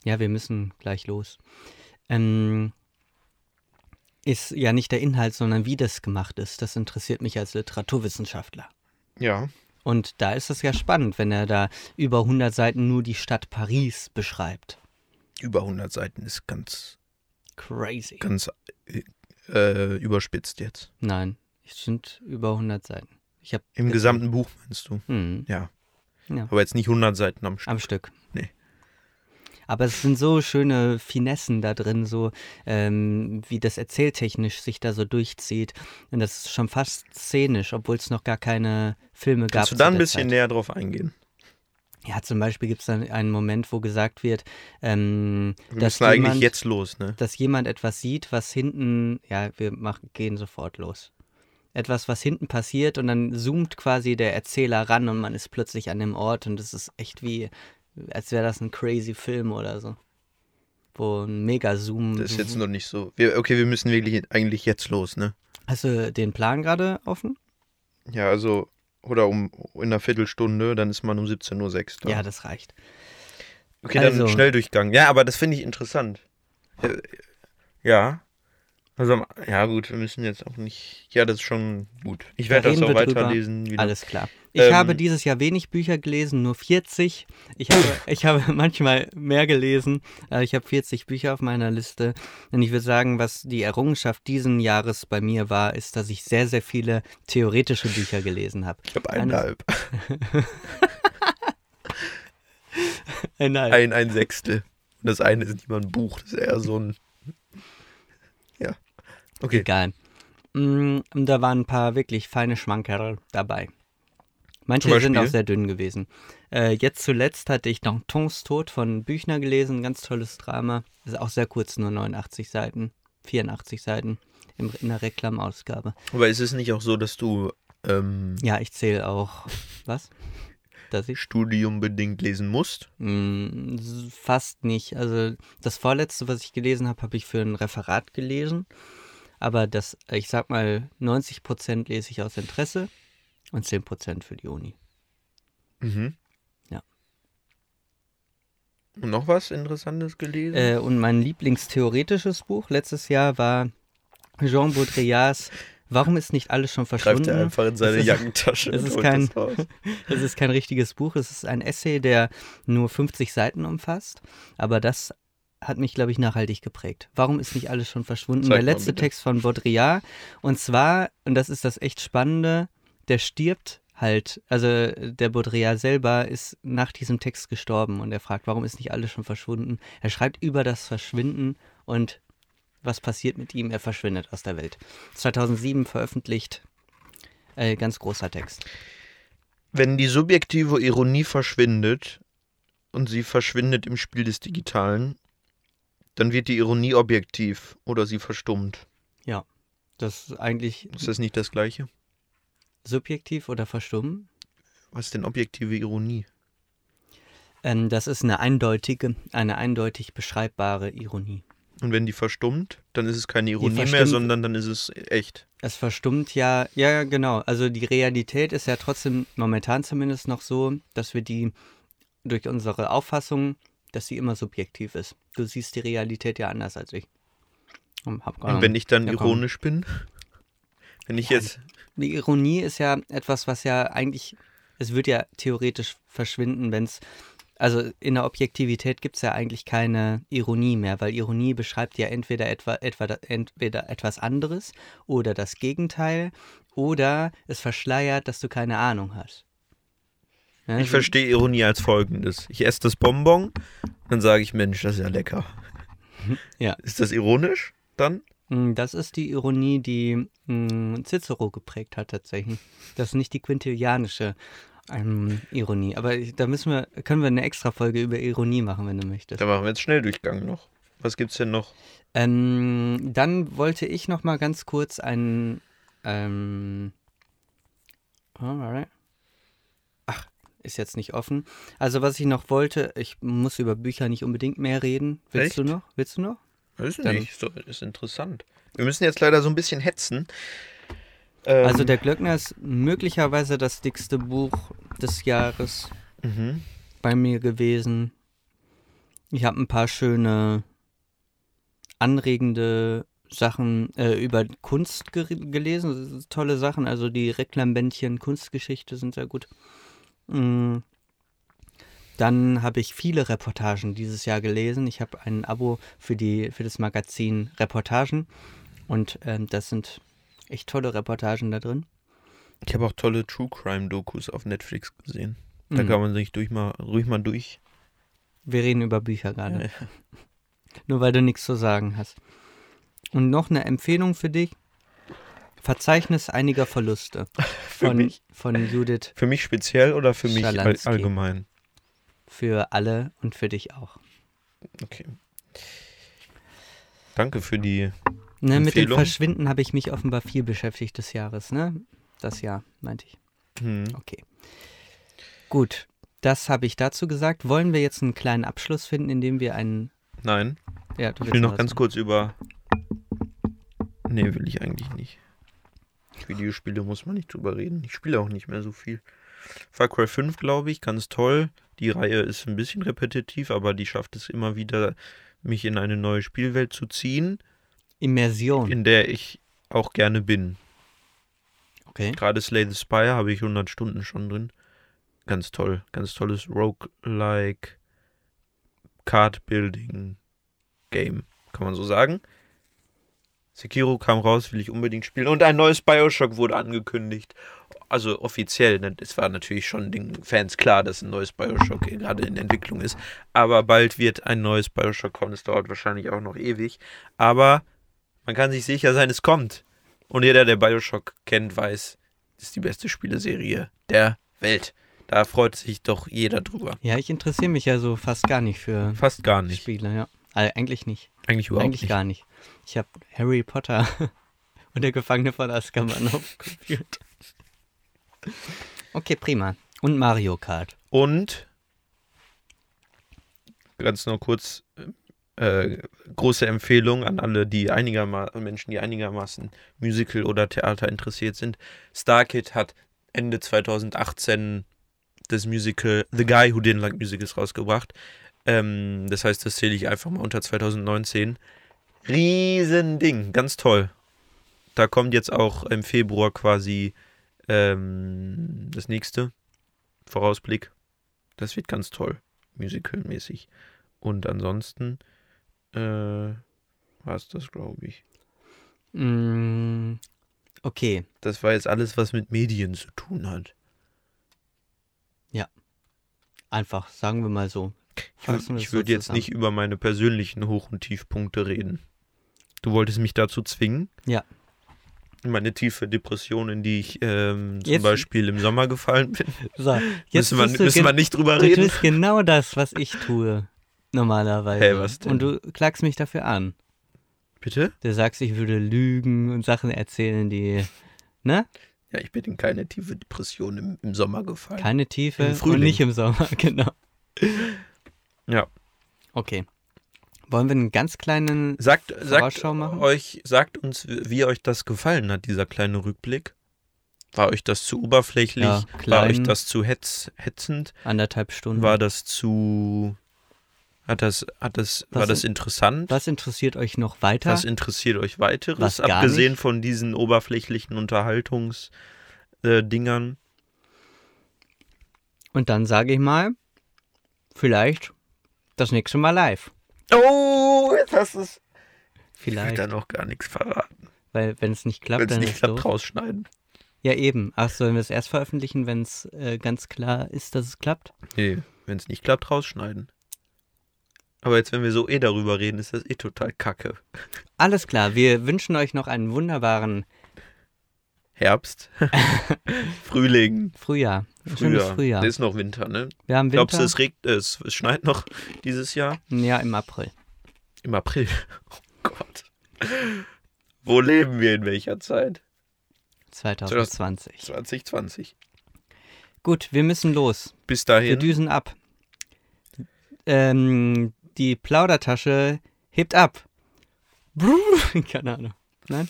S1: Ja, wir müssen gleich los. Ähm, ist ja nicht der Inhalt, sondern wie das gemacht ist. Das interessiert mich als Literaturwissenschaftler.
S2: ja.
S1: Und da ist es ja spannend, wenn er da über 100 Seiten nur die Stadt Paris beschreibt.
S2: Über 100 Seiten ist ganz,
S1: Crazy.
S2: ganz äh, äh, überspitzt jetzt.
S1: Nein, es sind über 100 Seiten. Ich habe
S2: Im gesamten Buch meinst du?
S1: hm,
S2: Ja.
S1: Ja.
S2: Aber jetzt nicht 100 Seiten am Stück.
S1: am Stück.
S2: Nee.
S1: Aber es sind so schöne Finessen da drin, so ähm, wie das erzähltechnisch sich da so durchzieht. Und das ist schon fast szenisch, obwohl es noch gar keine Filme gab.
S2: Kannst du da
S1: zu
S2: ein
S1: der
S2: bisschen
S1: Zeit.
S2: näher drauf eingehen?
S1: Ja, zum Beispiel gibt es dann einen Moment, wo gesagt wird, ähm,
S2: Wir
S1: dass,
S2: müssen eigentlich
S1: jemand,
S2: jetzt los, ne?
S1: dass jemand etwas sieht, was hinten, ja, wir machen, gehen sofort los. Etwas, was hinten passiert und dann zoomt quasi der Erzähler ran und man ist plötzlich an dem Ort und es ist echt wie, als wäre das ein crazy Film oder so. Wo ein Mega-Zoom.
S2: Das ist jetzt noch nicht so. Wir, okay, wir müssen wirklich eigentlich jetzt los, ne?
S1: Hast du den Plan gerade offen?
S2: Ja, also, oder um in einer Viertelstunde, dann ist man um 17.06 Uhr da.
S1: Ja, das reicht.
S2: okay, dann
S1: also-
S2: Schnelldurchgang. Ja, aber das finde ich interessant. Äh, Ja. Also, am- ja, gut, wir müssen jetzt auch nicht. Ja, das ist schon gut. Ich
S1: Da
S2: werde das
S1: reden
S2: auch
S1: wir drüber.
S2: weiterlesen. Wieder.
S1: Alles klar. Ich
S2: Ähm,
S1: habe dieses Jahr wenig Bücher gelesen, nur 40. Ich habe, ich habe manchmal mehr gelesen. Äh, Ich habe 40 Bücher auf meiner Liste. Und ich würde sagen, was die Errungenschaft diesen Jahres bei mir war, ist, dass ich sehr, sehr viele theoretische Bücher gelesen habe.
S2: Ich habe eineinhalb.
S1: Äh, nein.
S2: Ein, ein Sechstel. Und das eine ist nicht mal ein Buch, das ist eher so ein. Ja. Okay.
S1: Egal. Mm, und da waren ein paar wirklich feine Schmankerl dabei. Manche
S3: Zum
S1: sind auch
S3: Beispiel?
S1: sehr dünn gewesen. Äh, jetzt zuletzt hatte ich noch Tons Tod von Büchner gelesen, ganz tolles Drama. Ist auch sehr kurz, nur 89 Seiten, 84 Seiten im, in der Reklamausgabe.
S2: Aber ist es nicht auch so, dass du ähm,
S1: Ja, ich zähle auch, was? Dass ich
S2: Studium bedingt lesen musst?
S1: Mm, s- Fast nicht. Also das vorletzte, was ich gelesen habe, habe ich für ein Referat gelesen. Aber das, äh, ich sag mal, 90 Prozent lese ich aus Interesse und 10 Prozent für die Uni.
S2: Mhm.
S1: Ja.
S2: Und noch was Interessantes gelesen?
S1: Äh, und mein Lieblingstheoretisches Buch letztes Jahr war Jean Baudrillards Warum ist nicht alles schon
S2: Greift er
S1: verschwunden?
S2: einfach in seine
S1: Es ist-
S2: Jackentasche
S1: es ist
S2: holt
S1: kein-
S2: das raus.
S1: Es ist kein richtiges Buch, es ist ein Essay, der nur 50 Seiten umfasst. Aber das hat mich, glaube ich, nachhaltig geprägt. Warum ist nicht alles schon verschwunden?
S2: Zeig
S1: der
S2: mal
S1: letzte
S2: bitte.
S1: Text von Baudrillard. Und zwar, und das ist das echt Spannende, der stirbt halt. Also der Baudrillard selber ist nach diesem Text gestorben und er fragt, warum ist nicht alles schon verschwunden? Er schreibt über das Verschwinden und was passiert mit ihm? Er verschwindet aus der Welt. 2007 veröffentlicht. Äh, ganz großer Text.
S2: Wenn die subjektive Ironie verschwindet und sie verschwindet im Spiel des Digitalen, dann wird die Ironie objektiv oder sie verstummt.
S1: Das ist eigentlich
S2: Ist das nicht das Gleiche?
S1: subjektiv oder verstummen.
S2: Was ist denn objektive Ironie?
S1: Ähm, das ist eine eindeutige, eine eindeutig beschreibbare Ironie.
S2: Und wenn die verstummt, dann ist es keine Ironie mehr,
S1: verstummt-
S2: sondern dann ist es echt.
S1: Es verstummt ja, ja, ja, genau. Also die Realität ist ja trotzdem momentan zumindest noch so, dass wir die durch unsere Auffassung, dass sie immer subjektiv ist. Du siehst die Realität ja anders als ich. Hm, Hab keine
S2: Und wenn
S1: Ahnung.
S2: ich dann
S1: Ja, komm.
S2: ironisch bin, wenn ich
S1: Ja,
S2: jetzt
S1: die Ironie ist ja etwas, was ja eigentlich, es wird ja theoretisch verschwinden, wenn es, also in der Objektivität gibt es ja eigentlich keine Ironie mehr, weil Ironie beschreibt ja entweder, etwa, etwa, entweder etwas anderes oder das Gegenteil oder es verschleiert, dass du keine Ahnung hast. Ja,
S2: Ich
S1: so-
S2: verstehe Ironie als folgendes. Ich esse das Bonbon, dann sage ich, Mensch, das ist ja lecker.
S1: Ja.
S2: Ist das ironisch dann?
S1: Mm, Das ist die Ironie, die mm, Cicero geprägt hat tatsächlich. Das ist nicht die quintilianische ähm, Ironie. Aber ich, da müssen wir, können wir eine extra Folge über Ironie machen, wenn du möchtest.
S2: Da machen wir jetzt Schnelldurchgang noch. Was gibt's denn noch?
S1: Ähm, dann wollte ich noch mal ganz kurz einen. Ähm, alright. Ach, ist jetzt nicht offen. Also was ich noch wollte, ich muss über Bücher nicht unbedingt mehr reden. Willst du
S2: Echt?
S1: noch? Willst du noch?
S2: Weiß
S1: Dann-
S2: nicht, so, ist interessant. Wir müssen jetzt leider so ein bisschen hetzen. Ähm,
S1: Also der Glöckner ist möglicherweise das dickste Buch des Jahres
S2: mhm.
S1: bei mir gewesen. Ich habe ein paar schöne, anregende Sachen äh, über Kunst ge gelesen. Tolle Sachen, also die Reklambändchen Kunstgeschichte sind sehr gut. Mm. Dann habe ich viele Reportagen dieses Jahr gelesen. Ich habe ein Abo für, die, für das Magazin Reportagen und ähm, das sind echt tolle Reportagen da drin.
S2: Ich habe auch tolle True Crime Dokus auf Netflix gesehen. Da
S1: Mm.
S2: kann man sich durch mal, ruhig mal durch.
S1: Wir reden über Bücher gerade. Nur weil du nichts zu sagen hast. Und noch eine Empfehlung für dich. Verzeichnis einiger Verluste
S2: Für,
S1: von,
S2: mich,
S1: von Judith
S2: für mich speziell oder für mich all,
S1: Schalanski.
S2: allgemein?
S1: für alle und für dich auch.
S2: Okay. Danke für die.
S1: Ne, mit dem
S2: Empfehlung?
S1: Verschwinden habe ich mich offenbar viel beschäftigt des Jahres, ne? Das Jahr, meinte ich.
S2: Hm.
S1: Okay. Gut, das habe ich dazu gesagt. Wollen wir jetzt einen kleinen Abschluss finden, indem wir einen.
S2: Nein.
S1: Ja, du
S2: Ich
S1: willst
S2: will
S1: noch
S2: noch
S1: was
S2: ganz
S1: sagen.
S2: kurz über. Nee, will ich eigentlich nicht. Videospiele muss man nicht drüber reden. Ich spiele auch nicht mehr so viel. Far Cry 5, glaube ich, ganz toll. Die Reihe ist ein bisschen repetitiv, aber die schafft es immer wieder, mich in eine neue Spielwelt zu ziehen,
S1: Immersion.
S2: in der ich auch gerne bin.
S1: Okay.
S2: Gerade Slay the Spire habe ich 100 Stunden schon drin. Ganz toll. Ganz tolles Roguelike Card Building Game, kann man so sagen. Sekiro kam raus, will ich unbedingt spielen. Und ein neues Bioshock wurde angekündigt. Also offiziell, ne, es war natürlich schon den Fans klar, dass ein neues Bioshock gerade in Entwicklung ist. Aber bald wird ein neues Bioshock kommen. Es dauert wahrscheinlich auch noch ewig. Aber man kann sich sicher sein, es kommt. Und jeder, der Bioshock kennt, weiß, das ist die beste Spieleserie der Welt. Da freut sich doch jeder drüber.
S1: Ja, ich interessiere mich ja so fast gar nicht für
S2: Fast gar nicht.
S1: Spiele, ja. Also eigentlich nicht.
S2: Eigentlich überhaupt
S1: eigentlich
S2: nicht.
S1: gar nicht. Ich habe Harry Potter und der Gefangene von Azkaban auf dem Computer. Okay, prima. Und Mario Kart.
S2: Und ganz nur kurz äh, große Empfehlung an alle, die einigermaßen Menschen, die einigermaßen Musical oder Theater interessiert sind. Starkid hat Ende 2018 das Musical The Guy Who Didn't Like Musicals rausgebracht. Ähm, das heißt, das zähle ich einfach mal unter 2019. Riesending, ganz toll. Da kommt jetzt auch im Februar quasi ähm, das nächste Vorausblick. Das wird ganz toll, musicalmäßig. Und ansonsten äh, war es das, glaube ich.
S1: Mm, okay,
S2: Das war jetzt alles, was mit Medien zu tun hat.
S1: einfach, sagen wir mal so.
S2: Ich, wür-
S1: Fassen wir
S2: ich
S1: es so
S2: würde jetzt
S1: zusammen.
S2: nicht über meine persönlichen Hoch- und Tiefpunkte reden. Du wolltest mich dazu zwingen?
S1: Ja.
S2: Meine tiefe Depression, in die ich ähm, zum
S1: Jetzt-
S2: Beispiel im Sommer gefallen bin.
S1: So, jetzt
S2: müssen wir,
S1: bist du
S2: müssen
S1: gen-
S2: wir nicht drüber
S1: Du
S2: reden.
S1: tust genau das, was ich tue, normalerweise.
S2: Hey, was denn?
S1: Und du klagst mich dafür an.
S2: Bitte?
S1: Du sagst, ich würde lügen und Sachen erzählen, die, ne?
S2: Ja, ich bin in keine tiefe Depression im, im Sommer gefallen.
S1: Keine
S2: Im
S1: Tiefe und
S2: Frühling.
S1: nicht im Sommer, genau.
S2: Ja.
S1: Okay. Wollen wir einen ganz kleinen,
S2: Sagt, sagt
S1: Vorausschau machen?
S2: euch, sagt uns, wie euch das gefallen hat, dieser kleine Rückblick. War euch das zu oberflächlich?
S1: Ja,
S2: war
S1: klein. Mhm.
S2: euch das zu hetz, hetzend?
S1: anderthalb Stunden?
S2: War das zu. Hat das, hat das,
S1: Was
S2: war das
S1: in-
S2: interessant?
S1: Was interessiert euch noch weiter?
S2: Was interessiert euch weiteres,
S1: Was gar
S2: abgesehen
S1: nicht?
S2: von diesen oberflächlichen Unterhaltungsdingern? Äh, Dingern?
S1: Und dann sage ich mal, vielleicht das nächste Mal live.
S2: oh, jetzt hast du es. Ich will da
S1: Vielleicht.
S2: noch gar nichts verraten.
S1: Weil wenn es nicht klappt,
S2: Wenn es
S1: dann
S2: nicht
S1: ist
S2: klappt,
S1: doof.
S2: rausschneiden.
S1: Ja, eben. Ach, sollen wir es erst veröffentlichen, wenn es äh, ganz klar ist, dass es klappt?
S2: Nee, wenn es nicht klappt, rausschneiden. Aber jetzt, wenn wir so eh darüber reden, ist das eh total kacke.
S1: Alles klar, wir wünschen euch noch einen wunderbaren
S2: Herbst, Frühling,
S1: Frühjahr. Ein Schönes
S2: Frühjahr.
S1: Frühjahr.
S2: Ist noch Winter, ne?
S1: Wir haben
S2: Glaubst
S1: Winter.
S2: du, es, regt, äh, es es schneit noch dieses Jahr?
S1: ja, im April.
S2: Im April. Oh Gott. Wo leben wir in welcher Zeit?
S1: 2020.
S2: 2020.
S1: Gut, wir müssen los.
S2: Bis
S1: Wir
S2: dahin,
S1: düsen ab. Ähm, die Plaudertasche hebt ab. Brrr, Keine Ahnung. Nein?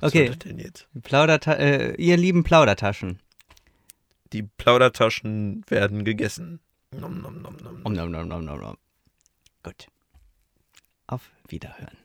S2: was war
S1: Okay,
S2: das denn jetzt?
S1: Plauderta äh, ihr lieben Plaudertaschen.
S2: Die Plaudertaschen werden gegessen. Nom, nom, nom, nom, nom.
S1: Om, nom, nom, nom, nom, nom. Gut. Auf Wiederhören.